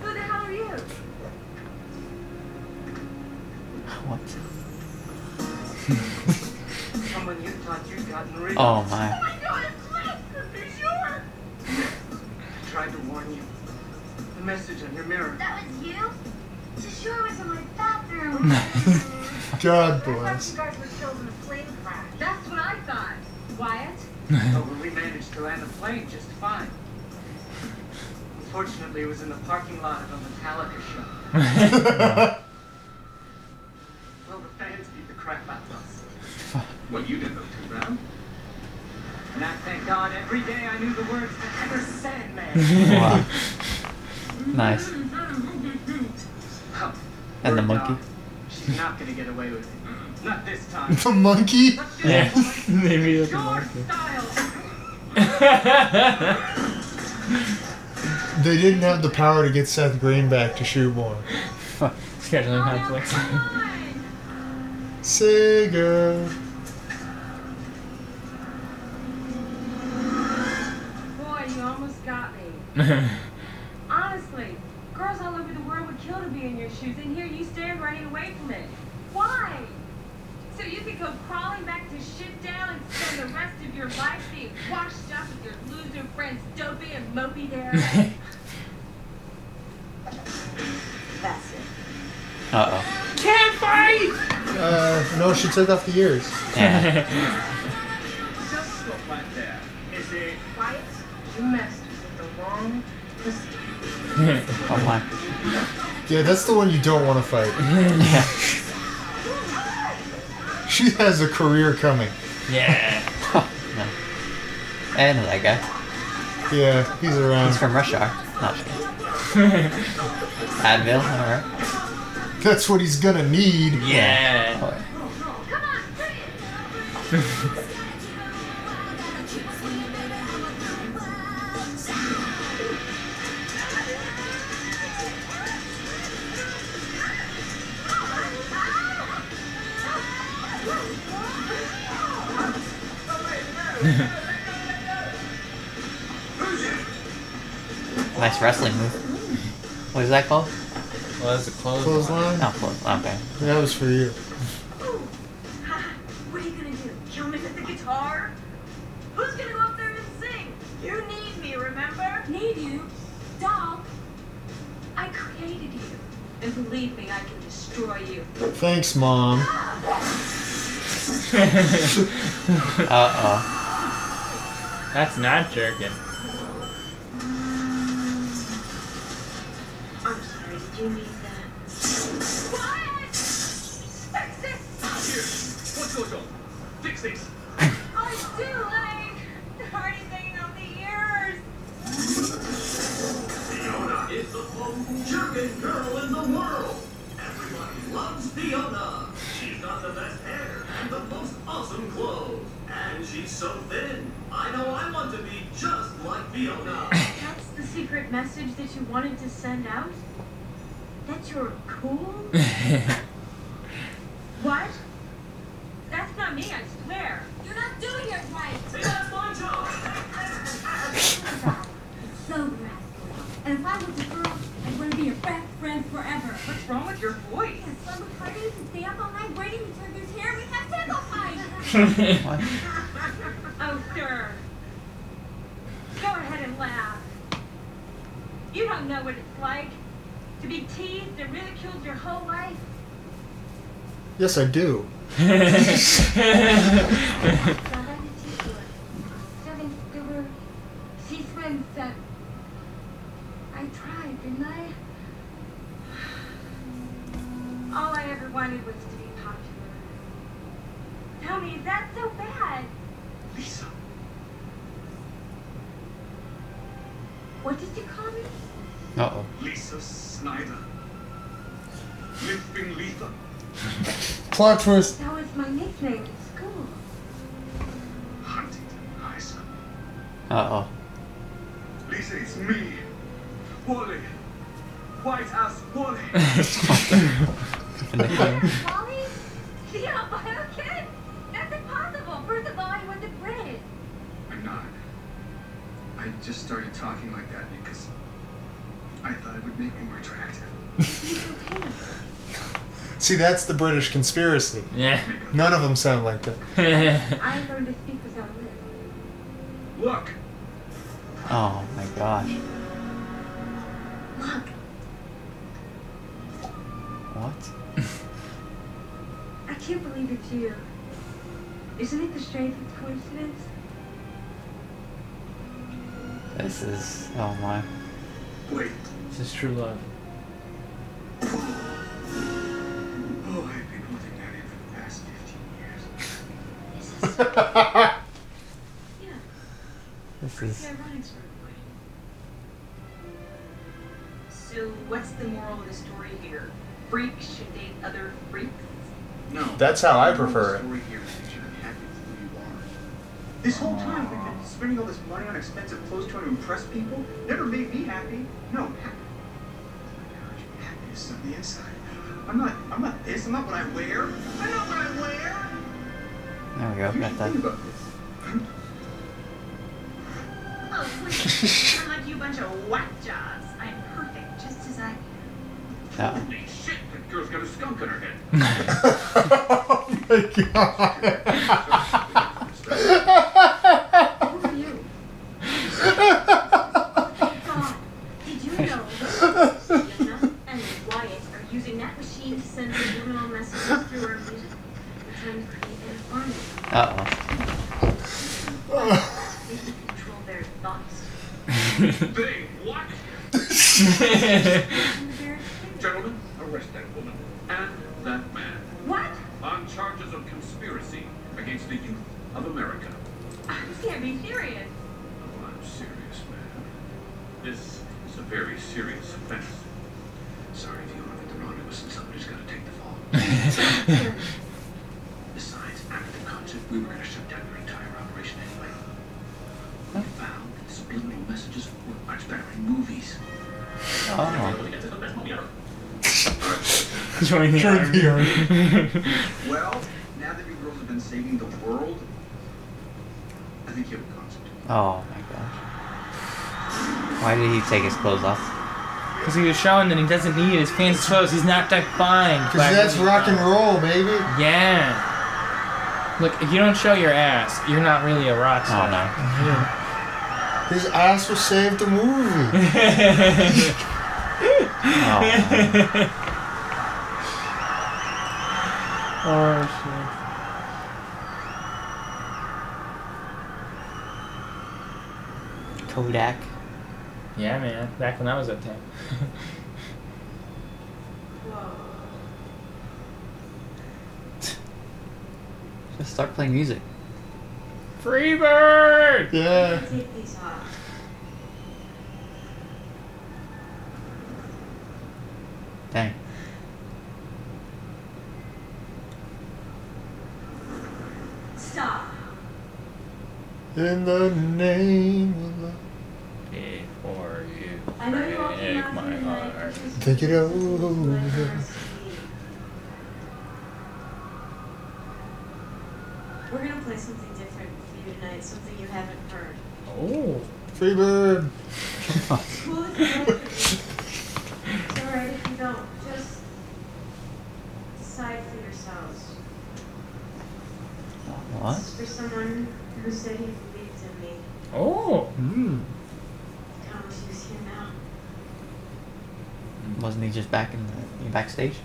Speaker 9: Who the hell are you?
Speaker 2: What?
Speaker 4: Someone you thought you'd gotten rid
Speaker 2: Oh
Speaker 4: of.
Speaker 2: my.
Speaker 4: I tried to warn you. The message on your mirror.
Speaker 6: That was you? Shashur was in my bathroom. Mm.
Speaker 3: God bless.
Speaker 6: You guys were killed in a plane crash.
Speaker 9: That's what I thought. Wyatt?
Speaker 4: However, we managed to land the plane just fine. Unfortunately, it was in the parking lot of a Metallica show. Well, the fans beat the crap out of us. Well, you did those two rounds. And I thank God every day I knew the words to Enter Sandman.
Speaker 2: Wow. Nice.
Speaker 4: Oh,
Speaker 2: And the
Speaker 4: word
Speaker 2: monkey.
Speaker 4: dog. She's not gonna get away with it. Not this time.
Speaker 3: the monkey?
Speaker 4: Let's do
Speaker 15: Yeah,
Speaker 4: it.
Speaker 15: maybe that's a
Speaker 4: Your
Speaker 15: monkey.
Speaker 4: style.
Speaker 3: They didn't have the power to get Seth Green back to shoot more.
Speaker 15: Scheduling conflicts.
Speaker 9: Oh,
Speaker 3: Sega.
Speaker 9: Boy, you almost got me. Honestly, girls all over the world would kill to be in your shoes, and here you stand running away from it. Why? So you could go crawling back to shit down and spend the rest of your life being washed up with your loser friends, dopey and mopey there. That's it.
Speaker 2: Uh oh.
Speaker 3: Uh, no, she took off the ears.
Speaker 2: Yeah.
Speaker 4: Just look right there. Is it
Speaker 9: Why?
Speaker 4: you messed with the wrong person?
Speaker 2: Oh my.
Speaker 3: Yeah, that's the one you don't want to fight.
Speaker 2: Yeah.
Speaker 3: She has a career coming.
Speaker 15: Yeah.
Speaker 2: no. I know that guy.
Speaker 3: Yeah, he's
Speaker 2: He's
Speaker 3: around.
Speaker 2: from Rush Hour. Not sure. Advil, alright.
Speaker 3: That's what he's gonna need.
Speaker 15: Yeah.
Speaker 2: Oh, nice wrestling move. What is that called?
Speaker 15: Well, that's a close.
Speaker 3: Clothesline?
Speaker 2: No, close. Okay.
Speaker 3: That was for you.
Speaker 9: Ha, What are you gonna do? Kill me with the guitar? Who's gonna go up there and sing? You need me, remember? Need you? Doll, I created you. And believe me, I can destroy you.
Speaker 3: Thanks, Mom.
Speaker 2: Uh oh.
Speaker 15: That's not jerking.
Speaker 9: I'm sorry, did you need that?
Speaker 4: What's social. Fix this.
Speaker 9: I'm too late. They're already banging on the ears.
Speaker 4: Fiona is the most jerkin girl in the world. Everybody loves Fiona. She's got the best hair and the most awesome clothes. And she's so thin. I know I want to be just like Fiona.
Speaker 9: That's the secret message that you wanted to send out? That you're cool? What? That's not me, I swear.
Speaker 6: You're not doing it right.
Speaker 4: See, that's my job.
Speaker 6: so rascally. And if I was a girl, I'd want to be your best friend forever.
Speaker 7: What's wrong with your voice?
Speaker 6: Yes, slumber parties and stay up all night braiding each other's hair. We have tickle fights.
Speaker 2: What?
Speaker 9: Oh, sir. Go ahead and laugh. You don't know what it's like to be teased and ridiculed your whole life.
Speaker 3: Yes, I do.
Speaker 6: Now that's a teacher. Seventh, there were, she friends that I tried, didn't I?
Speaker 9: All I ever wanted was to be popular. Tony, is that so bad?
Speaker 4: Lisa.
Speaker 9: What did you call me?
Speaker 2: Uh oh.
Speaker 4: Lisa Snyder. Lifting Letha.
Speaker 3: Plot twist.
Speaker 9: That was my nickname in school.
Speaker 4: Huntington High School.
Speaker 2: Uh oh.
Speaker 4: Lisa, it's me. Wally. White ass Wally.
Speaker 9: Wally? The albino kid? That's impossible. First of all, he was a Brit.
Speaker 4: I'm not. I just started talking like that because I thought it would make me more attractive.
Speaker 9: He's okay.
Speaker 3: See, that's the British conspiracy.
Speaker 15: yeah.
Speaker 3: None of them sound like that.
Speaker 9: I learned to speak without lips.
Speaker 4: Look,
Speaker 2: Oh my gosh. What?
Speaker 9: I can't believe it's you. Isn't it the strangest coincidence?
Speaker 2: This is. Oh my.
Speaker 4: wait.
Speaker 15: this is true love.
Speaker 4: Oh, I've been holding that in for the past 15 years.
Speaker 9: Yeah.
Speaker 2: This is.
Speaker 9: Yeah, running's for everybody. So, what's the moral of the story here? Freaks should date other freaks?
Speaker 4: No.
Speaker 3: That's how I prefer it.
Speaker 4: Story here is that you should be happy with who you are. This whole time we've been spending all this money on expensive clothes trying to impress people. Never made me happy. No, happy. Happiness on the inside. I'm not. I'm not this. I'm not what I wear. I'm not what I wear.
Speaker 2: There we go.
Speaker 4: You
Speaker 2: Got
Speaker 4: should think
Speaker 2: that.
Speaker 4: about this.
Speaker 7: Oh, please. I'm like you bunch of whack jobs. I'm perfect just as I am.
Speaker 2: Uh,
Speaker 4: Holy shit! That girl's got a skunk in her head.
Speaker 3: oh my god.
Speaker 9: Who are Oh, you? Oh, God, did you know Yana and Wyatt are using that machine to send subliminal messages through our music? They're trying to create an army.
Speaker 2: uh oh.
Speaker 9: They can control their thoughts.
Speaker 4: They what? Gentlemen, arrest that woman and that man
Speaker 9: What?
Speaker 4: on charges of conspiracy against the youth of America.
Speaker 9: You can't be serious.
Speaker 4: Oh, I'm serious, man. This is a very serious offense. Sorry if you want to get the wrong of us, and somebody's got to take the fall. Besides, after the concert, we were going to shut down your entire operation anyway. We found that subliminal messages work much better in movies.
Speaker 2: Oh.
Speaker 4: Really, that's the best movie ever.
Speaker 15: Join the
Speaker 3: Join the
Speaker 5: Well, now that you girls have been saving the world, I think you have a concept.
Speaker 2: Oh my gosh. Why did he take his clothes off?
Speaker 15: Because he was showing that he doesn't need his fancy clothes. He's not defined.
Speaker 3: Cause that's rock and roll, baby.
Speaker 15: Yeah. Look, if you don't show your ass, you're not really a rock
Speaker 2: Oh
Speaker 15: star.
Speaker 2: no.
Speaker 3: His ass will save the movie.
Speaker 2: Oh, man.
Speaker 15: Oh,
Speaker 2: Kodak.
Speaker 15: shit. Yeah, man. Back when I was at 10.
Speaker 9: Whoa.
Speaker 2: Just start playing music.
Speaker 16: Freebird!
Speaker 3: Yeah.
Speaker 9: Take these off.
Speaker 2: Dang.
Speaker 9: Stop.
Speaker 3: In the name of love.
Speaker 1: Before you
Speaker 9: I know you all came
Speaker 1: break
Speaker 9: out
Speaker 1: my
Speaker 9: for the night.
Speaker 1: heart.
Speaker 3: Take it
Speaker 9: My
Speaker 3: over.
Speaker 9: first week. We're gonna play something different for you tonight, something you haven't heard.
Speaker 1: Oh.
Speaker 3: Freebird.
Speaker 9: Cool if you like. It's alright if you don't. Just decide for yourselves.
Speaker 2: What?
Speaker 9: This is for someone who said he believed in me.
Speaker 1: Oh.
Speaker 2: Mm.
Speaker 9: Come, she's here now.
Speaker 2: Wasn't he just back in the backstage?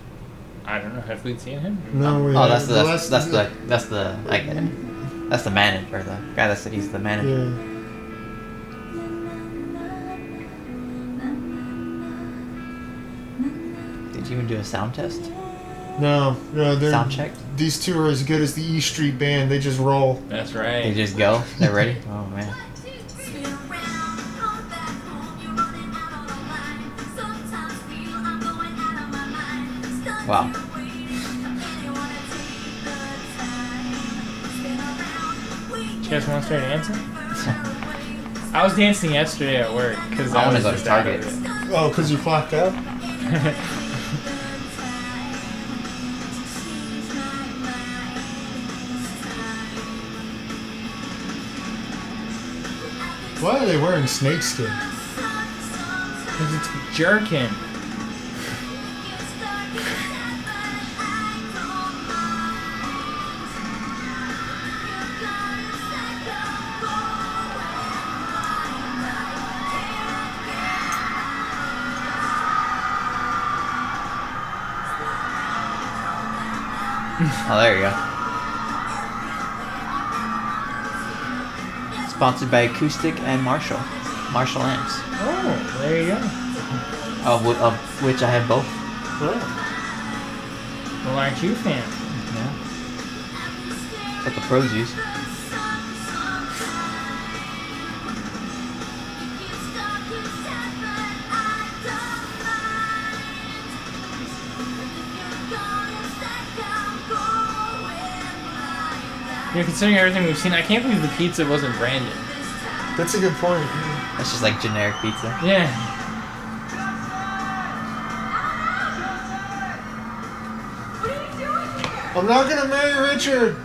Speaker 1: I don't know. Have we seen him?
Speaker 3: No, we
Speaker 2: oh, that's the that's,
Speaker 3: last-
Speaker 2: that's the that's the I get it. That's the manager, the guy that said he's the manager.
Speaker 3: Yeah.
Speaker 2: Did you even do a sound test?
Speaker 3: No, no, they're
Speaker 2: Sound check?
Speaker 3: These two are as good as the E Street Band. They just roll.
Speaker 1: That's
Speaker 2: They
Speaker 1: right.
Speaker 2: just go. They're ready. Oh man.
Speaker 6: Spin around, come back home, you're running out of line. Sometimes feel I'm going out of my mind. Stuck
Speaker 2: Wow.
Speaker 6: here waiting, I really wanna take the time. Spin around, we
Speaker 1: You guys want to start dancing?
Speaker 6: can away.
Speaker 1: I was dancing yesterday at work because
Speaker 2: I
Speaker 1: I,
Speaker 2: wanna
Speaker 1: was
Speaker 2: go to
Speaker 1: just out of
Speaker 2: Target.
Speaker 1: it.
Speaker 3: Oh, because you clocked out? Why are they wearing snakeskin?
Speaker 1: Because it's jerking.
Speaker 2: Oh, there you go. Sponsored by Acoustic and Marshall, Marshall amps,
Speaker 1: Oh, there you go.
Speaker 2: of, whi- of which I have both.
Speaker 3: What?
Speaker 1: Well, aren't you fan?
Speaker 2: Yeah. That's what the pros use.
Speaker 1: You know, considering everything we've seen, I can't believe the pizza wasn't branded.
Speaker 3: That's a good point.
Speaker 2: That's just like generic pizza.
Speaker 1: Yeah.
Speaker 3: I'm not gonna marry Richard.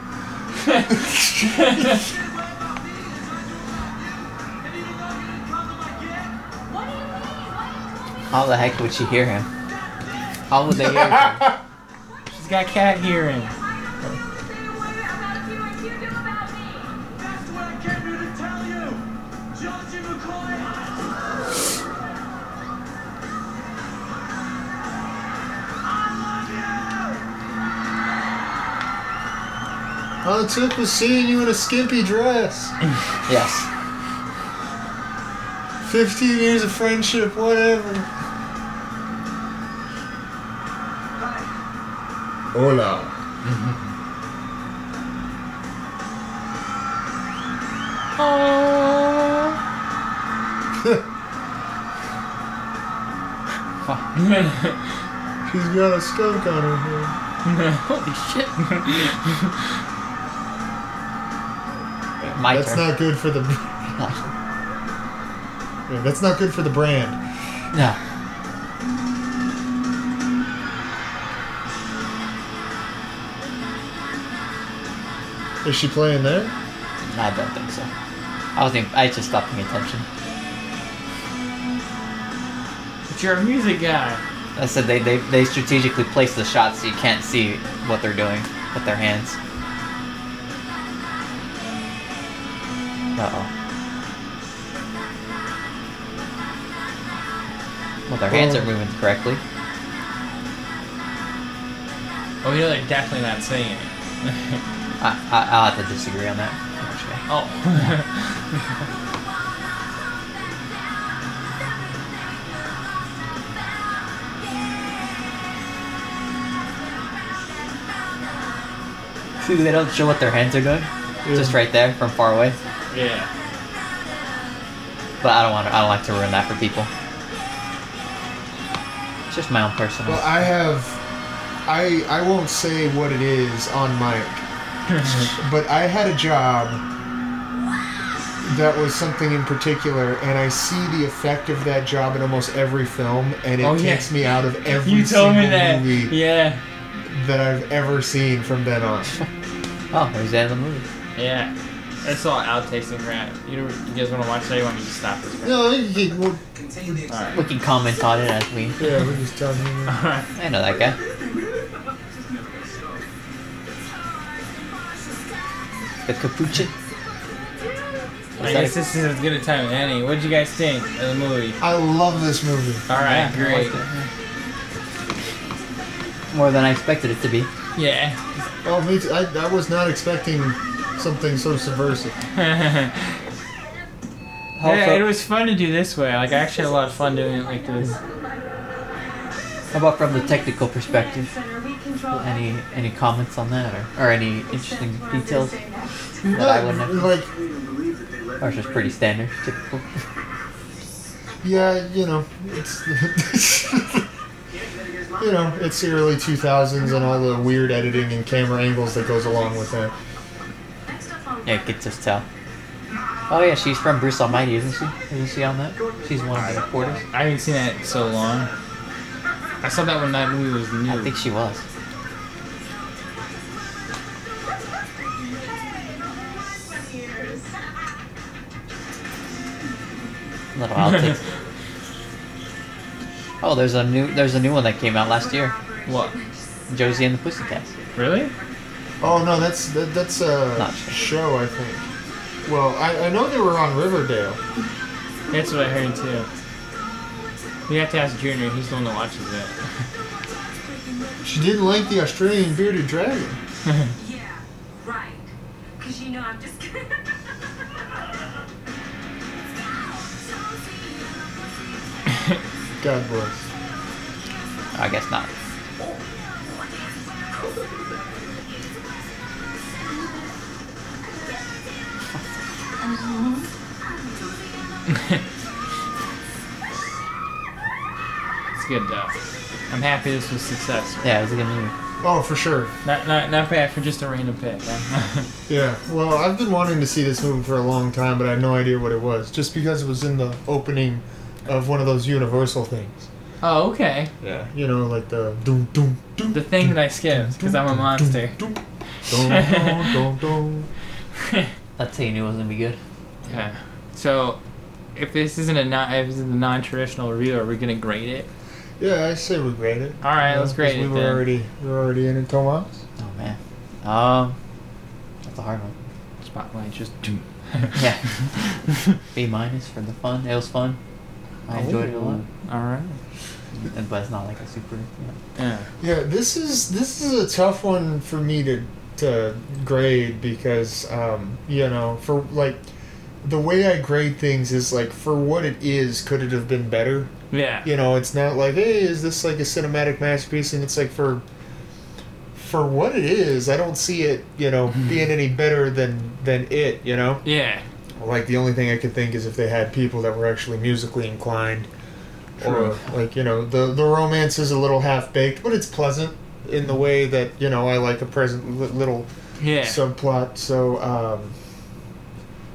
Speaker 2: How the heck would she hear him? How would they hear him?
Speaker 1: She's got cat hearing.
Speaker 7: That's what I came here to tell you! Josie McCoy!
Speaker 3: All it took was seeing you in a skimpy dress.
Speaker 2: Yes.
Speaker 3: 15 years of friendship, whatever. Hola. She's got a skunk on her head.
Speaker 1: Holy shit.
Speaker 2: My
Speaker 3: That's
Speaker 2: turn.
Speaker 3: not good for the. Yeah, that's not good for the brand.
Speaker 2: no.
Speaker 3: Is she playing there?
Speaker 2: No, I don't think so. I wasn't. even- I just stopped paying attention.
Speaker 1: But you're a music guy.
Speaker 2: I said they, they, they strategically place the shots so you can't see what they're doing with their hands. Uh oh. Well, their
Speaker 3: Oh.
Speaker 2: hands are moving correctly.
Speaker 1: Well, we know they're Oh, definitely not singing it.
Speaker 2: I, I, I'll have to disagree on that. Actually.
Speaker 1: Oh.
Speaker 2: they don't show what their hands are doing. Just right there from far away.
Speaker 1: Yeah.
Speaker 2: But I don't want to, I don't like to ruin that for people. It's just my own personal.
Speaker 3: Well, I have, I I won't say what it is on mic, but I had a job that was something in particular, and I see the effect of that job in almost every film, and it
Speaker 1: Oh, yeah.
Speaker 3: takes me out of every
Speaker 1: You told me
Speaker 3: single
Speaker 1: that.
Speaker 3: movie
Speaker 1: Yeah.
Speaker 3: that I've ever seen from then on.
Speaker 2: oh, there's the end of the movie.
Speaker 1: Yeah. That's all outtakes and crap. You, you guys want to watch that? or You want me to stop this? crap?
Speaker 3: no, yeah, well,
Speaker 4: Contain the
Speaker 1: Alright.
Speaker 2: We can comment on it as we.
Speaker 3: yeah, we're just done here.
Speaker 1: Alright.
Speaker 2: I know that guy. The capuchin.
Speaker 1: I guess this is as good a time as any. What did you guys think of the movie?
Speaker 3: I love this movie.
Speaker 1: All right,
Speaker 2: Yeah, I
Speaker 1: great.
Speaker 2: liked it, More than I expected it to be.
Speaker 1: Yeah.
Speaker 3: Oh, me too. I, I was not expecting something so subversive.
Speaker 1: yeah. It was fun to do this way. Like I actually had a lot of fun doing it like this.
Speaker 2: How about from the technical perspective? Any any comments on that, or, or any interesting details that I wouldn't have?
Speaker 3: Like,
Speaker 2: Or it's just pretty standard, typical.
Speaker 3: yeah, you know, it's you know, it's the early 2000s and all the weird editing and camera angles that goes along with that.
Speaker 2: Yeah, you could just tell. Oh yeah, she's from Bruce Almighty, isn't she? Isn't she on that? She's one of the reporters.
Speaker 1: I haven't seen that in so long. I saw that when that movie was new.
Speaker 2: I think she was. Little outtakes. oh, there's a new there's a new one that came out last year.
Speaker 1: what?
Speaker 2: Josie and the Pussycats.
Speaker 1: Really?
Speaker 3: Oh no, that's that, that's a
Speaker 2: Not sure.
Speaker 3: show, I think. Well, I, I know they were on Riverdale.
Speaker 1: That's what I heard too. We have to ask Junior. He's the one that watches it.
Speaker 3: She didn't like the Australian bearded dragon.
Speaker 9: Yeah, right. Because you know I'm just.
Speaker 3: God bless.
Speaker 2: Oh, I guess not.
Speaker 1: It's good though. I'm happy this was successful.
Speaker 2: Yeah, it was a good movie.
Speaker 3: Oh, for sure.
Speaker 1: Not not not bad for just a random pick. huh?
Speaker 3: Yeah. Well, I've been wanting to see this movie for a long time, but I had no idea what it was. Just because it was in the opening of one of those Universal things.
Speaker 1: oh okay.
Speaker 3: Yeah. You know, like the doom doom doom.
Speaker 1: The thing that I skipped because I'm a monster.
Speaker 3: Dum, dum, dum, dum.
Speaker 2: That's how you knew it was gonna be good.
Speaker 1: Yeah. So, if this isn't a non, if this is a non-traditional review, are we gonna grade it?
Speaker 3: Yeah, I say we grade it.
Speaker 1: All right,
Speaker 3: Yeah,
Speaker 1: let's grade
Speaker 3: 'cause
Speaker 1: it
Speaker 3: We were
Speaker 1: then.
Speaker 3: already we were already in it, Tomas.
Speaker 2: Oh man. Um that's a hard one.
Speaker 1: Spotlight just. Doom.
Speaker 2: Yeah. B minus for the fun. It was fun. I enjoyed it a lot.
Speaker 1: All right.
Speaker 2: And, but it's not like a super you know.
Speaker 1: Yeah.
Speaker 3: Yeah, this is this is a tough one for me to to grade because um, you know for like the way I grade things is like for what it is, could it have been better?
Speaker 1: Yeah.
Speaker 3: You know, it's not like hey, is this like a cinematic masterpiece? And it's like for for what it is, I don't see it you know being any better than than it. You know.
Speaker 1: Yeah.
Speaker 3: Like the only thing I could think is if they had people that were actually musically inclined,
Speaker 1: True.
Speaker 3: or like you know the the romance is a little half baked, but it's pleasant in the way that you know I like a present li- little
Speaker 1: Yeah.
Speaker 3: subplot. So um,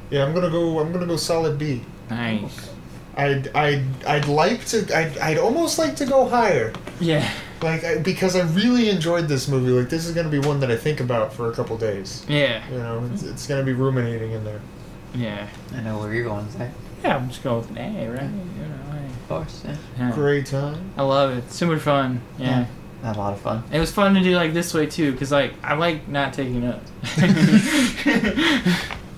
Speaker 3: yeah, I'm gonna go. I'm gonna go solid B.
Speaker 1: nice.
Speaker 3: I'd I'd I'd like to. I'd I'd almost like to go higher,
Speaker 1: Yeah.
Speaker 3: like I, because I really enjoyed this movie. Like this is gonna be one that I think about for a couple days.
Speaker 1: Yeah.
Speaker 3: You know, it's, it's gonna be ruminating in there.
Speaker 1: Yeah.
Speaker 2: I know where you're going, Zach.
Speaker 1: Yeah. I'm just going with an A, right? You know,
Speaker 2: Of course, yeah.
Speaker 1: A. Yeah.
Speaker 3: Great time.
Speaker 1: I love it. Super fun. Yeah.
Speaker 2: Had a lot of fun.
Speaker 1: It was fun to do like this way too, cause like I like not taking notes.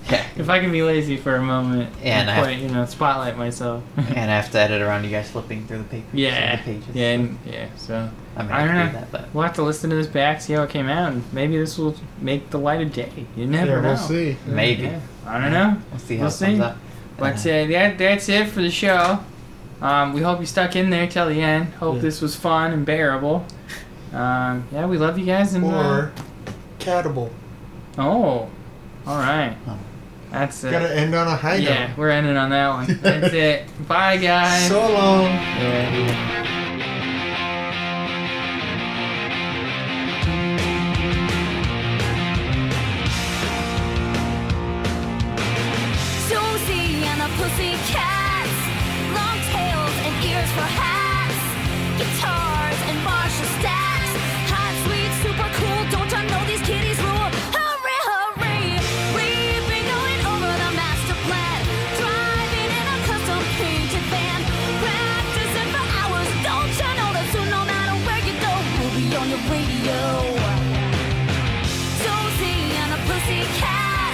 Speaker 2: Yeah.
Speaker 1: if I can be lazy for a moment,
Speaker 2: Yeah, and I-
Speaker 1: quite, you know, spotlight myself.
Speaker 2: And I have to edit around you guys flipping through the papers. and
Speaker 1: Yeah.
Speaker 2: The pages.
Speaker 1: Yeah, and, yeah. So
Speaker 2: I mean,
Speaker 1: I
Speaker 2: I,
Speaker 1: don't
Speaker 2: can
Speaker 1: know.
Speaker 2: do that, but
Speaker 1: we'll have to listen to this back, see how it came out, and maybe this will make the light of day. You never
Speaker 3: yeah,
Speaker 1: know.
Speaker 3: we'll see.
Speaker 2: maybe
Speaker 1: Yeah. I don't know.
Speaker 2: we'll see how
Speaker 1: We'll
Speaker 2: it comes
Speaker 1: see.
Speaker 2: out.
Speaker 1: But
Speaker 2: Yeah.
Speaker 1: uh, that that's it for the show. Um, we hope you stuck in there till the end. Hope
Speaker 3: Yeah.
Speaker 1: this was fun and bearable. Um, yeah, we love you guys and uh,
Speaker 3: Or catable.
Speaker 1: Oh, all right.
Speaker 2: Oh.
Speaker 1: That's it.
Speaker 3: Gotta end on a high
Speaker 1: yeah,
Speaker 3: note.
Speaker 1: we're ending on that one. That's it. Bye, guys.
Speaker 3: So long.
Speaker 1: Yeah.
Speaker 6: Susie and the Pussycats. Long tails and ears for hats. Guitars and Marshall stacks. Hot, sweet, super cool. Don't you know these kitties rule? Hurry, hurry. We've been going over the master plan. Driving in a custom painted van. Practicing for hours. Don't you know that soon, no matter where you go, we'll be on your radio. Josie and the Pussycats.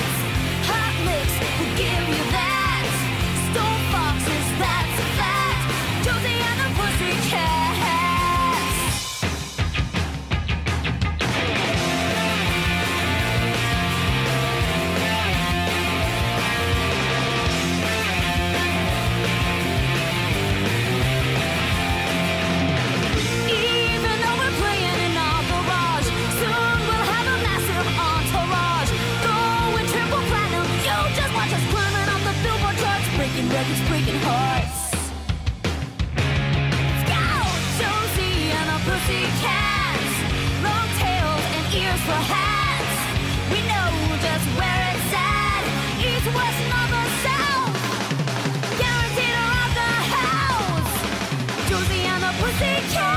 Speaker 6: Hot licks will give you that. Stone foxes, that's a fact. Josie and the Pussycats. Even though we're playing in our garage, soon we'll have a massive entourage. Going triple platinum, you just watch us climbing up the billboard charts, breaking records, breaking hearts. Let's go! Josie and the Pussycats, long tails and ears for hats. We know just where it's at, east, west, north, or south. Guaranteed around the house. Josie and the Pussycat.